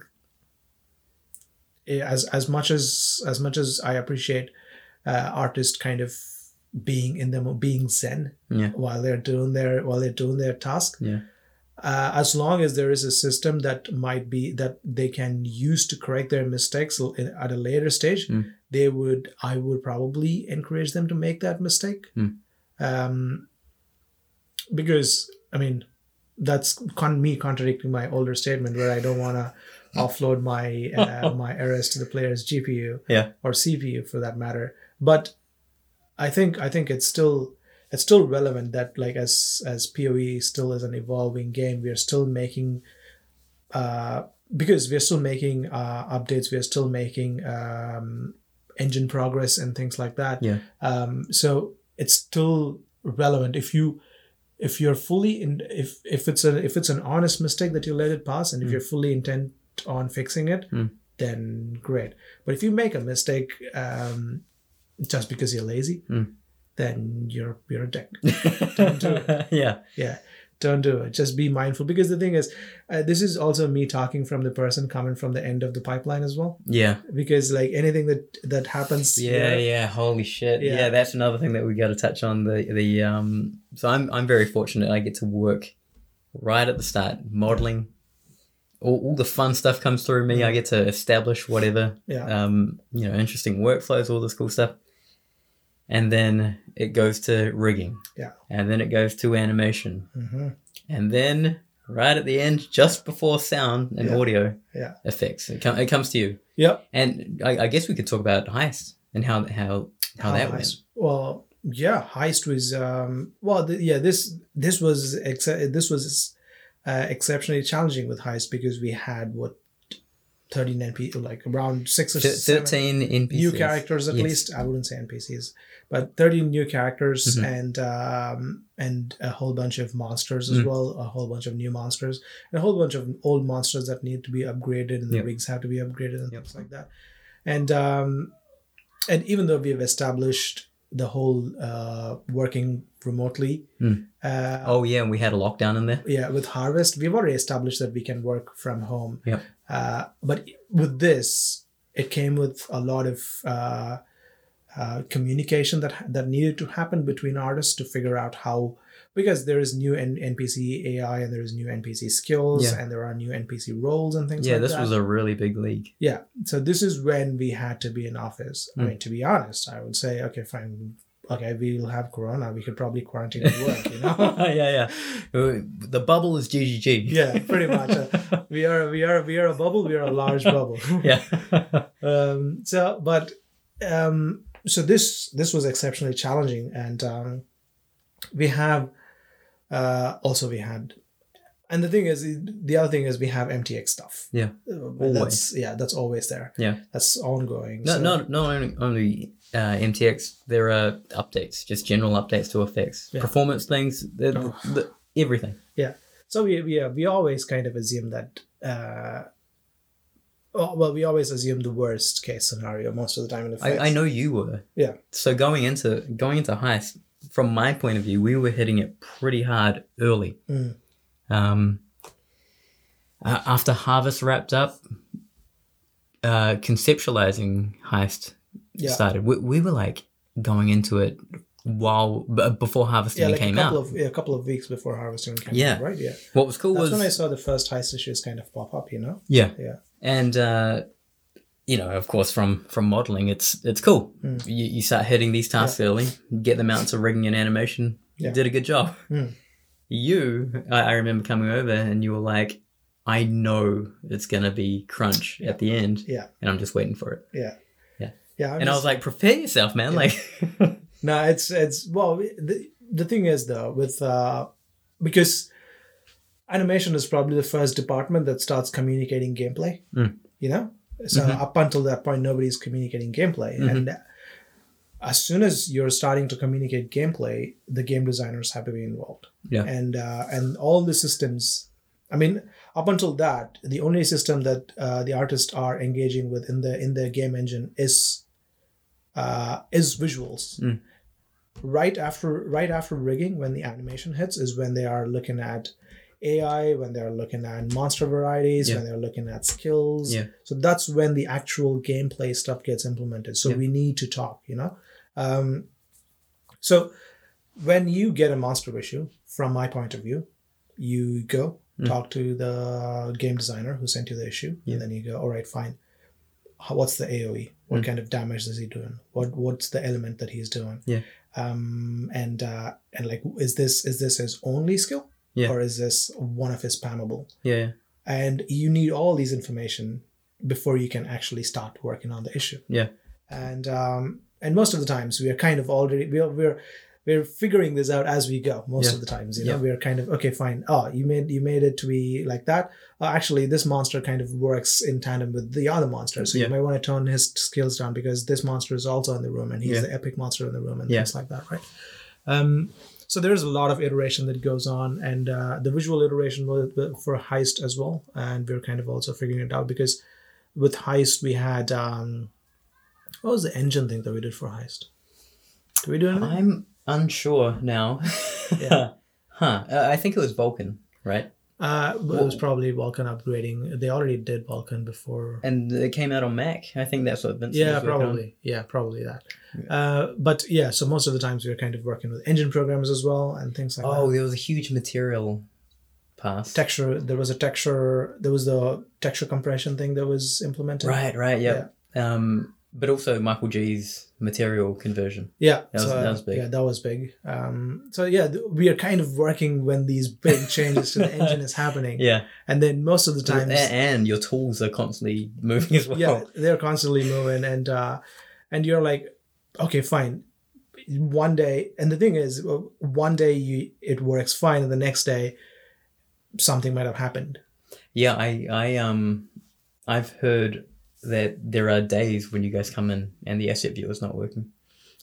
[SPEAKER 2] eh, as as much as as much as i appreciate uh, artists kind of being in them being zen
[SPEAKER 1] Yeah.
[SPEAKER 2] while they're doing their while they're doing their task
[SPEAKER 1] Yeah.
[SPEAKER 2] uh, as long as there is a system that might be that they can use to correct their mistakes l- in- at a later stage
[SPEAKER 1] Mm.
[SPEAKER 2] they would i would probably encourage them to make that mistake
[SPEAKER 1] Mm.
[SPEAKER 2] um, because i mean that's con- me contradicting my older statement where i don't want to offload my uh, my errors to the player's gpu
[SPEAKER 1] Yeah.
[SPEAKER 2] or cpu for that matter but i think i think it's still it's still relevant that like as as poe still is an evolving game we are still making uh because we are still making uh updates we are still making um engine progress and things like that
[SPEAKER 1] Yeah.
[SPEAKER 2] um so it's still relevant if you if you're fully in if if it's a if it's an honest mistake that you let it pass and if
[SPEAKER 1] Mm.
[SPEAKER 2] you're fully intent on fixing it
[SPEAKER 1] Mm.
[SPEAKER 2] then great but if you make a mistake um just because you're lazy
[SPEAKER 1] Mm.
[SPEAKER 2] then you're you're a dick
[SPEAKER 1] yeah.
[SPEAKER 2] yeah don't do it just be mindful because the thing is uh, this is also me talking from the person coming from the end of the pipeline as well
[SPEAKER 1] Yeah.
[SPEAKER 2] because like anything that that happens
[SPEAKER 1] Yeah.
[SPEAKER 2] here-
[SPEAKER 1] Yeah. Holy shit. Yeah.
[SPEAKER 2] Yeah.
[SPEAKER 1] That's another thing that we got to touch on. The the um. So I'm I'm very fortunate. I get to work right at the start modeling. All, all the fun stuff comes through me.
[SPEAKER 2] Mm.
[SPEAKER 1] I get to establish whatever
[SPEAKER 2] yeah
[SPEAKER 1] um, you know, interesting workflows, all this cool stuff. And then it goes to rigging.
[SPEAKER 2] Yeah.
[SPEAKER 1] And then it goes to animation.
[SPEAKER 2] hmm
[SPEAKER 1] And then right at the end, just before sound and
[SPEAKER 2] Yeah.
[SPEAKER 1] audio
[SPEAKER 2] Yeah.
[SPEAKER 1] effects, it, com- it comes to you.
[SPEAKER 2] yep
[SPEAKER 1] And I, I guess we could talk about heist and how how
[SPEAKER 2] Oh,
[SPEAKER 1] how that went.
[SPEAKER 2] Heist. well yeah heist was um well th- yeah this this was ex- this was uh, exceptionally challenging with heist because we had what 39 people like around six or
[SPEAKER 1] Thir-
[SPEAKER 2] seven-
[SPEAKER 1] Thirteen NPCs.
[SPEAKER 2] new characters at
[SPEAKER 1] Yes.
[SPEAKER 2] least i wouldn't say npcs but 30 new characters
[SPEAKER 1] Mhm.
[SPEAKER 2] and um, and a whole bunch of monsters as
[SPEAKER 1] Mm.
[SPEAKER 2] well a whole bunch of new monsters and a whole bunch of old monsters that need to be upgraded and the
[SPEAKER 1] Yep.
[SPEAKER 2] rigs have to be upgraded and
[SPEAKER 1] Yep.
[SPEAKER 2] things like that and um, and even though we have established the whole uh, working remotely,
[SPEAKER 1] Mm.
[SPEAKER 2] uh,
[SPEAKER 1] Oh yeah, and we had a lockdown in there.
[SPEAKER 2] yeah, with Harvest, we've already established that we can work from home.
[SPEAKER 1] Yep.
[SPEAKER 2] Uh, but with this, it came with a lot of uh, uh, communication that that needed to happen between artists to figure out how, because there is new N- NPC AI and there is new NPC skills
[SPEAKER 1] Yeah.
[SPEAKER 2] and there are new NPC roles and things.
[SPEAKER 1] Yeah,
[SPEAKER 2] like
[SPEAKER 1] this
[SPEAKER 2] that.
[SPEAKER 1] was a really big league.
[SPEAKER 2] Yeah. So this is when we had to be in office. I
[SPEAKER 1] Mm.
[SPEAKER 2] mean, to be honest, I would say, okay, fine. Okay, we'll have Corona. We could probably quarantine at work, you know?
[SPEAKER 1] yeah, yeah. Uh, The bubble is GGG.
[SPEAKER 2] yeah, pretty much. Uh, we are, we are, we are a bubble. We are a large bubble.
[SPEAKER 1] yeah.
[SPEAKER 2] Um, so, but, um, so this, this was exceptionally challenging. And, um, we have, uh, also we had, and the thing is, the other thing is we have MTX stuff.
[SPEAKER 1] Yeah.
[SPEAKER 2] Uh,
[SPEAKER 1] Always.
[SPEAKER 2] That's, yeah, that's always there.
[SPEAKER 1] Yeah.
[SPEAKER 2] That's ongoing.
[SPEAKER 1] No,
[SPEAKER 2] So-
[SPEAKER 1] not not only, only uh, MTX. There are updates, just general updates to effects,
[SPEAKER 2] Yeah.
[SPEAKER 1] performance things, the,
[SPEAKER 2] Oh.
[SPEAKER 1] the, everything.
[SPEAKER 2] So we we, we always kind of assume that. Uh, oh, well, we always assume the worst case scenario most of the time. In
[SPEAKER 1] I,
[SPEAKER 2] effects.
[SPEAKER 1] I know you were.
[SPEAKER 2] Yeah.
[SPEAKER 1] So going into going into heist, from my point of view, we were hitting it pretty hard early.
[SPEAKER 2] Mm.
[SPEAKER 1] Um, a- after harvest wrapped up, uh, conceptualizing heist
[SPEAKER 2] Yeah.
[SPEAKER 1] started. We, we were like going into it while b- before harvest
[SPEAKER 2] Yeah,
[SPEAKER 1] even
[SPEAKER 2] like a
[SPEAKER 1] came out.
[SPEAKER 2] couple of yeah, a couple of weeks before harvesting came
[SPEAKER 1] Yeah.
[SPEAKER 2] out, right? Yeah,
[SPEAKER 1] what was cool
[SPEAKER 2] that's
[SPEAKER 1] was
[SPEAKER 2] when I saw the first heist issues kind of pop up. You know,
[SPEAKER 1] Yeah.
[SPEAKER 2] Yeah.
[SPEAKER 1] And uh, you know, of course, from from modeling, it's it's cool.
[SPEAKER 2] Mm.
[SPEAKER 1] You, you start hitting these tasks early, get them out to rigging and animation.
[SPEAKER 2] Yeah.
[SPEAKER 1] You did a good job.
[SPEAKER 2] Mm.
[SPEAKER 1] You, I, I remember coming over and you were like, "I know it's gonna be crunch at the end,
[SPEAKER 2] Yeah.
[SPEAKER 1] and I'm just waiting for it."
[SPEAKER 2] yeah. I'm
[SPEAKER 1] and I was like, "Prepare yourself, man!"
[SPEAKER 2] Yeah.
[SPEAKER 1] Like,
[SPEAKER 2] No, it's it's well the the thing is though with uh because animation is probably the first department that starts communicating gameplay.
[SPEAKER 1] Mm.
[SPEAKER 2] You know, so
[SPEAKER 1] Mhm.
[SPEAKER 2] up until that point, nobody's communicating gameplay,
[SPEAKER 1] Mhm.
[SPEAKER 2] and as soon as you're starting to communicate gameplay, the game designers have to be involved.
[SPEAKER 1] Yeah.
[SPEAKER 2] and uh, and all the systems. I mean, up until that, the only system that uh, the artists are engaging with in the in their game engine is uh, is visuals.
[SPEAKER 1] Mm.
[SPEAKER 2] Right after right after rigging, when the animation hits, is when they are looking at AI, when they are looking at monster varieties,
[SPEAKER 1] Yeah.
[SPEAKER 2] when they are looking at skills.
[SPEAKER 1] Yeah.
[SPEAKER 2] So that's when the actual gameplay stuff gets implemented. So
[SPEAKER 1] Yeah.
[SPEAKER 2] we need to talk, you know. Um, so when you get a monster issue, from my point of view, you go
[SPEAKER 1] Mm.
[SPEAKER 2] talk to the game designer who sent you the issue,
[SPEAKER 1] Yeah.
[SPEAKER 2] and then you go, all right, fine. How, what's the AOE? What
[SPEAKER 1] Mm.
[SPEAKER 2] kind of damage is he doing? What what's the element that he's doing?
[SPEAKER 1] Yeah.
[SPEAKER 2] Um, and uh, and like, is this is this his only skill,
[SPEAKER 1] Yeah.
[SPEAKER 2] or is this one of his spammable?
[SPEAKER 1] yeah,
[SPEAKER 2] and you need all these information before you can actually start working on the issue
[SPEAKER 1] Yeah.
[SPEAKER 2] and um and most of the times we are kind of already we are we're we're figuring this out as we go most
[SPEAKER 1] Yeah.
[SPEAKER 2] of the times you know
[SPEAKER 1] Yeah.
[SPEAKER 2] we're kind of okay fine oh you made you made it to be like that oh, actually this monster kind of works in tandem with the other monster so
[SPEAKER 1] Yeah.
[SPEAKER 2] you might want to tone his skills down because this monster is also in the room and he's
[SPEAKER 1] Yeah.
[SPEAKER 2] the epic monster in the room and
[SPEAKER 1] Yeah.
[SPEAKER 2] things like that right um so there's a lot of iteration that goes on and uh, the visual iteration was for heist as well and we're kind of also figuring it out because with heist we had um what was the engine thing that we did for heist did we do anything
[SPEAKER 1] I'm unsure now.
[SPEAKER 2] Yeah.
[SPEAKER 1] huh? Uh, I think it was Vulcan, right?
[SPEAKER 2] uh it was probably vulcan upgrading they already did vulcan before
[SPEAKER 1] And it came out on Mac. I think that's what Vincent.
[SPEAKER 2] yeah
[SPEAKER 1] was working on.
[SPEAKER 2] probably yeah probably that uh but yeah so most of the times we are kind of working with engine programmers as well and things like that
[SPEAKER 1] Oh, there was a huge material pass.
[SPEAKER 2] texture there was a texture there was the texture compression thing that was implemented
[SPEAKER 1] Right, right, yep. yeah. Um, but also Michael G's material conversion.
[SPEAKER 2] Yeah,
[SPEAKER 1] That was-
[SPEAKER 2] so,
[SPEAKER 1] that was big.
[SPEAKER 2] Yeah, that was big. Um, so yeah, th- we are kind of working when these big changes to the engine is happening,
[SPEAKER 1] Yeah,
[SPEAKER 2] and then most of the
[SPEAKER 1] and,
[SPEAKER 2] times,
[SPEAKER 1] and your tools are constantly moving as well.
[SPEAKER 2] yeah, they're constantly moving, and uh, and you're like, okay, fine. One day, and the thing is, uh, one day you it works fine, and the next day, something might have happened.
[SPEAKER 1] Yeah, I, I, um, I've heard that there are days when you guys come in and the asset view is not working,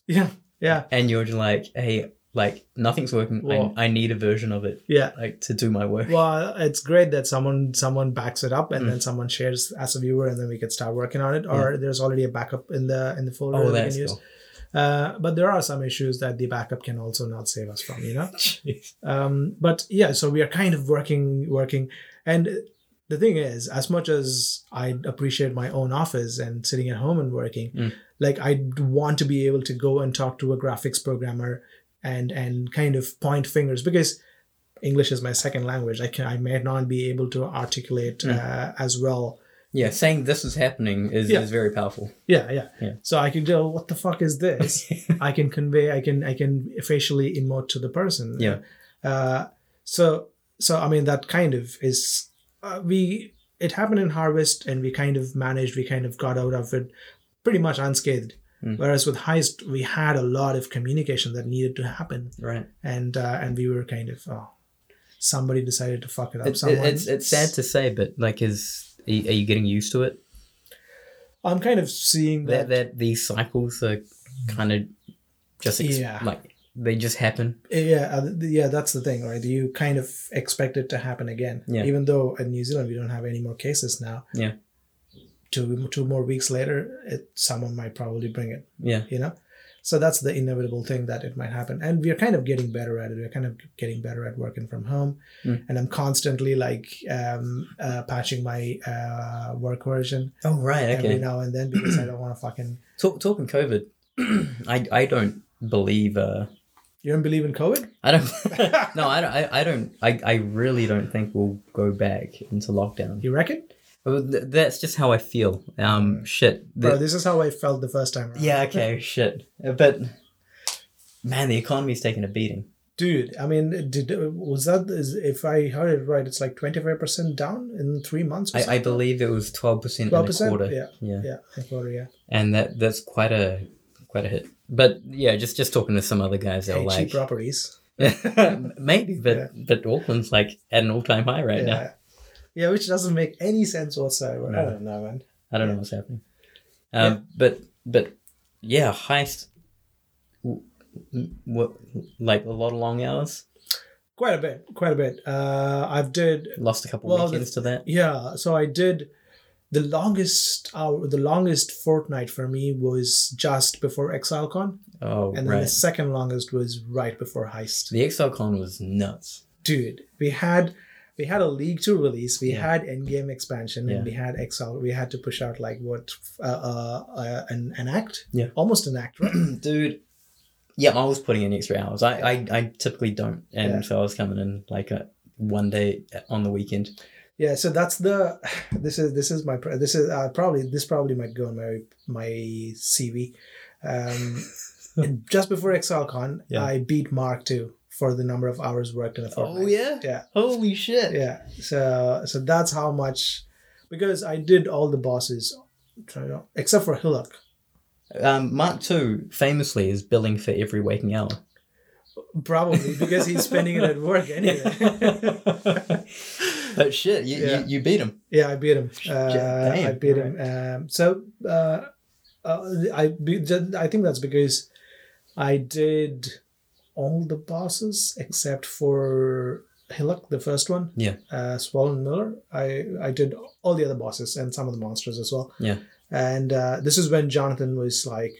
[SPEAKER 2] Yeah, yeah,
[SPEAKER 1] and you're just like, "Hey, Like nothing's working.
[SPEAKER 2] Wow.
[SPEAKER 1] I, I need a version of it
[SPEAKER 2] Yeah.
[SPEAKER 1] like to do my work.
[SPEAKER 2] Well, it's great that someone someone backs it up and
[SPEAKER 1] Mm.
[SPEAKER 2] then someone shares as a viewer and then we can start working on it. Or there's already a backup in the in the folder
[SPEAKER 1] oh,
[SPEAKER 2] that we
[SPEAKER 1] that's
[SPEAKER 2] can use.
[SPEAKER 1] cool.
[SPEAKER 2] Uh, but there are some issues that the backup can also not save us from, you know.
[SPEAKER 1] Jeez.
[SPEAKER 2] um but yeah so we are kind of working working and the thing is as much as i appreciate my own office and sitting at home and working
[SPEAKER 1] Mm.
[SPEAKER 2] like i want to be able to go and talk to a graphics programmer and and kind of point fingers because english is my second language i can i may not be able to articulate
[SPEAKER 1] Mm.
[SPEAKER 2] uh, as well
[SPEAKER 1] Yeah, saying this is happening is,
[SPEAKER 2] Yeah.
[SPEAKER 1] is very powerful.
[SPEAKER 2] yeah, yeah
[SPEAKER 1] Yeah.
[SPEAKER 2] so i can go what the fuck is this I can convey, I can, I can facially emote to the person.
[SPEAKER 1] Yeah.
[SPEAKER 2] Uh, so, so I mean, that kind of is uh, we. It happened in Harvest, and we kind of managed. We kind of got out of it pretty much unscathed.
[SPEAKER 1] Mm.
[SPEAKER 2] Whereas with Heist, we had a lot of communication that needed to happen,
[SPEAKER 1] right.
[SPEAKER 2] and uh, and we were kind of oh, somebody decided to fuck it up.
[SPEAKER 1] It's,
[SPEAKER 2] Someone,
[SPEAKER 1] it's it's sad to say, but like, is are you are you getting used to it?
[SPEAKER 2] I'm kind of seeing
[SPEAKER 1] That
[SPEAKER 2] that.
[SPEAKER 1] that these cycles are kind of just ex-
[SPEAKER 2] Yeah.
[SPEAKER 1] like they just happen.
[SPEAKER 2] yeah, uh, th- yeah, that's the thing, right? You kind of expect it to happen again,
[SPEAKER 1] Yeah.
[SPEAKER 2] even though in New Zealand we don't have any more cases now.
[SPEAKER 1] Yeah.
[SPEAKER 2] Two two more weeks later, it, someone might probably bring it.
[SPEAKER 1] Yeah.
[SPEAKER 2] You know, so that's the inevitable thing that it might happen, and we are kind of getting better at it. We're kind of getting better at working from home,
[SPEAKER 1] Mm.
[SPEAKER 2] and I'm constantly like um, uh, patching my uh, work version
[SPEAKER 1] Oh right.
[SPEAKER 2] every now and then because I don't want to fucking.
[SPEAKER 1] Talk, talking COVID, I I don't believe. Uh,
[SPEAKER 2] You don't believe in COVID?
[SPEAKER 1] I don't. no, I don't. I, I don't. I, I really don't think we'll go back into lockdown.
[SPEAKER 2] You reckon?
[SPEAKER 1] Uh, th- That's just how I feel. Um, shit. The-
[SPEAKER 2] Bro, this is how I felt the first time. Around.
[SPEAKER 1] yeah. Okay. Shit. Uh, But man, the economy's taking a beating.
[SPEAKER 2] Dude, I mean, did was that is, if I heard it right? It's like twenty five percent down in three months. Or
[SPEAKER 1] I, I believe it was twelve percent in a
[SPEAKER 2] 12%?
[SPEAKER 1] quarter.
[SPEAKER 2] Yeah.
[SPEAKER 1] yeah.
[SPEAKER 2] yeah, a quarter, yeah.
[SPEAKER 1] And that that's quite a quite a hit. But yeah, just just talking to some other guys that
[SPEAKER 2] Hey,
[SPEAKER 1] were like
[SPEAKER 2] cheap properties.
[SPEAKER 1] maybe, but
[SPEAKER 2] Yeah.
[SPEAKER 1] but Auckland's like at an all time high right
[SPEAKER 2] yeah,
[SPEAKER 1] now.
[SPEAKER 2] yeah, which doesn't make any sense whatsoever. I
[SPEAKER 1] No.
[SPEAKER 2] don't know, man.
[SPEAKER 1] I don't know
[SPEAKER 2] Yeah.
[SPEAKER 1] what's happening. Um, But but yeah, heist. w- w- What like a lot of long hours?
[SPEAKER 2] Quite a bit, quite a bit. Uh, I've did
[SPEAKER 1] Lost a couple
[SPEAKER 2] Well,
[SPEAKER 1] weekends to that.
[SPEAKER 2] yeah. So I did the longest hour, the longest fortnight for me was just before ExileCon,
[SPEAKER 1] Oh
[SPEAKER 2] and then
[SPEAKER 1] right.
[SPEAKER 2] the second longest was right before Heist.
[SPEAKER 1] The ExileCon was nuts.
[SPEAKER 2] dude we had we had a league to release we
[SPEAKER 1] Yeah.
[SPEAKER 2] had endgame expansion
[SPEAKER 1] Yeah.
[SPEAKER 2] and we had exile we had to push out like what uh, uh, uh an, an act
[SPEAKER 1] Yeah.
[SPEAKER 2] almost an act right
[SPEAKER 1] dude yeah i was putting in extra hours i i, I typically don't and
[SPEAKER 2] Yeah.
[SPEAKER 1] so i was coming in like a, one day on the weekend
[SPEAKER 2] yeah so that's the this is this is my pr- this is uh, probably this probably might go on my my cv um and just before exilecon
[SPEAKER 1] Yeah.
[SPEAKER 2] i beat mark too for the number of hours worked in a fortnight
[SPEAKER 1] Oh, yeah
[SPEAKER 2] Oh, yeah
[SPEAKER 1] holy shit
[SPEAKER 2] yeah so so that's how much because i did all the bosses try to- except for hillock
[SPEAKER 1] um mark 2 famously is billing for every waking hour
[SPEAKER 2] Probably because he's spending it at work anyway.
[SPEAKER 1] but shit you,
[SPEAKER 2] Yeah.
[SPEAKER 1] you, you beat him
[SPEAKER 2] yeah, I beat him.
[SPEAKER 1] Shit,
[SPEAKER 2] Uh, I
[SPEAKER 1] damn,
[SPEAKER 2] beat him. Um, so uh, uh, I be- ju- I think that's because I did all the bosses except for Hillock, the first one.
[SPEAKER 1] Yeah.
[SPEAKER 2] Uh, Swollen Miller. I I did all the other bosses and some of the monsters as well.
[SPEAKER 1] Yeah.
[SPEAKER 2] And uh, this is when Jonathan was like,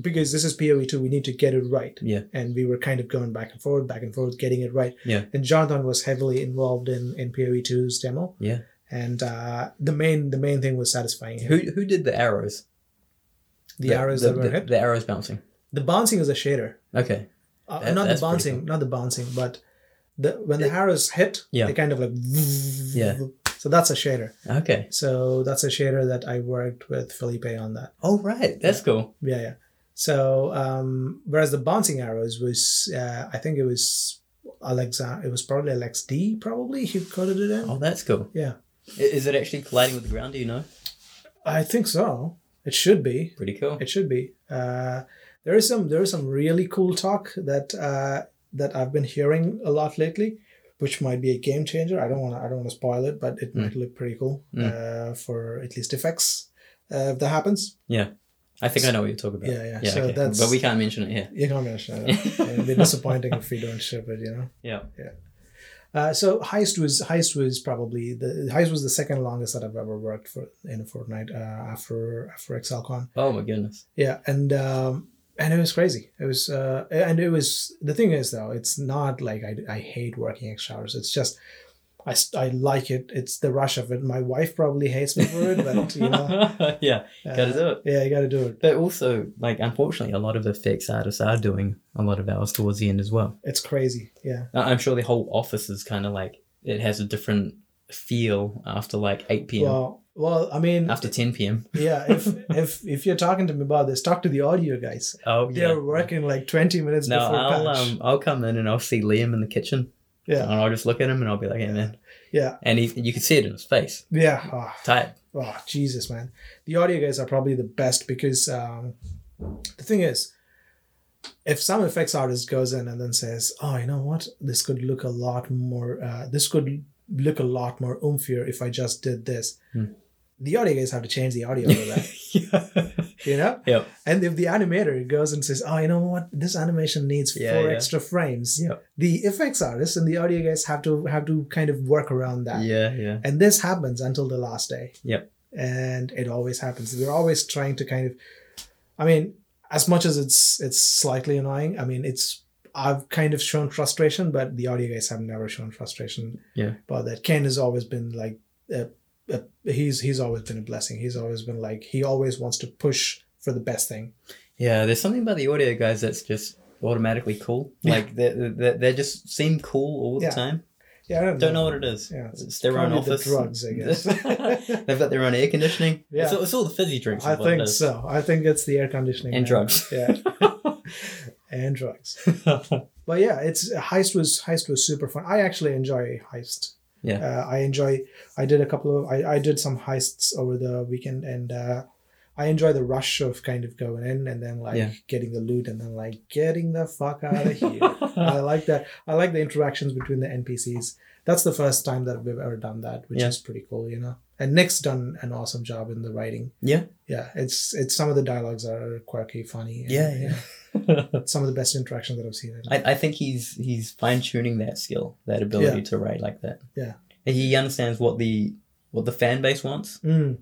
[SPEAKER 2] because this is POE two, we need to get it right.
[SPEAKER 1] Yeah.
[SPEAKER 2] And we were kind of going back and forth, back and forth, getting it right.
[SPEAKER 1] Yeah.
[SPEAKER 2] And Jonathan was heavily involved in in POE 2's demo.
[SPEAKER 1] Yeah.
[SPEAKER 2] And uh, the main the main thing was satisfying him.
[SPEAKER 1] who who did the arrows
[SPEAKER 2] the, arrows that were
[SPEAKER 1] the,
[SPEAKER 2] hit.
[SPEAKER 1] the arrows bouncing
[SPEAKER 2] The bouncing is a shader.
[SPEAKER 1] okay That-
[SPEAKER 2] Uh, not the
[SPEAKER 1] that's pretty
[SPEAKER 2] bouncing,
[SPEAKER 1] cool.
[SPEAKER 2] not the bouncing, but the when the arrows hit,
[SPEAKER 1] Yeah.
[SPEAKER 2] they kind of like
[SPEAKER 1] Yeah.
[SPEAKER 2] So that's a shader.
[SPEAKER 1] okay
[SPEAKER 2] So that's a shader that I worked with Felipe on that.
[SPEAKER 1] oh right that's cool
[SPEAKER 2] Yeah, yeah. So um, whereas the bouncing arrows was, uh, I think it was Alexander. It was probably Alex D. Probably who coded it in.
[SPEAKER 1] oh that's cool
[SPEAKER 2] Yeah.
[SPEAKER 1] I- is it actually colliding with the ground do you know
[SPEAKER 2] I think so. It should be.
[SPEAKER 1] pretty cool
[SPEAKER 2] It should be. Uh, there is some there is some really cool talk that uh, that I've been hearing a lot lately, which might be a game changer. I don't want to I don't want to spoil it, but it
[SPEAKER 1] Mm.
[SPEAKER 2] might look pretty cool
[SPEAKER 1] Mm.
[SPEAKER 2] uh, for at least effects uh, if that happens.
[SPEAKER 1] Yeah. I think I know what you're talking about.
[SPEAKER 2] Yeah, yeah. So
[SPEAKER 1] okay.
[SPEAKER 2] that's-
[SPEAKER 1] But we can't mention it here.
[SPEAKER 2] You can't mention it. It'd be disappointing if we don't ship it, you know.
[SPEAKER 1] Yeah.
[SPEAKER 2] Uh, so heist was heist was probably the heist was the second longest that I've ever worked for in a fortnight uh, after after ExcelCon.
[SPEAKER 1] Oh my goodness.
[SPEAKER 2] Yeah, and um, and it was crazy. It was uh, and it was the thing is though it's not like I, I hate working extra hours. It's just I, s- I like it. It's the rush of it. My wife probably hates me for it, but you know,
[SPEAKER 1] yeah, gotta
[SPEAKER 2] uh,
[SPEAKER 1] do it.
[SPEAKER 2] Yeah, you gotta do it.
[SPEAKER 1] But also, like, unfortunately, a lot of effects artists are doing a lot of hours towards the end as well.
[SPEAKER 2] It's crazy. Yeah,
[SPEAKER 1] I- I'm sure the whole office is kind of like it has a different feel after like 8 p.m.
[SPEAKER 2] Well, well, I mean,
[SPEAKER 1] after 10 p.m.
[SPEAKER 2] yeah. If if if you're talking to me about this, talk to the audio guys.
[SPEAKER 1] Oh yeah.
[SPEAKER 2] They're working like 20 minutes
[SPEAKER 1] No,
[SPEAKER 2] before
[SPEAKER 1] I'll
[SPEAKER 2] patch.
[SPEAKER 1] um, I'll come in and I'll see Liam in the kitchen.
[SPEAKER 2] yeah,
[SPEAKER 1] And I'll just look at him and I'll be like, hey man.
[SPEAKER 2] Yeah.
[SPEAKER 1] And he, you can see it in his face.
[SPEAKER 2] yeah. Oh,
[SPEAKER 1] Tight.
[SPEAKER 2] oh, Jesus, man. The audio guys are probably the best because um, the thing is, if some effects artist goes in and then says, "Oh, you know what? This could look a lot more. Uh, this could look a lot more oomphier if I just did this."
[SPEAKER 1] Hmm.
[SPEAKER 2] The audio guys have to change the audio for that,
[SPEAKER 1] yeah.
[SPEAKER 2] you know.
[SPEAKER 1] Yep.
[SPEAKER 2] And if the animator goes and says, "Oh, you know what? This animation needs
[SPEAKER 1] Yeah,
[SPEAKER 2] four
[SPEAKER 1] yeah.
[SPEAKER 2] extra frames,"
[SPEAKER 1] Yep.
[SPEAKER 2] the effects artists and the audio guys have to have to kind of work around that.
[SPEAKER 1] Yeah, yeah.
[SPEAKER 2] And this happens until the last day.
[SPEAKER 1] Yep.
[SPEAKER 2] And it always happens. We're always trying to kind of I mean, as much as it's it's slightly annoying, I mean it's I've kind of shown frustration, but the audio guys have never shown frustration
[SPEAKER 1] Yeah.
[SPEAKER 2] about that. Ken has always been like a, a, he's he's always been a blessing. He's always been like he always wants to push for the best thing.
[SPEAKER 1] Yeah, there's something about the audio guys that's just automatically cool.
[SPEAKER 2] Yeah.
[SPEAKER 1] Like they, they, they just seem cool all the
[SPEAKER 2] Yeah.
[SPEAKER 1] time.
[SPEAKER 2] Yeah, I don't,
[SPEAKER 1] Don't know what it is.
[SPEAKER 2] Yeah,
[SPEAKER 1] it's, their own
[SPEAKER 2] probably the
[SPEAKER 1] office.
[SPEAKER 2] drugs, I guess.
[SPEAKER 1] They've got their own air conditioning.
[SPEAKER 2] Yeah.
[SPEAKER 1] It's, all- it's all the fizzy drinks.
[SPEAKER 2] I
[SPEAKER 1] is what it
[SPEAKER 2] think
[SPEAKER 1] is.
[SPEAKER 2] so. I think it's the air conditioning
[SPEAKER 1] And
[SPEAKER 2] man.
[SPEAKER 1] drugs.
[SPEAKER 2] Yeah, and drugs. but yeah, it's heist was heist was super fun. I actually enjoy heist.
[SPEAKER 1] Yeah.
[SPEAKER 2] uh, I enjoy. I did a couple of I, I did some heists over the weekend, and uh, I enjoy the rush of kind of going in and then like
[SPEAKER 1] Yeah.
[SPEAKER 2] getting the loot and then like getting the fuck out of here. I like that. I like the interactions between the NPCs. That's the first time that we've ever done that, which
[SPEAKER 1] Yeah.
[SPEAKER 2] is pretty cool, you know. And Nick's done an awesome job in the writing.
[SPEAKER 1] Yeah.
[SPEAKER 2] yeah. It's it's some of the dialogues are quirky, funny. and,
[SPEAKER 1] Yeah, yeah.
[SPEAKER 2] It's some of the best interactions that I've seen. in-
[SPEAKER 1] I, I think he's he's fine tuning that skill, that ability to write like that.
[SPEAKER 2] Yeah.
[SPEAKER 1] And he understands what the what the fan base wants,
[SPEAKER 2] Mm,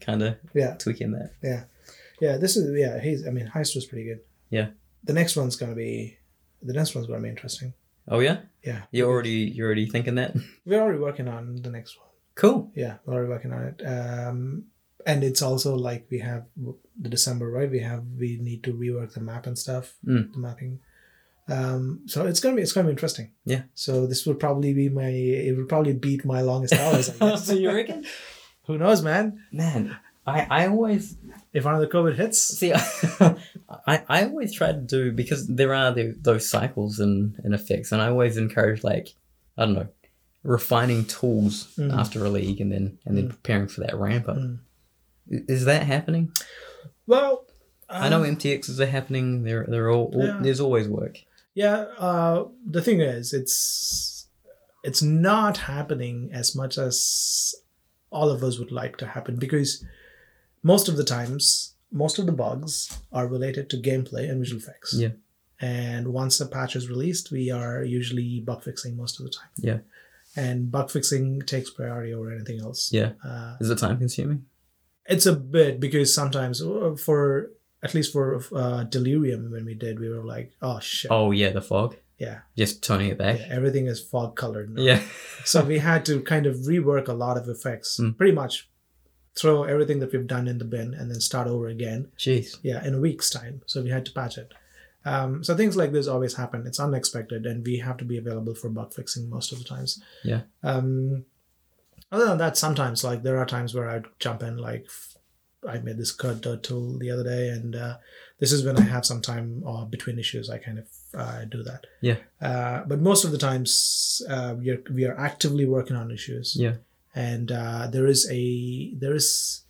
[SPEAKER 1] kind of
[SPEAKER 2] yeah,
[SPEAKER 1] tweaking that.
[SPEAKER 2] yeah. This is yeah. He's I mean, heist was pretty good.
[SPEAKER 1] Yeah.
[SPEAKER 2] The next one's gonna be the next one's gonna be interesting.
[SPEAKER 1] Oh yeah,
[SPEAKER 2] Yeah,
[SPEAKER 1] you already you're already thinking that.
[SPEAKER 2] we're already working on the next one.
[SPEAKER 1] Cool.
[SPEAKER 2] Yeah, we're already working on it. Um, and it's also like we have the December right. We have we need to rework the map and stuff.
[SPEAKER 1] Mm.
[SPEAKER 2] The mapping. Um, so it's gonna be it's gonna be interesting.
[SPEAKER 1] Yeah.
[SPEAKER 2] So this will probably be my it will probably beat my longest hours. I guess.
[SPEAKER 1] so you reckon?
[SPEAKER 2] Who knows, man?
[SPEAKER 1] Man, I I always
[SPEAKER 2] If another COVID hits,
[SPEAKER 1] See, I, I always try to do because there are the, those cycles and, and effects, and I always encourage like I don't know, refining tools
[SPEAKER 2] Mm.
[SPEAKER 1] after a league, and then and then
[SPEAKER 2] Mm.
[SPEAKER 1] preparing for that ramp up.
[SPEAKER 2] Mm.
[SPEAKER 1] I- Is that happening?
[SPEAKER 2] well,
[SPEAKER 1] I know
[SPEAKER 2] um,
[SPEAKER 1] MTXs are happening. They're they're all, all-
[SPEAKER 2] Yeah.
[SPEAKER 1] there's always work.
[SPEAKER 2] Yeah, uh, the thing is, it's it's not happening as much as all of us would like to happen because most of the times, most of the bugs are related to gameplay and visual effects.
[SPEAKER 1] Yeah.
[SPEAKER 2] And once a patch is released, we are usually bug fixing most of the time.
[SPEAKER 1] Yeah.
[SPEAKER 2] And bug fixing takes priority over anything else.
[SPEAKER 1] Yeah.
[SPEAKER 2] Uh,
[SPEAKER 1] Is it time consuming?
[SPEAKER 2] it's a bit because sometimes uh, for at least for uh, delirium when we did we were like oh shit
[SPEAKER 1] Oh yeah, the fog.
[SPEAKER 2] Yeah.
[SPEAKER 1] Just turning it back.
[SPEAKER 2] Yeah, everything is fog colored now.
[SPEAKER 1] Yeah.
[SPEAKER 2] so we had to kind of rework a lot of effects
[SPEAKER 1] Mm.
[SPEAKER 2] pretty much throw everything that we've done in the bin and then start over again
[SPEAKER 1] Jeez.
[SPEAKER 2] yeah in a week's time so we had to patch it um, so things like this always happen it's unexpected and we have to be available for bug fixing most of the times
[SPEAKER 1] Yeah.
[SPEAKER 2] um, other than that sometimes like there are times where i jump in like f- i made this cut tool the other day and uh, this is when i have some time or between issues i kind of uh, do that
[SPEAKER 1] Yeah.
[SPEAKER 2] uh, but most of the times uh, we, are, we are actively working on issues
[SPEAKER 1] Yeah.
[SPEAKER 2] and uh, there is a there is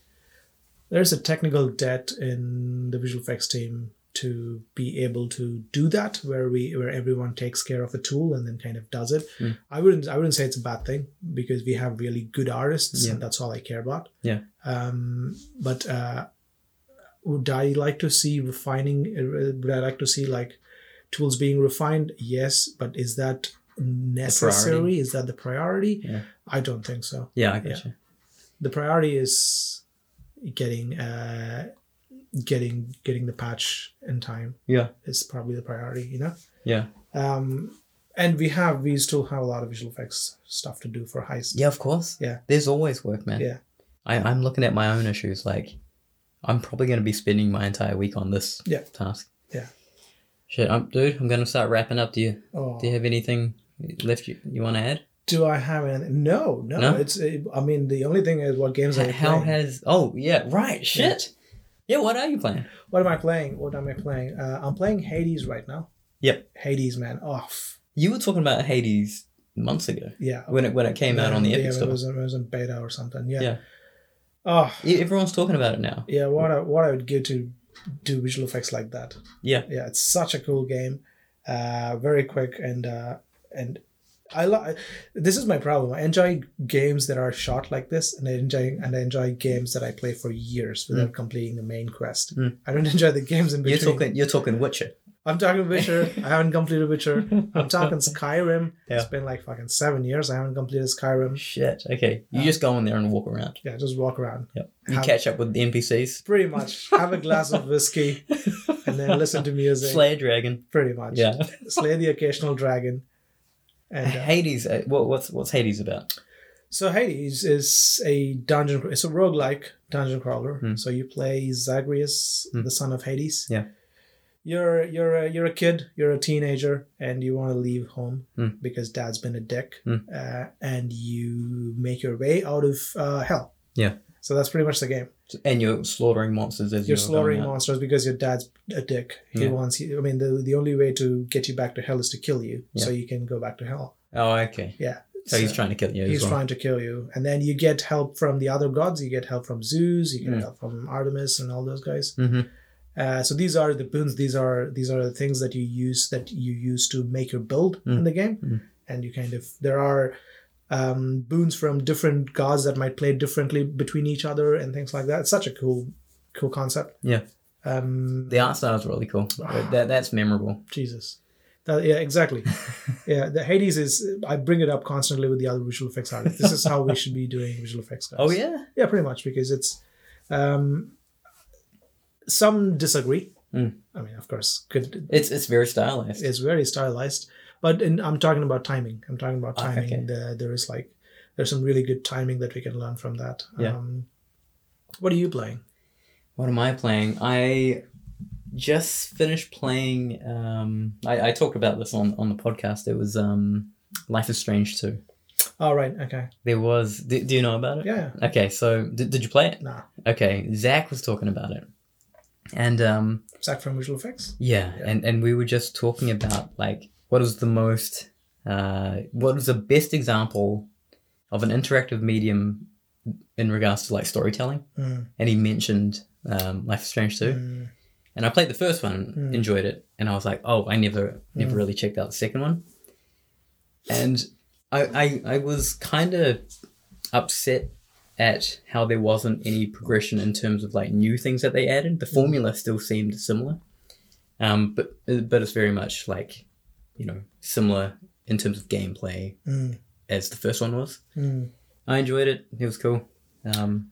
[SPEAKER 2] there is a technical debt in the visual effects team to be able to do that where we where everyone takes care of a tool and then kind of does it
[SPEAKER 1] Mm.
[SPEAKER 2] i wouldn't i wouldn't say it's a bad thing because we have really good artists
[SPEAKER 1] Yeah.
[SPEAKER 2] and that's all i care about
[SPEAKER 1] Yeah.
[SPEAKER 2] um but Um, uh would I like to see refining? uh, Would I like to see like tools being refined? Yes, but is that necessary? Is that the priority?
[SPEAKER 1] Yeah.
[SPEAKER 2] I don't think so.
[SPEAKER 1] Yeah, I gotcha.
[SPEAKER 2] The priority is getting uh, getting getting the patch in time
[SPEAKER 1] Yeah,
[SPEAKER 2] is probably the priority. You know,
[SPEAKER 1] yeah,
[SPEAKER 2] um, and we have we still have a lot of visual effects stuff to do for heist.
[SPEAKER 1] yeah. Of course.
[SPEAKER 2] Yeah.
[SPEAKER 1] There's always work, man.
[SPEAKER 2] Yeah.
[SPEAKER 1] I, I'm looking at my own issues. Like, I'm probably going to be spending my entire week on this
[SPEAKER 2] Yeah.
[SPEAKER 1] task.
[SPEAKER 2] Yeah.
[SPEAKER 1] Shit, I'm, dude, I'm going to start wrapping up. Do you
[SPEAKER 2] Oh.
[SPEAKER 1] do you have anything left you, you want to add?
[SPEAKER 2] Do I have anything? No, no.
[SPEAKER 1] No?
[SPEAKER 2] It's it, I mean the only thing is what games are you
[SPEAKER 1] How
[SPEAKER 2] playing?
[SPEAKER 1] has? Oh yeah, right. Shit. Yeah. What are you playing?
[SPEAKER 2] What am I playing? What am I playing? Uh, I'm playing Hades right now.
[SPEAKER 1] Yep.
[SPEAKER 2] Hades, man. Off.
[SPEAKER 1] You were talking about Hades months ago
[SPEAKER 2] yeah.
[SPEAKER 1] when it when it came out on the
[SPEAKER 2] yeah,
[SPEAKER 1] Epic
[SPEAKER 2] when it
[SPEAKER 1] Store.
[SPEAKER 2] was, when it was in beta or something. Yeah.
[SPEAKER 1] Yeah.
[SPEAKER 2] Oh,
[SPEAKER 1] E- Everyone's talking about it now.
[SPEAKER 2] yeah. What I, what I would give to do visual effects like that.
[SPEAKER 1] Yeah.
[SPEAKER 2] Yeah, it's such a cool game. Uh, very quick and uh, and I like. This is my problem. I enjoy games that are shot like this, and I enjoy and I enjoy games that I play for years without completing the main quest.
[SPEAKER 1] Mm.
[SPEAKER 2] I don't enjoy the games in
[SPEAKER 1] You're
[SPEAKER 2] between.
[SPEAKER 1] talking you're talking Witcher.
[SPEAKER 2] I'm talking Witcher. I haven't completed Witcher. I'm talking Skyrim. It's
[SPEAKER 1] Yeah.
[SPEAKER 2] been like fucking seven years. I haven't completed Skyrim.
[SPEAKER 1] Shit. Okay. You
[SPEAKER 2] Yeah.
[SPEAKER 1] just go in there and walk around.
[SPEAKER 2] Yeah, just walk around.
[SPEAKER 1] Yep. You
[SPEAKER 2] Have-
[SPEAKER 1] catch up with the NPCs.
[SPEAKER 2] Pretty much. Have a glass of whiskey and then listen to music.
[SPEAKER 1] Slay a dragon.
[SPEAKER 2] Pretty much.
[SPEAKER 1] Yeah.
[SPEAKER 2] Slay the occasional dragon. And uh,
[SPEAKER 1] Hades. Uh, what, what's what's Hades about?
[SPEAKER 2] so Hades is a dungeon. It's a roguelike dungeon crawler.
[SPEAKER 1] Hmm.
[SPEAKER 2] So you play Zagreus,
[SPEAKER 1] Hmm.
[SPEAKER 2] the son of Hades.
[SPEAKER 1] Yeah.
[SPEAKER 2] You're you're a, you're a kid. You're a teenager, and you want to leave home
[SPEAKER 1] Hmm.
[SPEAKER 2] because dad's been a dick.
[SPEAKER 1] Hmm.
[SPEAKER 2] Uh, and you make your way out of uh, hell.
[SPEAKER 1] Yeah.
[SPEAKER 2] So that's pretty much the game.
[SPEAKER 1] And you're slaughtering monsters as
[SPEAKER 2] You're
[SPEAKER 1] you're
[SPEAKER 2] slaughtering
[SPEAKER 1] Going out.
[SPEAKER 2] monsters because your dad's a dick. He
[SPEAKER 1] Yeah.
[SPEAKER 2] wants you. I mean, the the only way to get you back to hell is to kill you, so you can go back to hell.
[SPEAKER 1] Oh, okay.
[SPEAKER 2] Yeah.
[SPEAKER 1] So, he's trying to kill you.
[SPEAKER 2] he's
[SPEAKER 1] as well.
[SPEAKER 2] trying to kill you and then you get help from the other gods you get help from zeus you get
[SPEAKER 1] Mm.
[SPEAKER 2] help from artemis and all those guys
[SPEAKER 1] Mhm.
[SPEAKER 2] uh, so these are the boons these are these are the things that you use that you use to make your build
[SPEAKER 1] Mm.
[SPEAKER 2] in the game
[SPEAKER 1] Mm.
[SPEAKER 2] and you kind of there are um, boons from different gods that might play differently between each other and things like that it's such a cool cool concept
[SPEAKER 1] Yeah.
[SPEAKER 2] um,
[SPEAKER 1] The art style is really cool.
[SPEAKER 2] Ah.
[SPEAKER 1] that that's memorable.
[SPEAKER 2] jesus That- yeah, exactly. yeah, the Hades is. I bring it up constantly with the other visual effects artists. This is how we should be doing visual effects. Guys.
[SPEAKER 1] Oh yeah.
[SPEAKER 2] Yeah, pretty much because it's um, some disagree.
[SPEAKER 1] Mm.
[SPEAKER 2] I mean, of course, could
[SPEAKER 1] It's it's very stylized.
[SPEAKER 2] it's very stylized, but in, I'm talking about timing. I'm talking about
[SPEAKER 1] Ah,
[SPEAKER 2] timing.
[SPEAKER 1] okay.
[SPEAKER 2] The, there is like there's some really good timing that we can learn from that.
[SPEAKER 1] Yeah.
[SPEAKER 2] Um, what are you playing?
[SPEAKER 1] What am I playing? I just finished playing. Um, I, I talked about this on, on the podcast. It was um, Life is Strange 2.
[SPEAKER 2] All Oh, right. Okay.
[SPEAKER 1] There was. Do, do you know about it?
[SPEAKER 2] Yeah.
[SPEAKER 1] Okay, so did, did you play it?
[SPEAKER 2] Nah.
[SPEAKER 1] Okay, Zach was talking about it. And um,
[SPEAKER 2] Zach from Visual Effects.
[SPEAKER 1] yeah,
[SPEAKER 2] Yeah.
[SPEAKER 1] and and we were just talking about like what was the most uh what was the best example of an interactive medium in regards to like storytelling
[SPEAKER 2] Mm,
[SPEAKER 1] and he mentioned um, life is strange 2
[SPEAKER 2] mm,
[SPEAKER 1] and i played the first one
[SPEAKER 2] Mm.
[SPEAKER 1] enjoyed it and i was like oh i never never
[SPEAKER 2] Mm.
[SPEAKER 1] really checked out the second one and i i, I was kind of upset at how there wasn't any progression in terms of like new things that they added
[SPEAKER 2] Hmm.
[SPEAKER 1] the formula still seemed similar um but but it's very much like you know similar in terms of gameplay
[SPEAKER 2] mm,
[SPEAKER 1] as the first one was
[SPEAKER 2] mm.
[SPEAKER 1] I enjoyed it. It was cool. Um,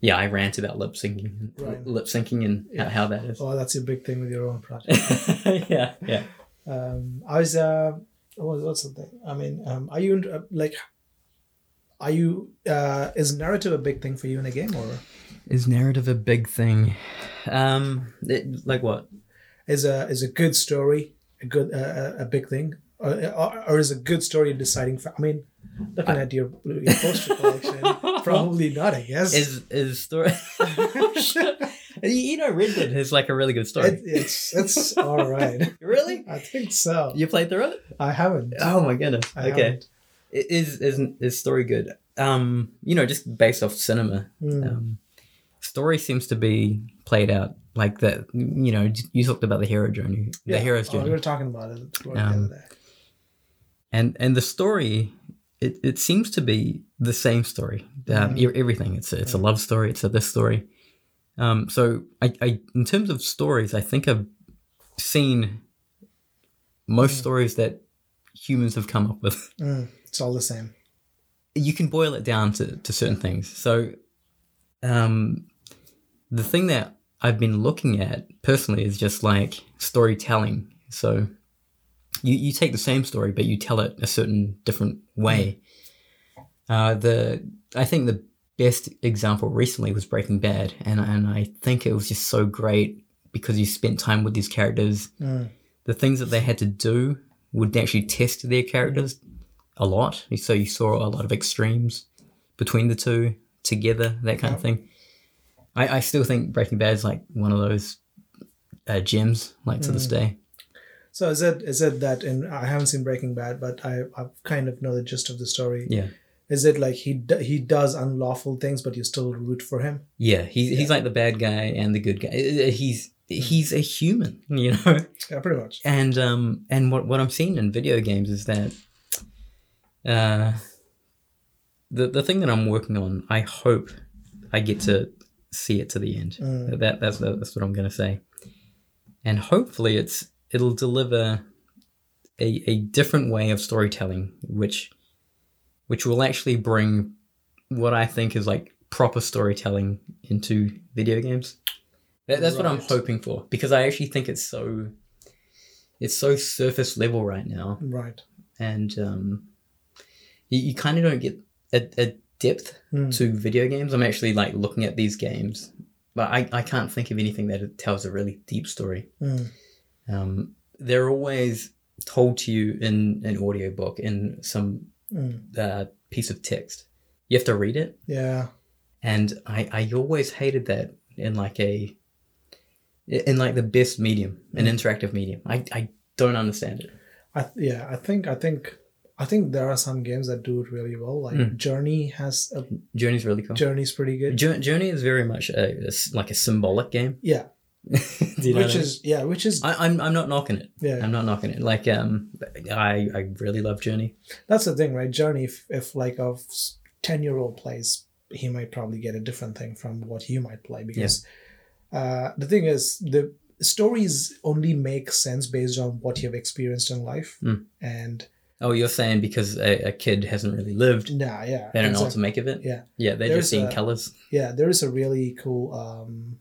[SPEAKER 1] yeah, I rant about lip syncing,
[SPEAKER 2] Right.
[SPEAKER 1] lip syncing, and
[SPEAKER 2] Yeah.
[SPEAKER 1] how, how that is.
[SPEAKER 2] Oh, that's a big thing with your own project.
[SPEAKER 1] yeah, yeah.
[SPEAKER 2] um i was uh what, what's the thing i mean um are you in- uh, like are you uh is narrative a big thing for you in a game or
[SPEAKER 1] Is narrative a big thing? Um, it, like what?
[SPEAKER 2] is a is a good story a good uh, a big thing or, or, or is a good story a deciding fa- i mean looking at your, your poster collection probably not i guess
[SPEAKER 1] Is is story? Oh, you know, Red Dead has like a really good story.
[SPEAKER 2] it, it's it's all right
[SPEAKER 1] really?
[SPEAKER 2] i think so
[SPEAKER 1] You played through it?
[SPEAKER 2] i haven't
[SPEAKER 1] Oh my goodness. okay.
[SPEAKER 2] I haven't.
[SPEAKER 1] I- Is is is story good? Um, you know, just based off cinema,
[SPEAKER 2] Hmm.
[SPEAKER 1] um, story seems to be played out like that. You know, you talked about the hero journey,
[SPEAKER 2] Yeah.
[SPEAKER 1] the hero's
[SPEAKER 2] oh, we
[SPEAKER 1] journey,
[SPEAKER 2] were talking about it the
[SPEAKER 1] Um,
[SPEAKER 2] other day.
[SPEAKER 1] and and the story. It, it seems to be the same story. Um,
[SPEAKER 2] Mhm.
[SPEAKER 1] e- Everything. It's it's a
[SPEAKER 2] Mhm.
[SPEAKER 1] love story. It's a this story. Um, so I, I, in terms of stories, I think I've seen most stories that humans have come up with.
[SPEAKER 2] Mm, it's all the same.
[SPEAKER 1] You can boil it down to, to certain things. So, um, the thing that I've been looking at personally is just like storytelling. So, you, you take the same story, but you tell it a certain different way. Uh, the I think the best example recently was Breaking Bad, and and I think it was just so great because you spent time with these characters.
[SPEAKER 2] Mm.
[SPEAKER 1] The things that they had to do would actually test their characters a lot, so you saw a lot of extremes between the two together, that kind of thing. I, I still think Breaking Bad is like one of those uh, gems, like to this day.
[SPEAKER 2] So is it is it that in I haven't seen Breaking Bad, but I I kind of know the gist of the story.
[SPEAKER 1] Yeah.
[SPEAKER 2] Is it like he d- he does unlawful things, but you still root for him?
[SPEAKER 1] Yeah, he's he's like the bad guy and the good guy. Uh, uh, He's he's a human, you know.
[SPEAKER 2] Yeah, pretty much.
[SPEAKER 1] And um and what what I'm seeing in video games is that uh the the thing that I'm working on, I hope I get to see it to the end.
[SPEAKER 2] Mm.
[SPEAKER 1] That that's that's what I'm going to say. And hopefully it's it'll deliver a a different way of storytelling which which will actually bring what I think is like proper storytelling into video games. That, that's what I'm
[SPEAKER 2] Right.
[SPEAKER 1] hoping for because I actually think it's so it's so surface level right now,
[SPEAKER 2] Right.
[SPEAKER 1] and um, you, you kind of don't get a, a depth
[SPEAKER 2] Mm.
[SPEAKER 1] to video games. I'm actually like looking at these games, but I, I can't think of anything that tells a really deep story.
[SPEAKER 2] Mm.
[SPEAKER 1] Um, they're always told to you in an audiobook in some
[SPEAKER 2] Mm.
[SPEAKER 1] uh, piece of text. You have to read it,
[SPEAKER 2] Yeah.
[SPEAKER 1] and I, I always hated that in like a in like the best medium an interactive medium I, I don't understand it
[SPEAKER 2] I th- yeah. I think I think I think there are some games that do it really well. Like
[SPEAKER 1] Mm.
[SPEAKER 2] Journey has a
[SPEAKER 1] journey's really cool
[SPEAKER 2] Journey's pretty good.
[SPEAKER 1] Jour- journey is very much a, a s- like a symbolic game
[SPEAKER 2] yeah.
[SPEAKER 1] Do you know what I
[SPEAKER 2] which
[SPEAKER 1] mean?
[SPEAKER 2] is yeah. Which is
[SPEAKER 1] I, I'm, I'm not knocking it
[SPEAKER 2] yeah.
[SPEAKER 1] i'm not knocking it like um i i really love journey
[SPEAKER 2] That's the thing, right? Journey. If, if like a ten year old plays, he might probably get a different thing from what you might play because uh, the thing is the stories only make sense based on what you've experienced in life
[SPEAKER 1] Mm.
[SPEAKER 2] and
[SPEAKER 1] oh you're saying because a, a kid hasn't really lived
[SPEAKER 2] nah yeah
[SPEAKER 1] they don't know what
[SPEAKER 2] exact-
[SPEAKER 1] to make of it
[SPEAKER 2] Yeah.
[SPEAKER 1] yeah they're
[SPEAKER 2] There's
[SPEAKER 1] just seeing
[SPEAKER 2] a-
[SPEAKER 1] colors
[SPEAKER 2] yeah there is a really cool um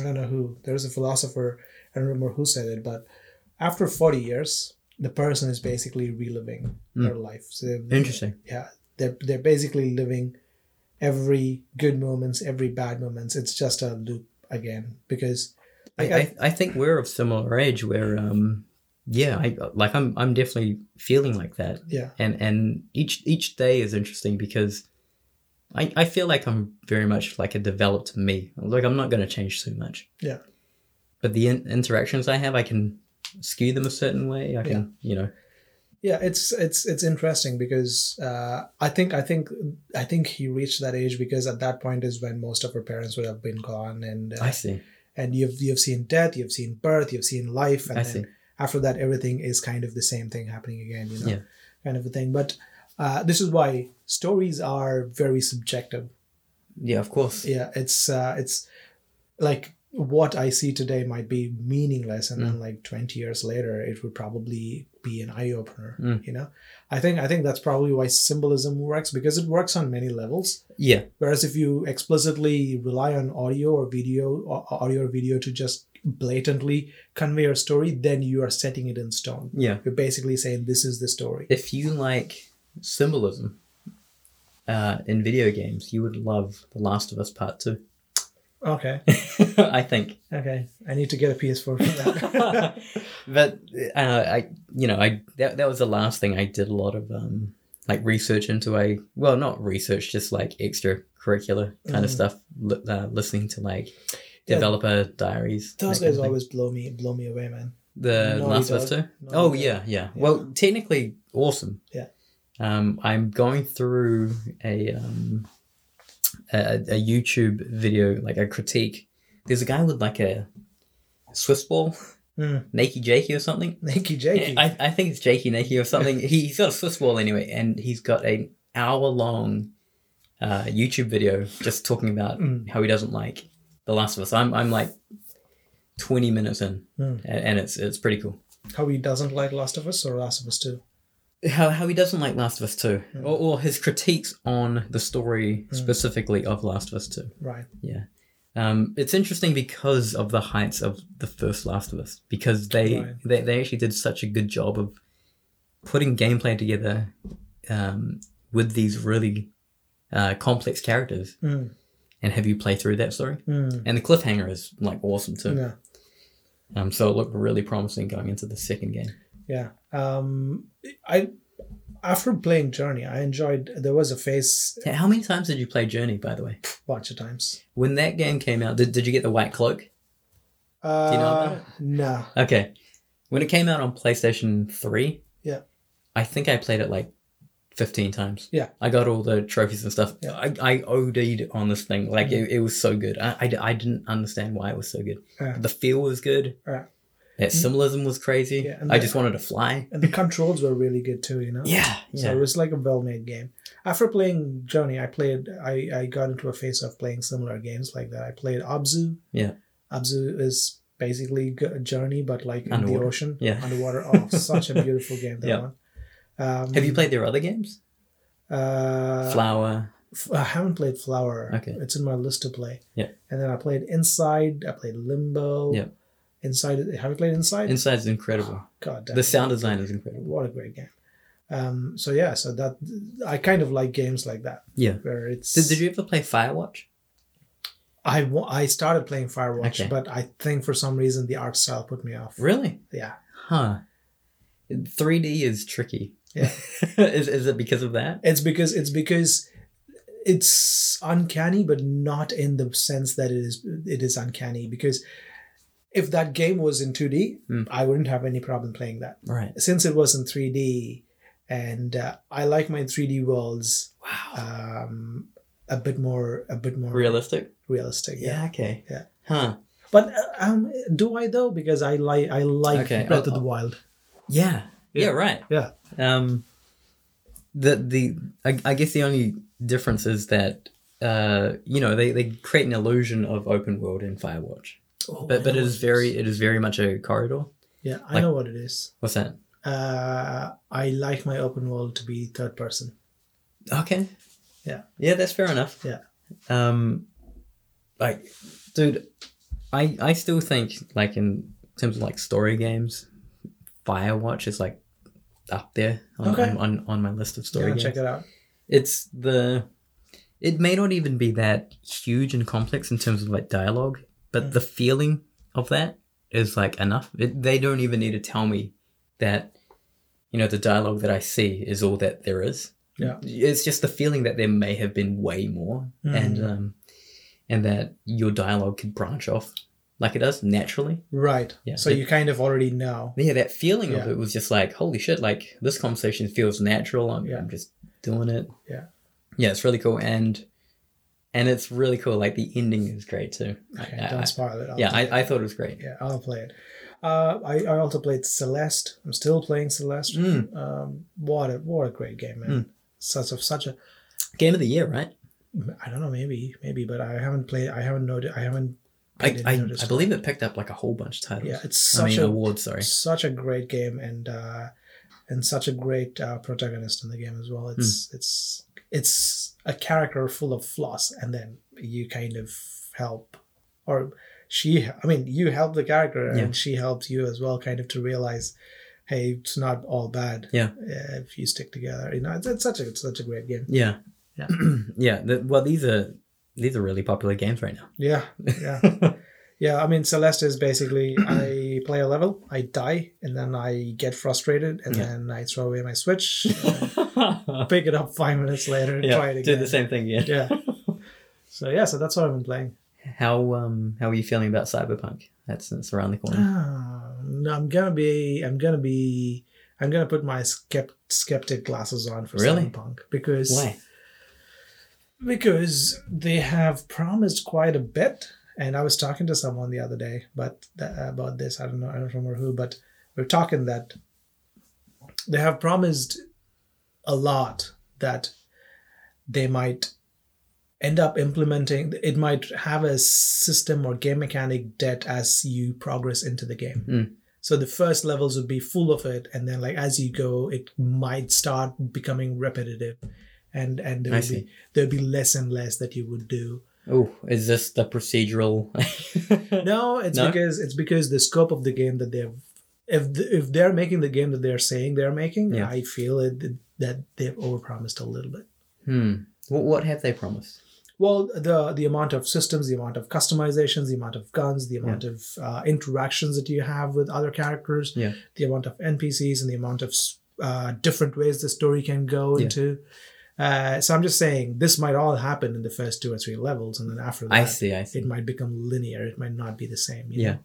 [SPEAKER 2] i don't know who there's a philosopher i don't remember who said it but after 40 years the person is basically reliving their life so they-
[SPEAKER 1] interesting
[SPEAKER 2] yeah they're, they're basically living every good moments every bad moments it's just a loop again because
[SPEAKER 1] I,
[SPEAKER 2] like
[SPEAKER 1] I, I think we're of similar age where um yeah I like I'm I'm definitely feeling like that
[SPEAKER 2] yeah
[SPEAKER 1] and and each each day is interesting because I I feel like I'm very much like a developed me like I'm not going to change too much
[SPEAKER 2] Yeah.
[SPEAKER 1] but the in- interactions I have I can skew them a certain way I can you know
[SPEAKER 2] yeah it's it's it's interesting because uh, i think i think i think he reached that age because at that point is when most of her parents would have been gone and uh,
[SPEAKER 1] I see
[SPEAKER 2] and you've you've seen death you've seen birth you've seen life and
[SPEAKER 1] I
[SPEAKER 2] then
[SPEAKER 1] see
[SPEAKER 2] after that everything is kind of the same thing happening again you know
[SPEAKER 1] Yeah.
[SPEAKER 2] kind of a thing but uh, this is why stories are very subjective
[SPEAKER 1] yeah of course
[SPEAKER 2] yeah it's uh, it's like what i see today might be meaningless and
[SPEAKER 1] Mm.
[SPEAKER 2] then like 20 years later it would probably be an eye-opener
[SPEAKER 1] Mm.
[SPEAKER 2] you know i think i think that's probably why symbolism works because it works on many levels
[SPEAKER 1] yeah
[SPEAKER 2] whereas if you explicitly rely on audio or video or audio or video to just blatantly convey your story then you are setting it in stone
[SPEAKER 1] yeah
[SPEAKER 2] you're basically saying this is the story
[SPEAKER 1] if you like symbolism uh, in video games you would love The Last of Us Part Two
[SPEAKER 2] okay
[SPEAKER 1] I think.
[SPEAKER 2] okay i need to get a ps4 for that
[SPEAKER 1] but uh, I, you know, I that, that was the last thing I did a lot of um like research into. I well, not research, just like extracurricular kind
[SPEAKER 2] Mhm.
[SPEAKER 1] of stuff. Li- uh, listening to like
[SPEAKER 2] Yeah.
[SPEAKER 1] developer diaries. that
[SPEAKER 2] those
[SPEAKER 1] kind of
[SPEAKER 2] guys
[SPEAKER 1] thing.
[SPEAKER 2] always blow me blow me away man
[SPEAKER 1] the
[SPEAKER 2] Naughty
[SPEAKER 1] Last of Us
[SPEAKER 2] Dog.
[SPEAKER 1] Two.
[SPEAKER 2] Naughty
[SPEAKER 1] Oh
[SPEAKER 2] Dog.
[SPEAKER 1] yeah, yeah. Well, technically, awesome.
[SPEAKER 2] Yeah.
[SPEAKER 1] Um, I'm going through a um, a, a YouTube video, like a critique. There's a guy with like a Swiss ball,
[SPEAKER 2] Hmm.
[SPEAKER 1] Nakey Jakey or something.
[SPEAKER 2] Nakey Jakey.
[SPEAKER 1] I, I think it's Jakey Nakey or something. he, he's got a Swiss ball anyway, and he's got an hour long uh, YouTube video just talking about
[SPEAKER 2] Mm.
[SPEAKER 1] how he doesn't like The Last of Us. I'm I'm like twenty minutes in,
[SPEAKER 2] Hmm.
[SPEAKER 1] and, and it's it's pretty cool.
[SPEAKER 2] How he doesn't like Last of Us or Last of Us Two.
[SPEAKER 1] How how he doesn't like Last of Us Two,
[SPEAKER 2] Hmm.
[SPEAKER 1] or, or his critiques on the story specifically of Last of Us Two.
[SPEAKER 2] Right.
[SPEAKER 1] Um, it's interesting because of the heights of the first Last of Us, because they
[SPEAKER 2] Right.
[SPEAKER 1] they, they actually did such a good job of putting gameplay together um, with these really uh, complex characters.
[SPEAKER 2] Mm.
[SPEAKER 1] And have you play through that story?
[SPEAKER 2] Mm.
[SPEAKER 1] And the cliffhanger is like awesome too.
[SPEAKER 2] Yeah.
[SPEAKER 1] Um, so it looked really promising going into the second game.
[SPEAKER 2] Yeah. Um, I after playing Journey, I enjoyed. There was a phase
[SPEAKER 1] Yeah, How many times did you play Journey, by the way?
[SPEAKER 2] a bunch of times.
[SPEAKER 1] When that game came out, did, did you get the white cloak?
[SPEAKER 2] Uh,
[SPEAKER 1] you know about it?
[SPEAKER 2] Nah.
[SPEAKER 1] Okay. When it came out on PlayStation 3,
[SPEAKER 2] Yeah.
[SPEAKER 1] I think I played it like 15 times.
[SPEAKER 2] Yeah.
[SPEAKER 1] I got all the trophies and stuff.
[SPEAKER 2] Yeah. Mm-hmm.
[SPEAKER 1] I, I OD'd on this thing. Like, it, it was so good. I, I, d- I didn't understand why it was so good.
[SPEAKER 2] Yeah.
[SPEAKER 1] The feel was good.
[SPEAKER 2] Yeah. Mm-hmm.
[SPEAKER 1] That symbolism was crazy.
[SPEAKER 2] Yeah, and
[SPEAKER 1] I
[SPEAKER 2] the-
[SPEAKER 1] just wanted to fly.
[SPEAKER 2] And the controls were really good too. You know.
[SPEAKER 1] Yeah.
[SPEAKER 2] So
[SPEAKER 1] Yeah.
[SPEAKER 2] it was like a well-made game. After playing Journey, I played. I, I got into a phase of playing similar games like that. I played Abzu.
[SPEAKER 1] Yeah.
[SPEAKER 2] Abzu is basically g- a Journey, but like in
[SPEAKER 1] Underwater.
[SPEAKER 2] the ocean,
[SPEAKER 1] Yeah.
[SPEAKER 2] underwater. Oh, such a beautiful game that
[SPEAKER 1] Yeah.
[SPEAKER 2] one. Um,
[SPEAKER 1] Have you played their other games?
[SPEAKER 2] Uh,
[SPEAKER 1] Flower.
[SPEAKER 2] F- I haven't played Flower.
[SPEAKER 1] Okay.
[SPEAKER 2] It's in my list to play.
[SPEAKER 1] Yeah.
[SPEAKER 2] And then I played Inside. I played Limbo.
[SPEAKER 1] Yeah.
[SPEAKER 2] Inside. Have you played Inside?
[SPEAKER 1] Inside's incredible.
[SPEAKER 2] God damn.
[SPEAKER 1] The sound design is incredible.
[SPEAKER 2] What a great game. Um, so yeah, so that I kind of like games like that.
[SPEAKER 1] Yeah.
[SPEAKER 2] Where it's
[SPEAKER 1] Did, did you ever play Firewatch?
[SPEAKER 2] I wa- I started playing Firewatch,
[SPEAKER 1] Okay.
[SPEAKER 2] but I think for some reason the art style put me off.
[SPEAKER 1] Really?
[SPEAKER 2] Yeah.
[SPEAKER 1] Huh. 3D is tricky.
[SPEAKER 2] Yeah.
[SPEAKER 1] is, is it because of that?
[SPEAKER 2] It's because it's because it's uncanny, but not in the sense that it is it is uncanny. Because if that game was in 2D,
[SPEAKER 1] Mm.
[SPEAKER 2] I wouldn't have any problem playing that.
[SPEAKER 1] Right.
[SPEAKER 2] Since it was in 3D, and uh, I like my 3D worlds
[SPEAKER 1] Wow.
[SPEAKER 2] um, a bit more a bit more
[SPEAKER 1] Realistic?
[SPEAKER 2] realistic. Yeah.
[SPEAKER 1] okay.
[SPEAKER 2] Yeah.
[SPEAKER 1] Huh.
[SPEAKER 2] But uh, um, do I though? Because I like I like
[SPEAKER 1] Okay, uh,
[SPEAKER 2] Breath of
[SPEAKER 1] I'll-
[SPEAKER 2] the Wild.
[SPEAKER 1] Yeah.
[SPEAKER 2] Yeah.
[SPEAKER 1] Yeah, right.
[SPEAKER 2] Yeah.
[SPEAKER 1] Um the the I, I guess the only difference is that uh you know they, they create an illusion of open world in Firewatch.
[SPEAKER 2] Oh, I
[SPEAKER 1] But but
[SPEAKER 2] know
[SPEAKER 1] it
[SPEAKER 2] what
[SPEAKER 1] is very it is very much a corridor.
[SPEAKER 2] yeah. I
[SPEAKER 1] like-
[SPEAKER 2] know what it is.
[SPEAKER 1] What's that?
[SPEAKER 2] Uh, I like my open world to be third person.
[SPEAKER 1] Okay.
[SPEAKER 2] Yeah.
[SPEAKER 1] Yeah, that's fair enough.
[SPEAKER 2] Yeah.
[SPEAKER 1] Um, like, dude, I I still think like in terms of like story games, Firewatch is like up there on
[SPEAKER 2] Okay.
[SPEAKER 1] on, on, on my list of story
[SPEAKER 2] Yeah,
[SPEAKER 1] games.
[SPEAKER 2] check it out.
[SPEAKER 1] It's the it may not even be that huge and complex in terms of like dialogue, but
[SPEAKER 2] Mm.
[SPEAKER 1] the feeling of that is like enough. It, they don't even need to tell me that you know the dialogue that I see is all that there is.
[SPEAKER 2] Yeah.
[SPEAKER 1] it's just the feeling that there may have been way more,
[SPEAKER 2] Mm.
[SPEAKER 1] and um, and that your dialogue could branch off like it does naturally.
[SPEAKER 2] Right.
[SPEAKER 1] Yeah,
[SPEAKER 2] So
[SPEAKER 1] it-
[SPEAKER 2] you kind of already know.
[SPEAKER 1] Yeah, that feeling of
[SPEAKER 2] Yeah.
[SPEAKER 1] it was just like, holy shit, like this conversation feels natural. I'm,
[SPEAKER 2] Yeah.
[SPEAKER 1] I'm just doing it.
[SPEAKER 2] Yeah.
[SPEAKER 1] Yeah, it's really cool. And and it's really cool. Like the ending is great too.
[SPEAKER 2] Okay,
[SPEAKER 1] I- I-
[SPEAKER 2] don't spoil it. I'll
[SPEAKER 1] yeah,
[SPEAKER 2] play it.
[SPEAKER 1] I, I thought it was great.
[SPEAKER 2] yeah, I'll play it. Uh, I, I also played Celeste. I'm still playing Celeste.
[SPEAKER 1] Mm.
[SPEAKER 2] Um, what a what a great game, man. Such a such a
[SPEAKER 1] Game of the year, right?
[SPEAKER 2] I don't know, maybe maybe, but I haven't played. I haven't noticed. I haven't.
[SPEAKER 1] I,
[SPEAKER 2] didn't
[SPEAKER 1] I,
[SPEAKER 2] notice
[SPEAKER 1] I
[SPEAKER 2] it.
[SPEAKER 1] believe it picked up like a whole bunch of titles.
[SPEAKER 2] Yeah, it's
[SPEAKER 1] I
[SPEAKER 2] such
[SPEAKER 1] mean,
[SPEAKER 2] a
[SPEAKER 1] awards, sorry.
[SPEAKER 2] such a great game and uh, and such a great uh, protagonist in the game as well. It's
[SPEAKER 1] Hmm.
[SPEAKER 2] it's it's a character full of flaws, and then you kind of help, or she. I mean, you help the character,
[SPEAKER 1] Yeah.
[SPEAKER 2] and she helps you as well, kind of to realize, hey, it's not all bad.
[SPEAKER 1] Yeah.
[SPEAKER 2] uh, if you stick together, you know, it's, it's such a it's such a great game.
[SPEAKER 1] Yeah.
[SPEAKER 2] Yeah.
[SPEAKER 1] yeah. The, well, these are these are really popular games right now.
[SPEAKER 2] Yeah, yeah. Yeah, I mean, Celeste is basically I play a level, I die, and then I get frustrated, and
[SPEAKER 1] Yeah.
[SPEAKER 2] then I throw away my Switch, pick it up five minutes later and
[SPEAKER 1] yeah,
[SPEAKER 2] try it
[SPEAKER 1] do
[SPEAKER 2] again.
[SPEAKER 1] the same thing again.
[SPEAKER 2] Yeah. So yeah, so that's what I've been playing.
[SPEAKER 1] How um how are you feeling about Cyberpunk? That's that's around the corner.
[SPEAKER 2] Ah, no, I'm gonna be. I'm gonna be. I'm gonna put my skept, skeptic glasses on for
[SPEAKER 1] Really?
[SPEAKER 2] Cyberpunk because
[SPEAKER 1] Why?
[SPEAKER 2] because they have promised quite a bit. And I was talking to someone the other day, but uh, about this, I don't know, I don't remember who, but we we're talking that they have promised a lot that they might end up implementing it might have a system or game mechanic debt as you progress into the game
[SPEAKER 1] Mm.
[SPEAKER 2] so the first levels would be full of it and then like as you go it might start becoming repetitive and and
[SPEAKER 1] I
[SPEAKER 2] there would
[SPEAKER 1] see.
[SPEAKER 2] be there'd be less and less that you would do
[SPEAKER 1] Oh, is this the procedural?
[SPEAKER 2] no it's
[SPEAKER 1] No?
[SPEAKER 2] because it's because the scope of the game that they've if, th- if they're making the game that they're saying they're making
[SPEAKER 1] Yeah.
[SPEAKER 2] i feel it, that they've overpromised a little bit
[SPEAKER 1] Hmm. What, what have they promised?
[SPEAKER 2] well the the amount of systems the amount of customizations the amount of guns the amount of uh, interactions that you have with other characters
[SPEAKER 1] Yeah.
[SPEAKER 2] the amount of npcs and the amount of s- uh, different ways the story can go
[SPEAKER 1] Yeah.
[SPEAKER 2] into uh, so i'm just saying this might all happen in the first two or three levels and then after that
[SPEAKER 1] I see. I see.
[SPEAKER 2] it might become linear it might not be the same you
[SPEAKER 1] Yeah.
[SPEAKER 2] know?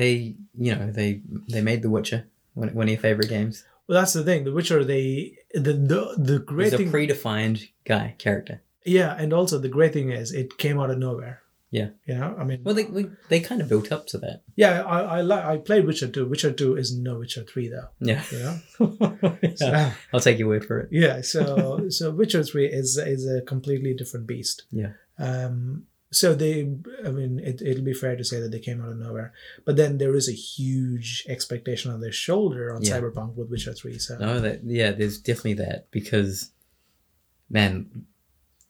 [SPEAKER 1] They, you know, they they made The Witcher one, one of your favorite games.
[SPEAKER 2] well that's the thing the witcher they the the, the
[SPEAKER 1] He's
[SPEAKER 2] great
[SPEAKER 1] a
[SPEAKER 2] thing
[SPEAKER 1] predefined guy character.
[SPEAKER 2] yeah and also the great thing is it came out of nowhere
[SPEAKER 1] Yeah.
[SPEAKER 2] you know i mean
[SPEAKER 1] Well, they we, they kind of built up to that.
[SPEAKER 2] Yeah, I I, li- I played Witcher two. Witcher two is no Witcher three though.
[SPEAKER 1] Yeah.
[SPEAKER 2] You know. So,
[SPEAKER 1] Yeah.
[SPEAKER 2] yeah.
[SPEAKER 1] I'll take your word for it.
[SPEAKER 2] So so Witcher three is is a completely different beast.
[SPEAKER 1] Yeah.
[SPEAKER 2] Um. So they, I mean, it, it'll be fair to say that they came out of nowhere. But then there is a huge expectation on their shoulder on
[SPEAKER 1] Yeah. Oh,
[SPEAKER 2] Cyberpunk with Witcher three. So
[SPEAKER 1] No, that yeah, there's definitely that because, man,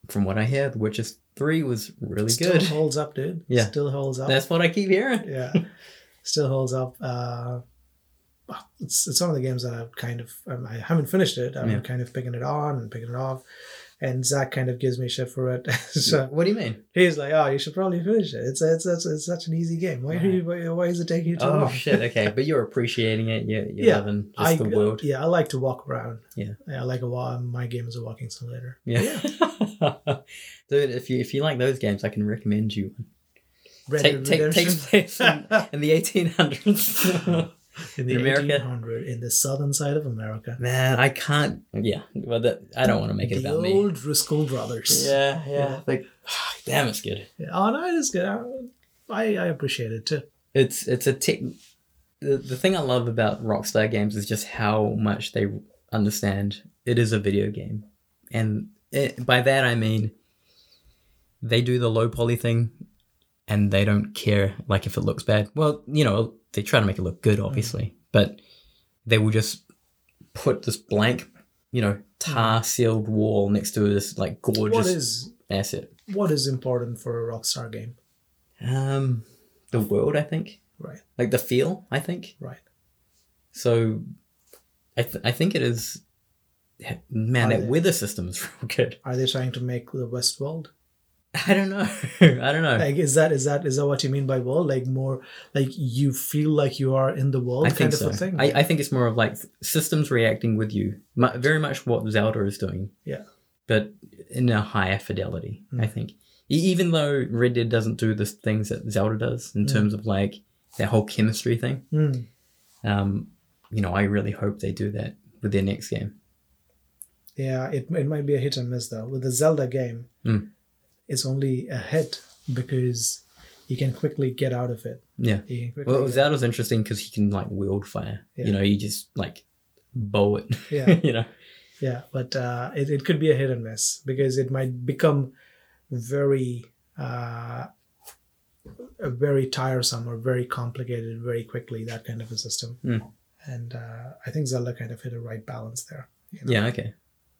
[SPEAKER 1] from what I hear, The Witcher Three was really
[SPEAKER 2] still
[SPEAKER 1] good.
[SPEAKER 2] holds up, dude.
[SPEAKER 1] Yeah.
[SPEAKER 2] Still holds up.
[SPEAKER 1] That's what I keep hearing.
[SPEAKER 2] yeah. Still holds up. Uh, it's, it's one of the games that I've kind of um, I haven't finished it. I'm
[SPEAKER 1] Yeah.
[SPEAKER 2] kind of picking it on and picking it off, and Zach kind of gives me shit for it. so
[SPEAKER 1] What do you mean?
[SPEAKER 2] he's like, "Oh, you should probably finish it. It's it's it's, it's such an easy game. Why are you, why, why is it taking you too
[SPEAKER 1] Oh
[SPEAKER 2] long?"
[SPEAKER 1] shit! Okay, but you're appreciating it. You're, you're
[SPEAKER 2] Yeah,
[SPEAKER 1] loving just
[SPEAKER 2] I,
[SPEAKER 1] the world.
[SPEAKER 2] Yeah, I like to walk around.
[SPEAKER 1] Yeah.
[SPEAKER 2] I like a walk. My game is a walking simulator.
[SPEAKER 1] Yeah. Dude, if you if you like those games, I can recommend you one.
[SPEAKER 2] Red
[SPEAKER 1] Take,
[SPEAKER 2] Dead
[SPEAKER 1] take,
[SPEAKER 2] Redemption.
[SPEAKER 1] takes place in, in the 1800s.
[SPEAKER 2] in the
[SPEAKER 1] in America.
[SPEAKER 2] 1800 in the southern side of America.
[SPEAKER 1] Man, I can't. Yeah, well, that, I don't want to make it
[SPEAKER 2] the
[SPEAKER 1] about me.
[SPEAKER 2] old Driscoll brothers.
[SPEAKER 1] Yeah, yeah.
[SPEAKER 2] Yeah.
[SPEAKER 1] Like, damn, it's good.
[SPEAKER 2] Yeah. Oh no, it is good. I- I, I appreciate it too.
[SPEAKER 1] It's it's a tech. The, the thing I love about Rockstar games is just how much they understand it is a video game, and it, by that I mean they do the low poly thing, and they don't care like if it looks bad. Well, you know they try to make it look good, obviously,
[SPEAKER 2] Mm.
[SPEAKER 1] but they will just put this blank, you know, tar sealed wall next to this like
[SPEAKER 2] Mm. What
[SPEAKER 1] gorgeous
[SPEAKER 2] is
[SPEAKER 1] asset.
[SPEAKER 2] what is important for a Rockstar game?
[SPEAKER 1] Um, the world, I think.
[SPEAKER 2] Right.
[SPEAKER 1] Like the feel, I think.
[SPEAKER 2] Right.
[SPEAKER 1] So, I th- I think it is. Man,
[SPEAKER 2] Are
[SPEAKER 1] that
[SPEAKER 2] they-
[SPEAKER 1] weather system is real good.
[SPEAKER 2] Are they trying to make the West world?
[SPEAKER 1] I don't know. I don't know.
[SPEAKER 2] Like is that is that is that what you mean by world? Like more like you feel like you are in the world
[SPEAKER 1] I
[SPEAKER 2] kind
[SPEAKER 1] think
[SPEAKER 2] of
[SPEAKER 1] so.
[SPEAKER 2] a thing.
[SPEAKER 1] I, I think it's more of like systems reacting with you, mu- very much what Zelda is doing.
[SPEAKER 2] Yeah.
[SPEAKER 1] But in a higher fidelity, I
[SPEAKER 2] Mm.
[SPEAKER 1] think. E- even though Red Dead doesn't do the things that Zelda does in
[SPEAKER 2] Mm.
[SPEAKER 1] terms of like that whole chemistry thing.
[SPEAKER 2] Hmm.
[SPEAKER 1] um, you know, I really hope they do that with their next game.
[SPEAKER 2] Yeah, it it might be a hit and miss though. With the Zelda game,
[SPEAKER 1] Hmm.
[SPEAKER 2] it's only a hit because you can quickly get out of it.
[SPEAKER 1] Yeah.
[SPEAKER 2] You can quickly
[SPEAKER 1] Well,
[SPEAKER 2] get-
[SPEAKER 1] that was interesting because he can like wield fire. You
[SPEAKER 2] Yeah.
[SPEAKER 1] know, you just like bow it.
[SPEAKER 2] yeah.
[SPEAKER 1] you know.
[SPEAKER 2] Yeah, but uh, it, it could be a hit and miss because it might become very, uh, very tiresome or very complicated very quickly, that kind of a system.
[SPEAKER 1] Mm.
[SPEAKER 2] And uh, I think Zelda kind of hit a right balance there. you know?
[SPEAKER 1] Yeah. Okay.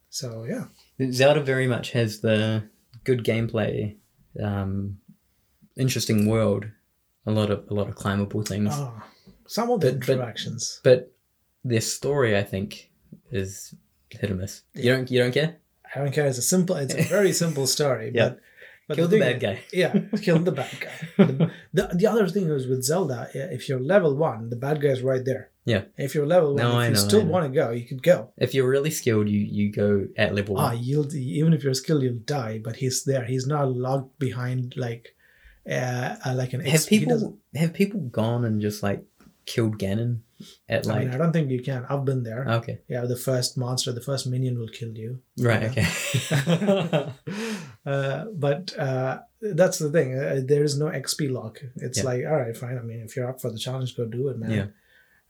[SPEAKER 2] So, yeah.
[SPEAKER 1] Zelda very much has the good gameplay, um, interesting world, a lot of a lot of climbable things,
[SPEAKER 2] Ah, some of the
[SPEAKER 1] But- but-
[SPEAKER 2] interactions.
[SPEAKER 1] but their story I think is hit or miss. You don't you don't care?
[SPEAKER 2] I don't care. It's a simple, it's a very simple story.
[SPEAKER 1] Yeah.
[SPEAKER 2] But, but
[SPEAKER 1] Kill the
[SPEAKER 2] thing
[SPEAKER 1] bad
[SPEAKER 2] is-
[SPEAKER 1] guy.
[SPEAKER 2] yeah, kill the bad guy. The, the, the other thing is with Zelda, yeah, if you're level one, the bad guy's right there.
[SPEAKER 1] Yeah.
[SPEAKER 2] If you're level one,
[SPEAKER 1] No,
[SPEAKER 2] if
[SPEAKER 1] I
[SPEAKER 2] you
[SPEAKER 1] know, I
[SPEAKER 2] still
[SPEAKER 1] know.
[SPEAKER 2] want to go, you could go.
[SPEAKER 1] If you're really skilled, you you go at level
[SPEAKER 2] Ah,
[SPEAKER 1] one.
[SPEAKER 2] you'll even if you're skilled, you'll die. But he's there. He's not locked behind like, uh, uh, like an.
[SPEAKER 1] have
[SPEAKER 2] ex- he doesn't-
[SPEAKER 1] people have people gone and just like killed Ganon at
[SPEAKER 2] I
[SPEAKER 1] like Uh.
[SPEAKER 2] mean, I don't think you can. I've been there.
[SPEAKER 1] okay
[SPEAKER 2] yeah, the first monster, the first minion will kill you.
[SPEAKER 1] right
[SPEAKER 2] Yeah.
[SPEAKER 1] okay
[SPEAKER 2] Uh, but uh, that's the thing. Uh, there is no XP lock. It's
[SPEAKER 1] Yeah.
[SPEAKER 2] like, all right, fine. I mean, if you're up for the challenge, go do it, man.
[SPEAKER 1] Yeah.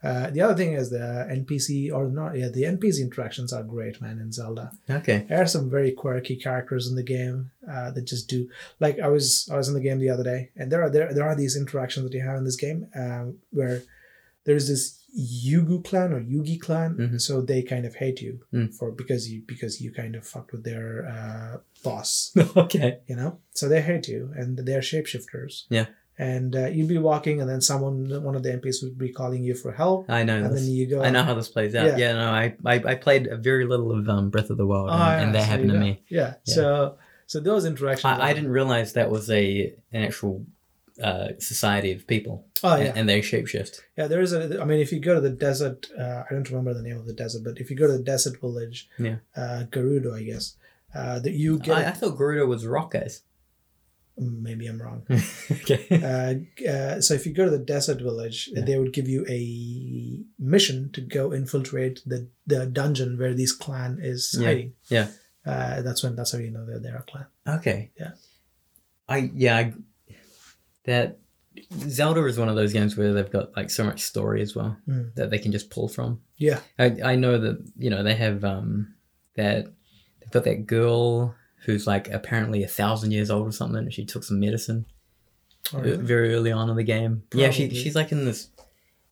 [SPEAKER 2] Uh, the other thing is the NPC or not, yeah, the NPC interactions are great, man, in Zelda.
[SPEAKER 1] Okay.
[SPEAKER 2] There are some very quirky characters in the game uh, that just do. Like I was, I was in the game the other day, and there are there there are these interactions that you have in this game um, where there is this Yugu clan or Yugi clan,
[SPEAKER 1] Mhm.
[SPEAKER 2] so they kind of hate you
[SPEAKER 1] Mm.
[SPEAKER 2] for because you because you kind of fucked with their uh, boss
[SPEAKER 1] okay.
[SPEAKER 2] you know so they hate you and they're shapeshifters
[SPEAKER 1] Yeah.
[SPEAKER 2] and uh, you'd be walking and then someone one of the npcs would be calling you for help
[SPEAKER 1] I know.
[SPEAKER 2] and then
[SPEAKER 1] This.
[SPEAKER 2] you go
[SPEAKER 1] I know how this plays out. Yeah.
[SPEAKER 2] Yeah.
[SPEAKER 1] no, I, I I played very little of um, Breath of the Wild, and,
[SPEAKER 2] "Oh, yeah,
[SPEAKER 1] and that
[SPEAKER 2] so
[SPEAKER 1] happened
[SPEAKER 2] you
[SPEAKER 1] to
[SPEAKER 2] know."
[SPEAKER 1] me.
[SPEAKER 2] yeah,
[SPEAKER 1] Yeah.
[SPEAKER 2] so so those interactions
[SPEAKER 1] I, I
[SPEAKER 2] are-
[SPEAKER 1] didn't realize that was a an actual uh, society of people,
[SPEAKER 2] oh
[SPEAKER 1] and-
[SPEAKER 2] yeah
[SPEAKER 1] and they shapeshift.
[SPEAKER 2] yeah there is a i mean if you go to the desert uh, i don't remember the name of the desert but if you go to the desert village
[SPEAKER 1] Yeah.
[SPEAKER 2] uh garudo i guess uh that you get Mm,
[SPEAKER 1] I, I thought Gerudo was rock guys.
[SPEAKER 2] maybe i'm wrong
[SPEAKER 1] okay.
[SPEAKER 2] uh, uh, so if you go to the desert village,
[SPEAKER 1] Yeah.
[SPEAKER 2] they would give you a mission to go infiltrate the, the dungeon where this clan is
[SPEAKER 1] Yeah.
[SPEAKER 2] hiding.
[SPEAKER 1] Yeah.
[SPEAKER 2] Uh, that's when that's how you know they're, they're a clan.
[SPEAKER 1] Okay.
[SPEAKER 2] Yeah.
[SPEAKER 1] I yeah I, that Zelda is one of those games where they've got like so much story as well
[SPEAKER 2] Mm.
[SPEAKER 1] that they can just pull from.
[SPEAKER 2] Yeah.
[SPEAKER 1] I I know that you know they have um that they've got that girl who's like apparently a thousand years old or something. and She took some medicine
[SPEAKER 2] Or,
[SPEAKER 1] e- very early on in the game. Yeah, she
[SPEAKER 2] Oh, Probably.
[SPEAKER 1] she's like in this.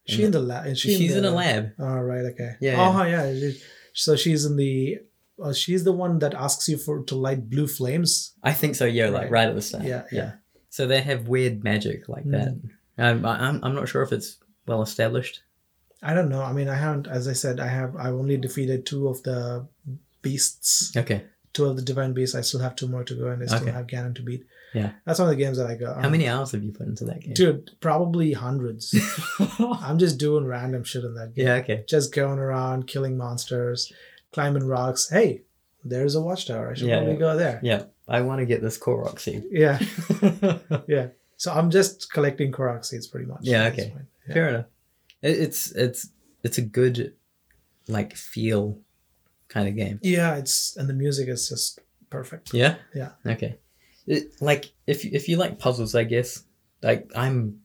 [SPEAKER 2] she in the lab. Is she
[SPEAKER 1] she's in,
[SPEAKER 2] the,
[SPEAKER 1] a lab.
[SPEAKER 2] Oh right. Okay.
[SPEAKER 1] Yeah,
[SPEAKER 2] Oh yeah. she- So she's in the. Uh, she's the one that asks you for to light blue flames.
[SPEAKER 1] I think so. Yeah, like
[SPEAKER 2] Right.
[SPEAKER 1] right at the start.
[SPEAKER 2] Yeah. Hmm. Yeah.
[SPEAKER 1] So they have weird magic like that. Um, I, I'm I'm not sure if it's well established.
[SPEAKER 2] I don't know. I mean, I haven't. As I said, I have. I've only defeated two of the beasts.
[SPEAKER 1] Okay.
[SPEAKER 2] two of the divine beasts. I still have two more to go, and I still
[SPEAKER 1] Okay.
[SPEAKER 2] have Ganon to beat.
[SPEAKER 1] Yeah.
[SPEAKER 2] that's one of the games that I got.
[SPEAKER 1] How many hours have you put into that game?
[SPEAKER 2] Dude, probably hundreds. I'm just doing random shit in that game.
[SPEAKER 1] yeah, okay.
[SPEAKER 2] Just going around, killing monsters, climbing rocks. Hey, there's a watchtower. I should
[SPEAKER 1] Yeah,
[SPEAKER 2] probably
[SPEAKER 1] yeah.
[SPEAKER 2] go there.
[SPEAKER 1] Yeah, I want to get this Korok seed.
[SPEAKER 2] Yeah.
[SPEAKER 1] Fair
[SPEAKER 2] So I'm just collecting Korok seeds pretty much.
[SPEAKER 1] Yeah,
[SPEAKER 2] at this
[SPEAKER 1] okay.
[SPEAKER 2] point. Yeah.
[SPEAKER 1] enough. It, it's it's it's a good like feel kind of game.
[SPEAKER 2] Yeah, it's and the music is just perfect.
[SPEAKER 1] Yeah.
[SPEAKER 2] Yeah.
[SPEAKER 1] Okay. It, like if you- if you like puzzles, I guess. Like I'm,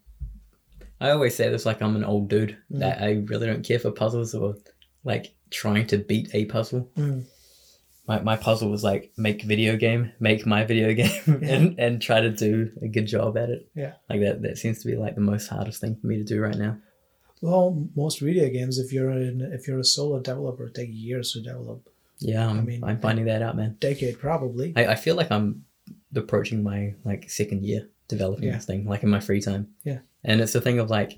[SPEAKER 1] I always say this like I'm an old dude.
[SPEAKER 2] Mm.
[SPEAKER 1] That I really don't care for puzzles or like trying to beat a puzzle.
[SPEAKER 2] Mm.
[SPEAKER 1] my, my puzzle was like make video game make my video game
[SPEAKER 2] Yeah.
[SPEAKER 1] and, and try to do a good job at it
[SPEAKER 2] Yeah.
[SPEAKER 1] like that that seems to be like the most hardest thing for me to do right now
[SPEAKER 2] Well, most video games, if you're in, if you're a solo developer, take years to develop.
[SPEAKER 1] yeah i'm, I
[SPEAKER 2] I mean-
[SPEAKER 1] am finding that out man
[SPEAKER 2] Decade probably.
[SPEAKER 1] I, I feel like i'm approaching my like second year developing
[SPEAKER 2] Yeah.
[SPEAKER 1] this thing like in my free time
[SPEAKER 2] Yeah.
[SPEAKER 1] and it's a thing of like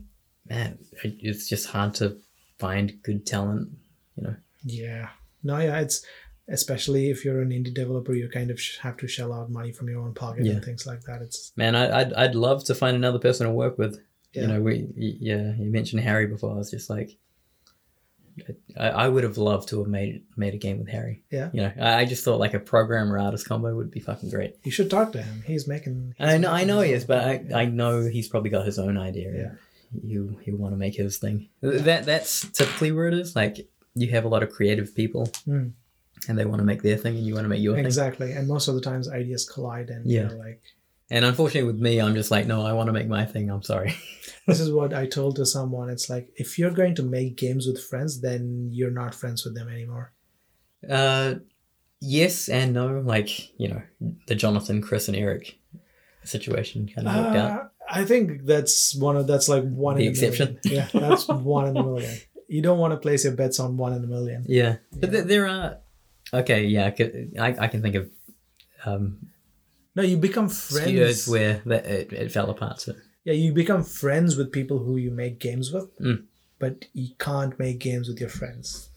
[SPEAKER 1] man it- it's just hard to find good talent you know
[SPEAKER 2] Yeah. No, yeah, it's especially if you're an indie developer, you kind of sh- have to shell out money from your own pocket
[SPEAKER 1] Yeah.
[SPEAKER 2] and things like that. It's
[SPEAKER 1] man I, I'd, I'd love to find another person to work with you
[SPEAKER 2] Yeah.
[SPEAKER 1] know we y- yeah you mentioned harry before i was just like i, I would have loved to have made made a game with harry
[SPEAKER 2] Yeah.
[SPEAKER 1] you know i, I just thought like a programmer artist combo would be fucking great
[SPEAKER 2] you should talk to him. He's making.
[SPEAKER 1] and i know i
[SPEAKER 2] making
[SPEAKER 1] know
[SPEAKER 2] his
[SPEAKER 1] he
[SPEAKER 2] own-
[SPEAKER 1] is but i, I know he's probably got his own idea
[SPEAKER 2] Yeah.
[SPEAKER 1] you you want to make his thing that that's typically where it is like you have a lot of creative people
[SPEAKER 2] Mm.
[SPEAKER 1] and they want to make their thing and you want to make your thing
[SPEAKER 2] exactly. And most of the times, ideas collide, and
[SPEAKER 1] Yeah.
[SPEAKER 2] you're like,
[SPEAKER 1] and unfortunately with me i'm just like no i want to make my thing i'm sorry
[SPEAKER 2] this is what I told to someone. It's like if you're going to make games with friends, then you're not friends with them anymore.
[SPEAKER 1] Uh, yes and no. Like you know, the Jonathan, Chris, and Eric situation kind of worked out.
[SPEAKER 2] Uh, I think that's one of that's like one
[SPEAKER 1] The
[SPEAKER 2] in
[SPEAKER 1] exception.
[SPEAKER 2] A million. Yeah, that's one in a million. You don't want to place your bets on one in a million.
[SPEAKER 1] Yeah, but
[SPEAKER 2] Yeah.
[SPEAKER 1] th- there are. Okay, yeah, I, could- I, I can think of um,
[SPEAKER 2] No, you become friends.
[SPEAKER 1] studios where that it, it fell apart. So
[SPEAKER 2] yeah you become friends with people who you make games with
[SPEAKER 1] Mm.
[SPEAKER 2] but you can't make games with your friends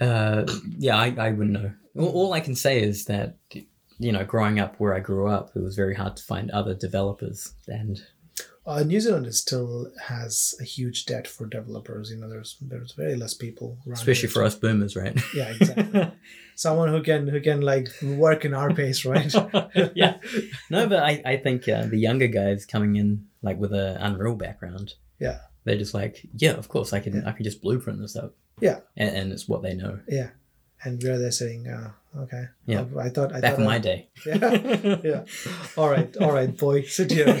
[SPEAKER 1] uh, yeah, I, I wouldn't know.
[SPEAKER 2] Hmm.
[SPEAKER 1] All, all I can say is that you know, growing up where I grew up, it was very hard to find other developers, and
[SPEAKER 2] uh, new zealand is still has a huge debt for developers you know there's there's very less people around
[SPEAKER 1] especially
[SPEAKER 2] here.
[SPEAKER 1] for us boomers, right?
[SPEAKER 2] yeah exactly someone who can who can like work in our pace right
[SPEAKER 1] yeah. No, but I, I think uh, the younger guys coming in like with a Unreal background.
[SPEAKER 2] Yeah.
[SPEAKER 1] They're just like, yeah, of course, I can I can just blueprint this up.
[SPEAKER 2] Yeah.
[SPEAKER 1] And, and it's what they know.
[SPEAKER 2] yeah and we're there saying uh, okay
[SPEAKER 1] Yeah.
[SPEAKER 2] I, I thought i
[SPEAKER 1] Back
[SPEAKER 2] thought
[SPEAKER 1] in
[SPEAKER 2] I-
[SPEAKER 1] my day.
[SPEAKER 2] yeah. all right all right boy sit here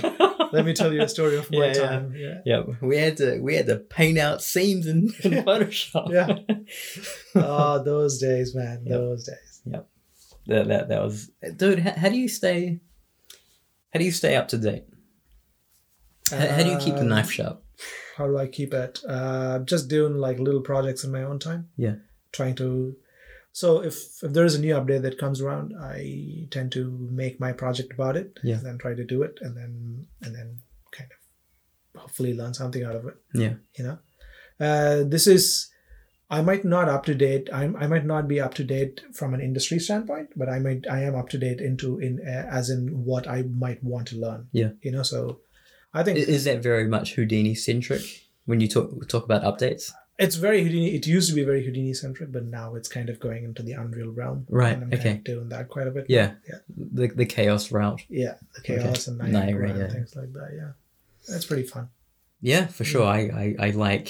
[SPEAKER 2] Let me tell you a story of one
[SPEAKER 1] Yeah, yeah.
[SPEAKER 2] time. Yeah.
[SPEAKER 1] Yeah, we had to we had to paint out seams in, in Photoshop.
[SPEAKER 2] Yeah. Oh, those days, man.
[SPEAKER 1] Yep.
[SPEAKER 2] Those days.
[SPEAKER 1] that that that was dude. How, how do you stay? How do you stay up to date? How, how do you keep the
[SPEAKER 2] Um,
[SPEAKER 1] knife sharp?
[SPEAKER 2] How do I keep it? Uh, just doing like little projects in my own time.
[SPEAKER 1] Yeah.
[SPEAKER 2] Trying to. So if if there is a new update that comes around, I tend to make my project about it.
[SPEAKER 1] Yeah.
[SPEAKER 2] And then try to do it, and then and then kind of hopefully learn something out of it.
[SPEAKER 1] Yeah.
[SPEAKER 2] you know uh, this is i might not up to date I'm, i might not be up to date from an industry standpoint but i might i am up to date into in uh, as in what i might want to learn
[SPEAKER 1] Yeah.
[SPEAKER 2] you know so i
[SPEAKER 1] I-
[SPEAKER 2] think
[SPEAKER 1] Is that very much Houdini centric when you talk talk about updates?
[SPEAKER 2] it's very houdini it used to be very houdini centric but now it's kind of going into the unreal realm
[SPEAKER 1] Right,
[SPEAKER 2] and i'm
[SPEAKER 1] okay.
[SPEAKER 2] kind of doing that quite a bit
[SPEAKER 1] Yeah.
[SPEAKER 2] Yeah.
[SPEAKER 1] The the chaos route.
[SPEAKER 2] yeah the chaos and
[SPEAKER 1] Okay.
[SPEAKER 2] Niagara,
[SPEAKER 1] Niagara,
[SPEAKER 2] and
[SPEAKER 1] yeah.
[SPEAKER 2] things like that yeah that's pretty fun
[SPEAKER 1] Yeah, for sure. I, I, I like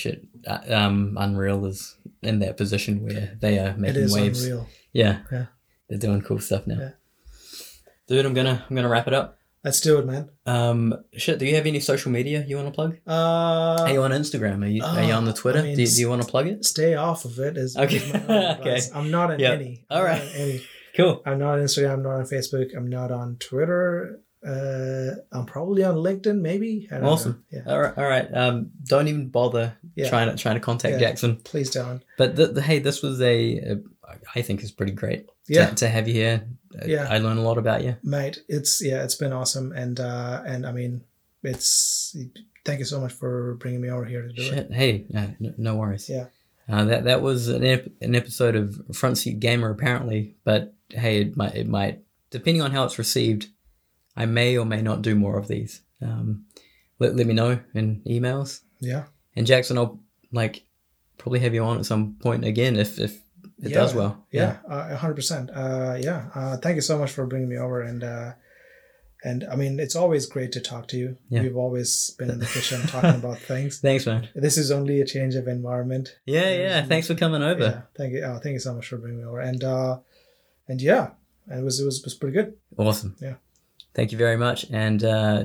[SPEAKER 1] shit. uh, Um, Unreal is in that position where they are
[SPEAKER 2] it
[SPEAKER 1] making
[SPEAKER 2] is
[SPEAKER 1] waves.
[SPEAKER 2] unreal
[SPEAKER 1] Yeah.
[SPEAKER 2] Yeah.
[SPEAKER 1] They're doing cool stuff now.
[SPEAKER 2] Yeah.
[SPEAKER 1] Dude, I'm gonna I'm gonna wrap it up.
[SPEAKER 2] let's do it man
[SPEAKER 1] Um, shit. Do you have any social media you want to plug?
[SPEAKER 2] uh
[SPEAKER 1] Are you on Instagram? Are you, are you on the
[SPEAKER 2] Uh, I
[SPEAKER 1] Twitter?
[SPEAKER 2] mean,
[SPEAKER 1] do, you, do you want to plug it?
[SPEAKER 2] stay off of it is
[SPEAKER 1] Okay.
[SPEAKER 2] is my other
[SPEAKER 1] Okay.
[SPEAKER 2] advice. i'm not in
[SPEAKER 1] Yeah.
[SPEAKER 2] any
[SPEAKER 1] All
[SPEAKER 2] I'm not
[SPEAKER 1] right.
[SPEAKER 2] in any
[SPEAKER 1] Cool.
[SPEAKER 2] I'm not on Instagram. I'm not on Facebook. I'm not on Twitter. Uh, I'm probably on LinkedIn, maybe. I don't
[SPEAKER 1] Awesome.
[SPEAKER 2] Know. Yeah.
[SPEAKER 1] All right. All right. Um, don't even bother
[SPEAKER 2] Yeah.
[SPEAKER 1] trying to trying to contact
[SPEAKER 2] Yeah.
[SPEAKER 1] Jackson.
[SPEAKER 2] Please don't.
[SPEAKER 1] But th th- hey, this was a, a I think is pretty great. to-
[SPEAKER 2] Yeah,
[SPEAKER 1] To, have you here. Uh,
[SPEAKER 2] Yeah.
[SPEAKER 1] I learned a lot about you.
[SPEAKER 2] mate. It's yeah. It's been awesome, and uh, and I mean, it's thank you so much for bringing me over here to do it.
[SPEAKER 1] Shit. Hey, uh, n- no worries.
[SPEAKER 2] Yeah.
[SPEAKER 1] Uh, that that was an ep- an episode of Front Seat Gamer apparently, but hey, it might it might depending on how it's received, I may or may not do more of these. Um, let let me know in emails.
[SPEAKER 2] Yeah.
[SPEAKER 1] And Jackson, I'll like probably have you on at some point again if if it
[SPEAKER 2] Yeah,
[SPEAKER 1] does well.
[SPEAKER 2] Yeah. A hundred percent. Uh, yeah. Uh, thank you so much for bringing me over, and uh, and I mean, it's always great to talk to you.
[SPEAKER 1] Yeah.
[SPEAKER 2] We've always been in the kitchen talking about things.
[SPEAKER 1] Thanks, man.
[SPEAKER 2] This is only a change of environment.
[SPEAKER 1] Yeah,
[SPEAKER 2] Yeah,
[SPEAKER 1] yeah.
[SPEAKER 2] it's-
[SPEAKER 1] Thanks for coming over.
[SPEAKER 2] Yeah, thank you. Oh, thank you so much for bringing me over. And uh, and yeah, it was it was, it was pretty good.
[SPEAKER 1] Awesome.
[SPEAKER 2] Yeah.
[SPEAKER 1] Thank you very much. And uh,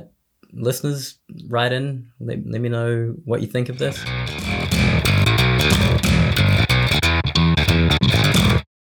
[SPEAKER 1] listeners, write in. Let, let me know what you think of this.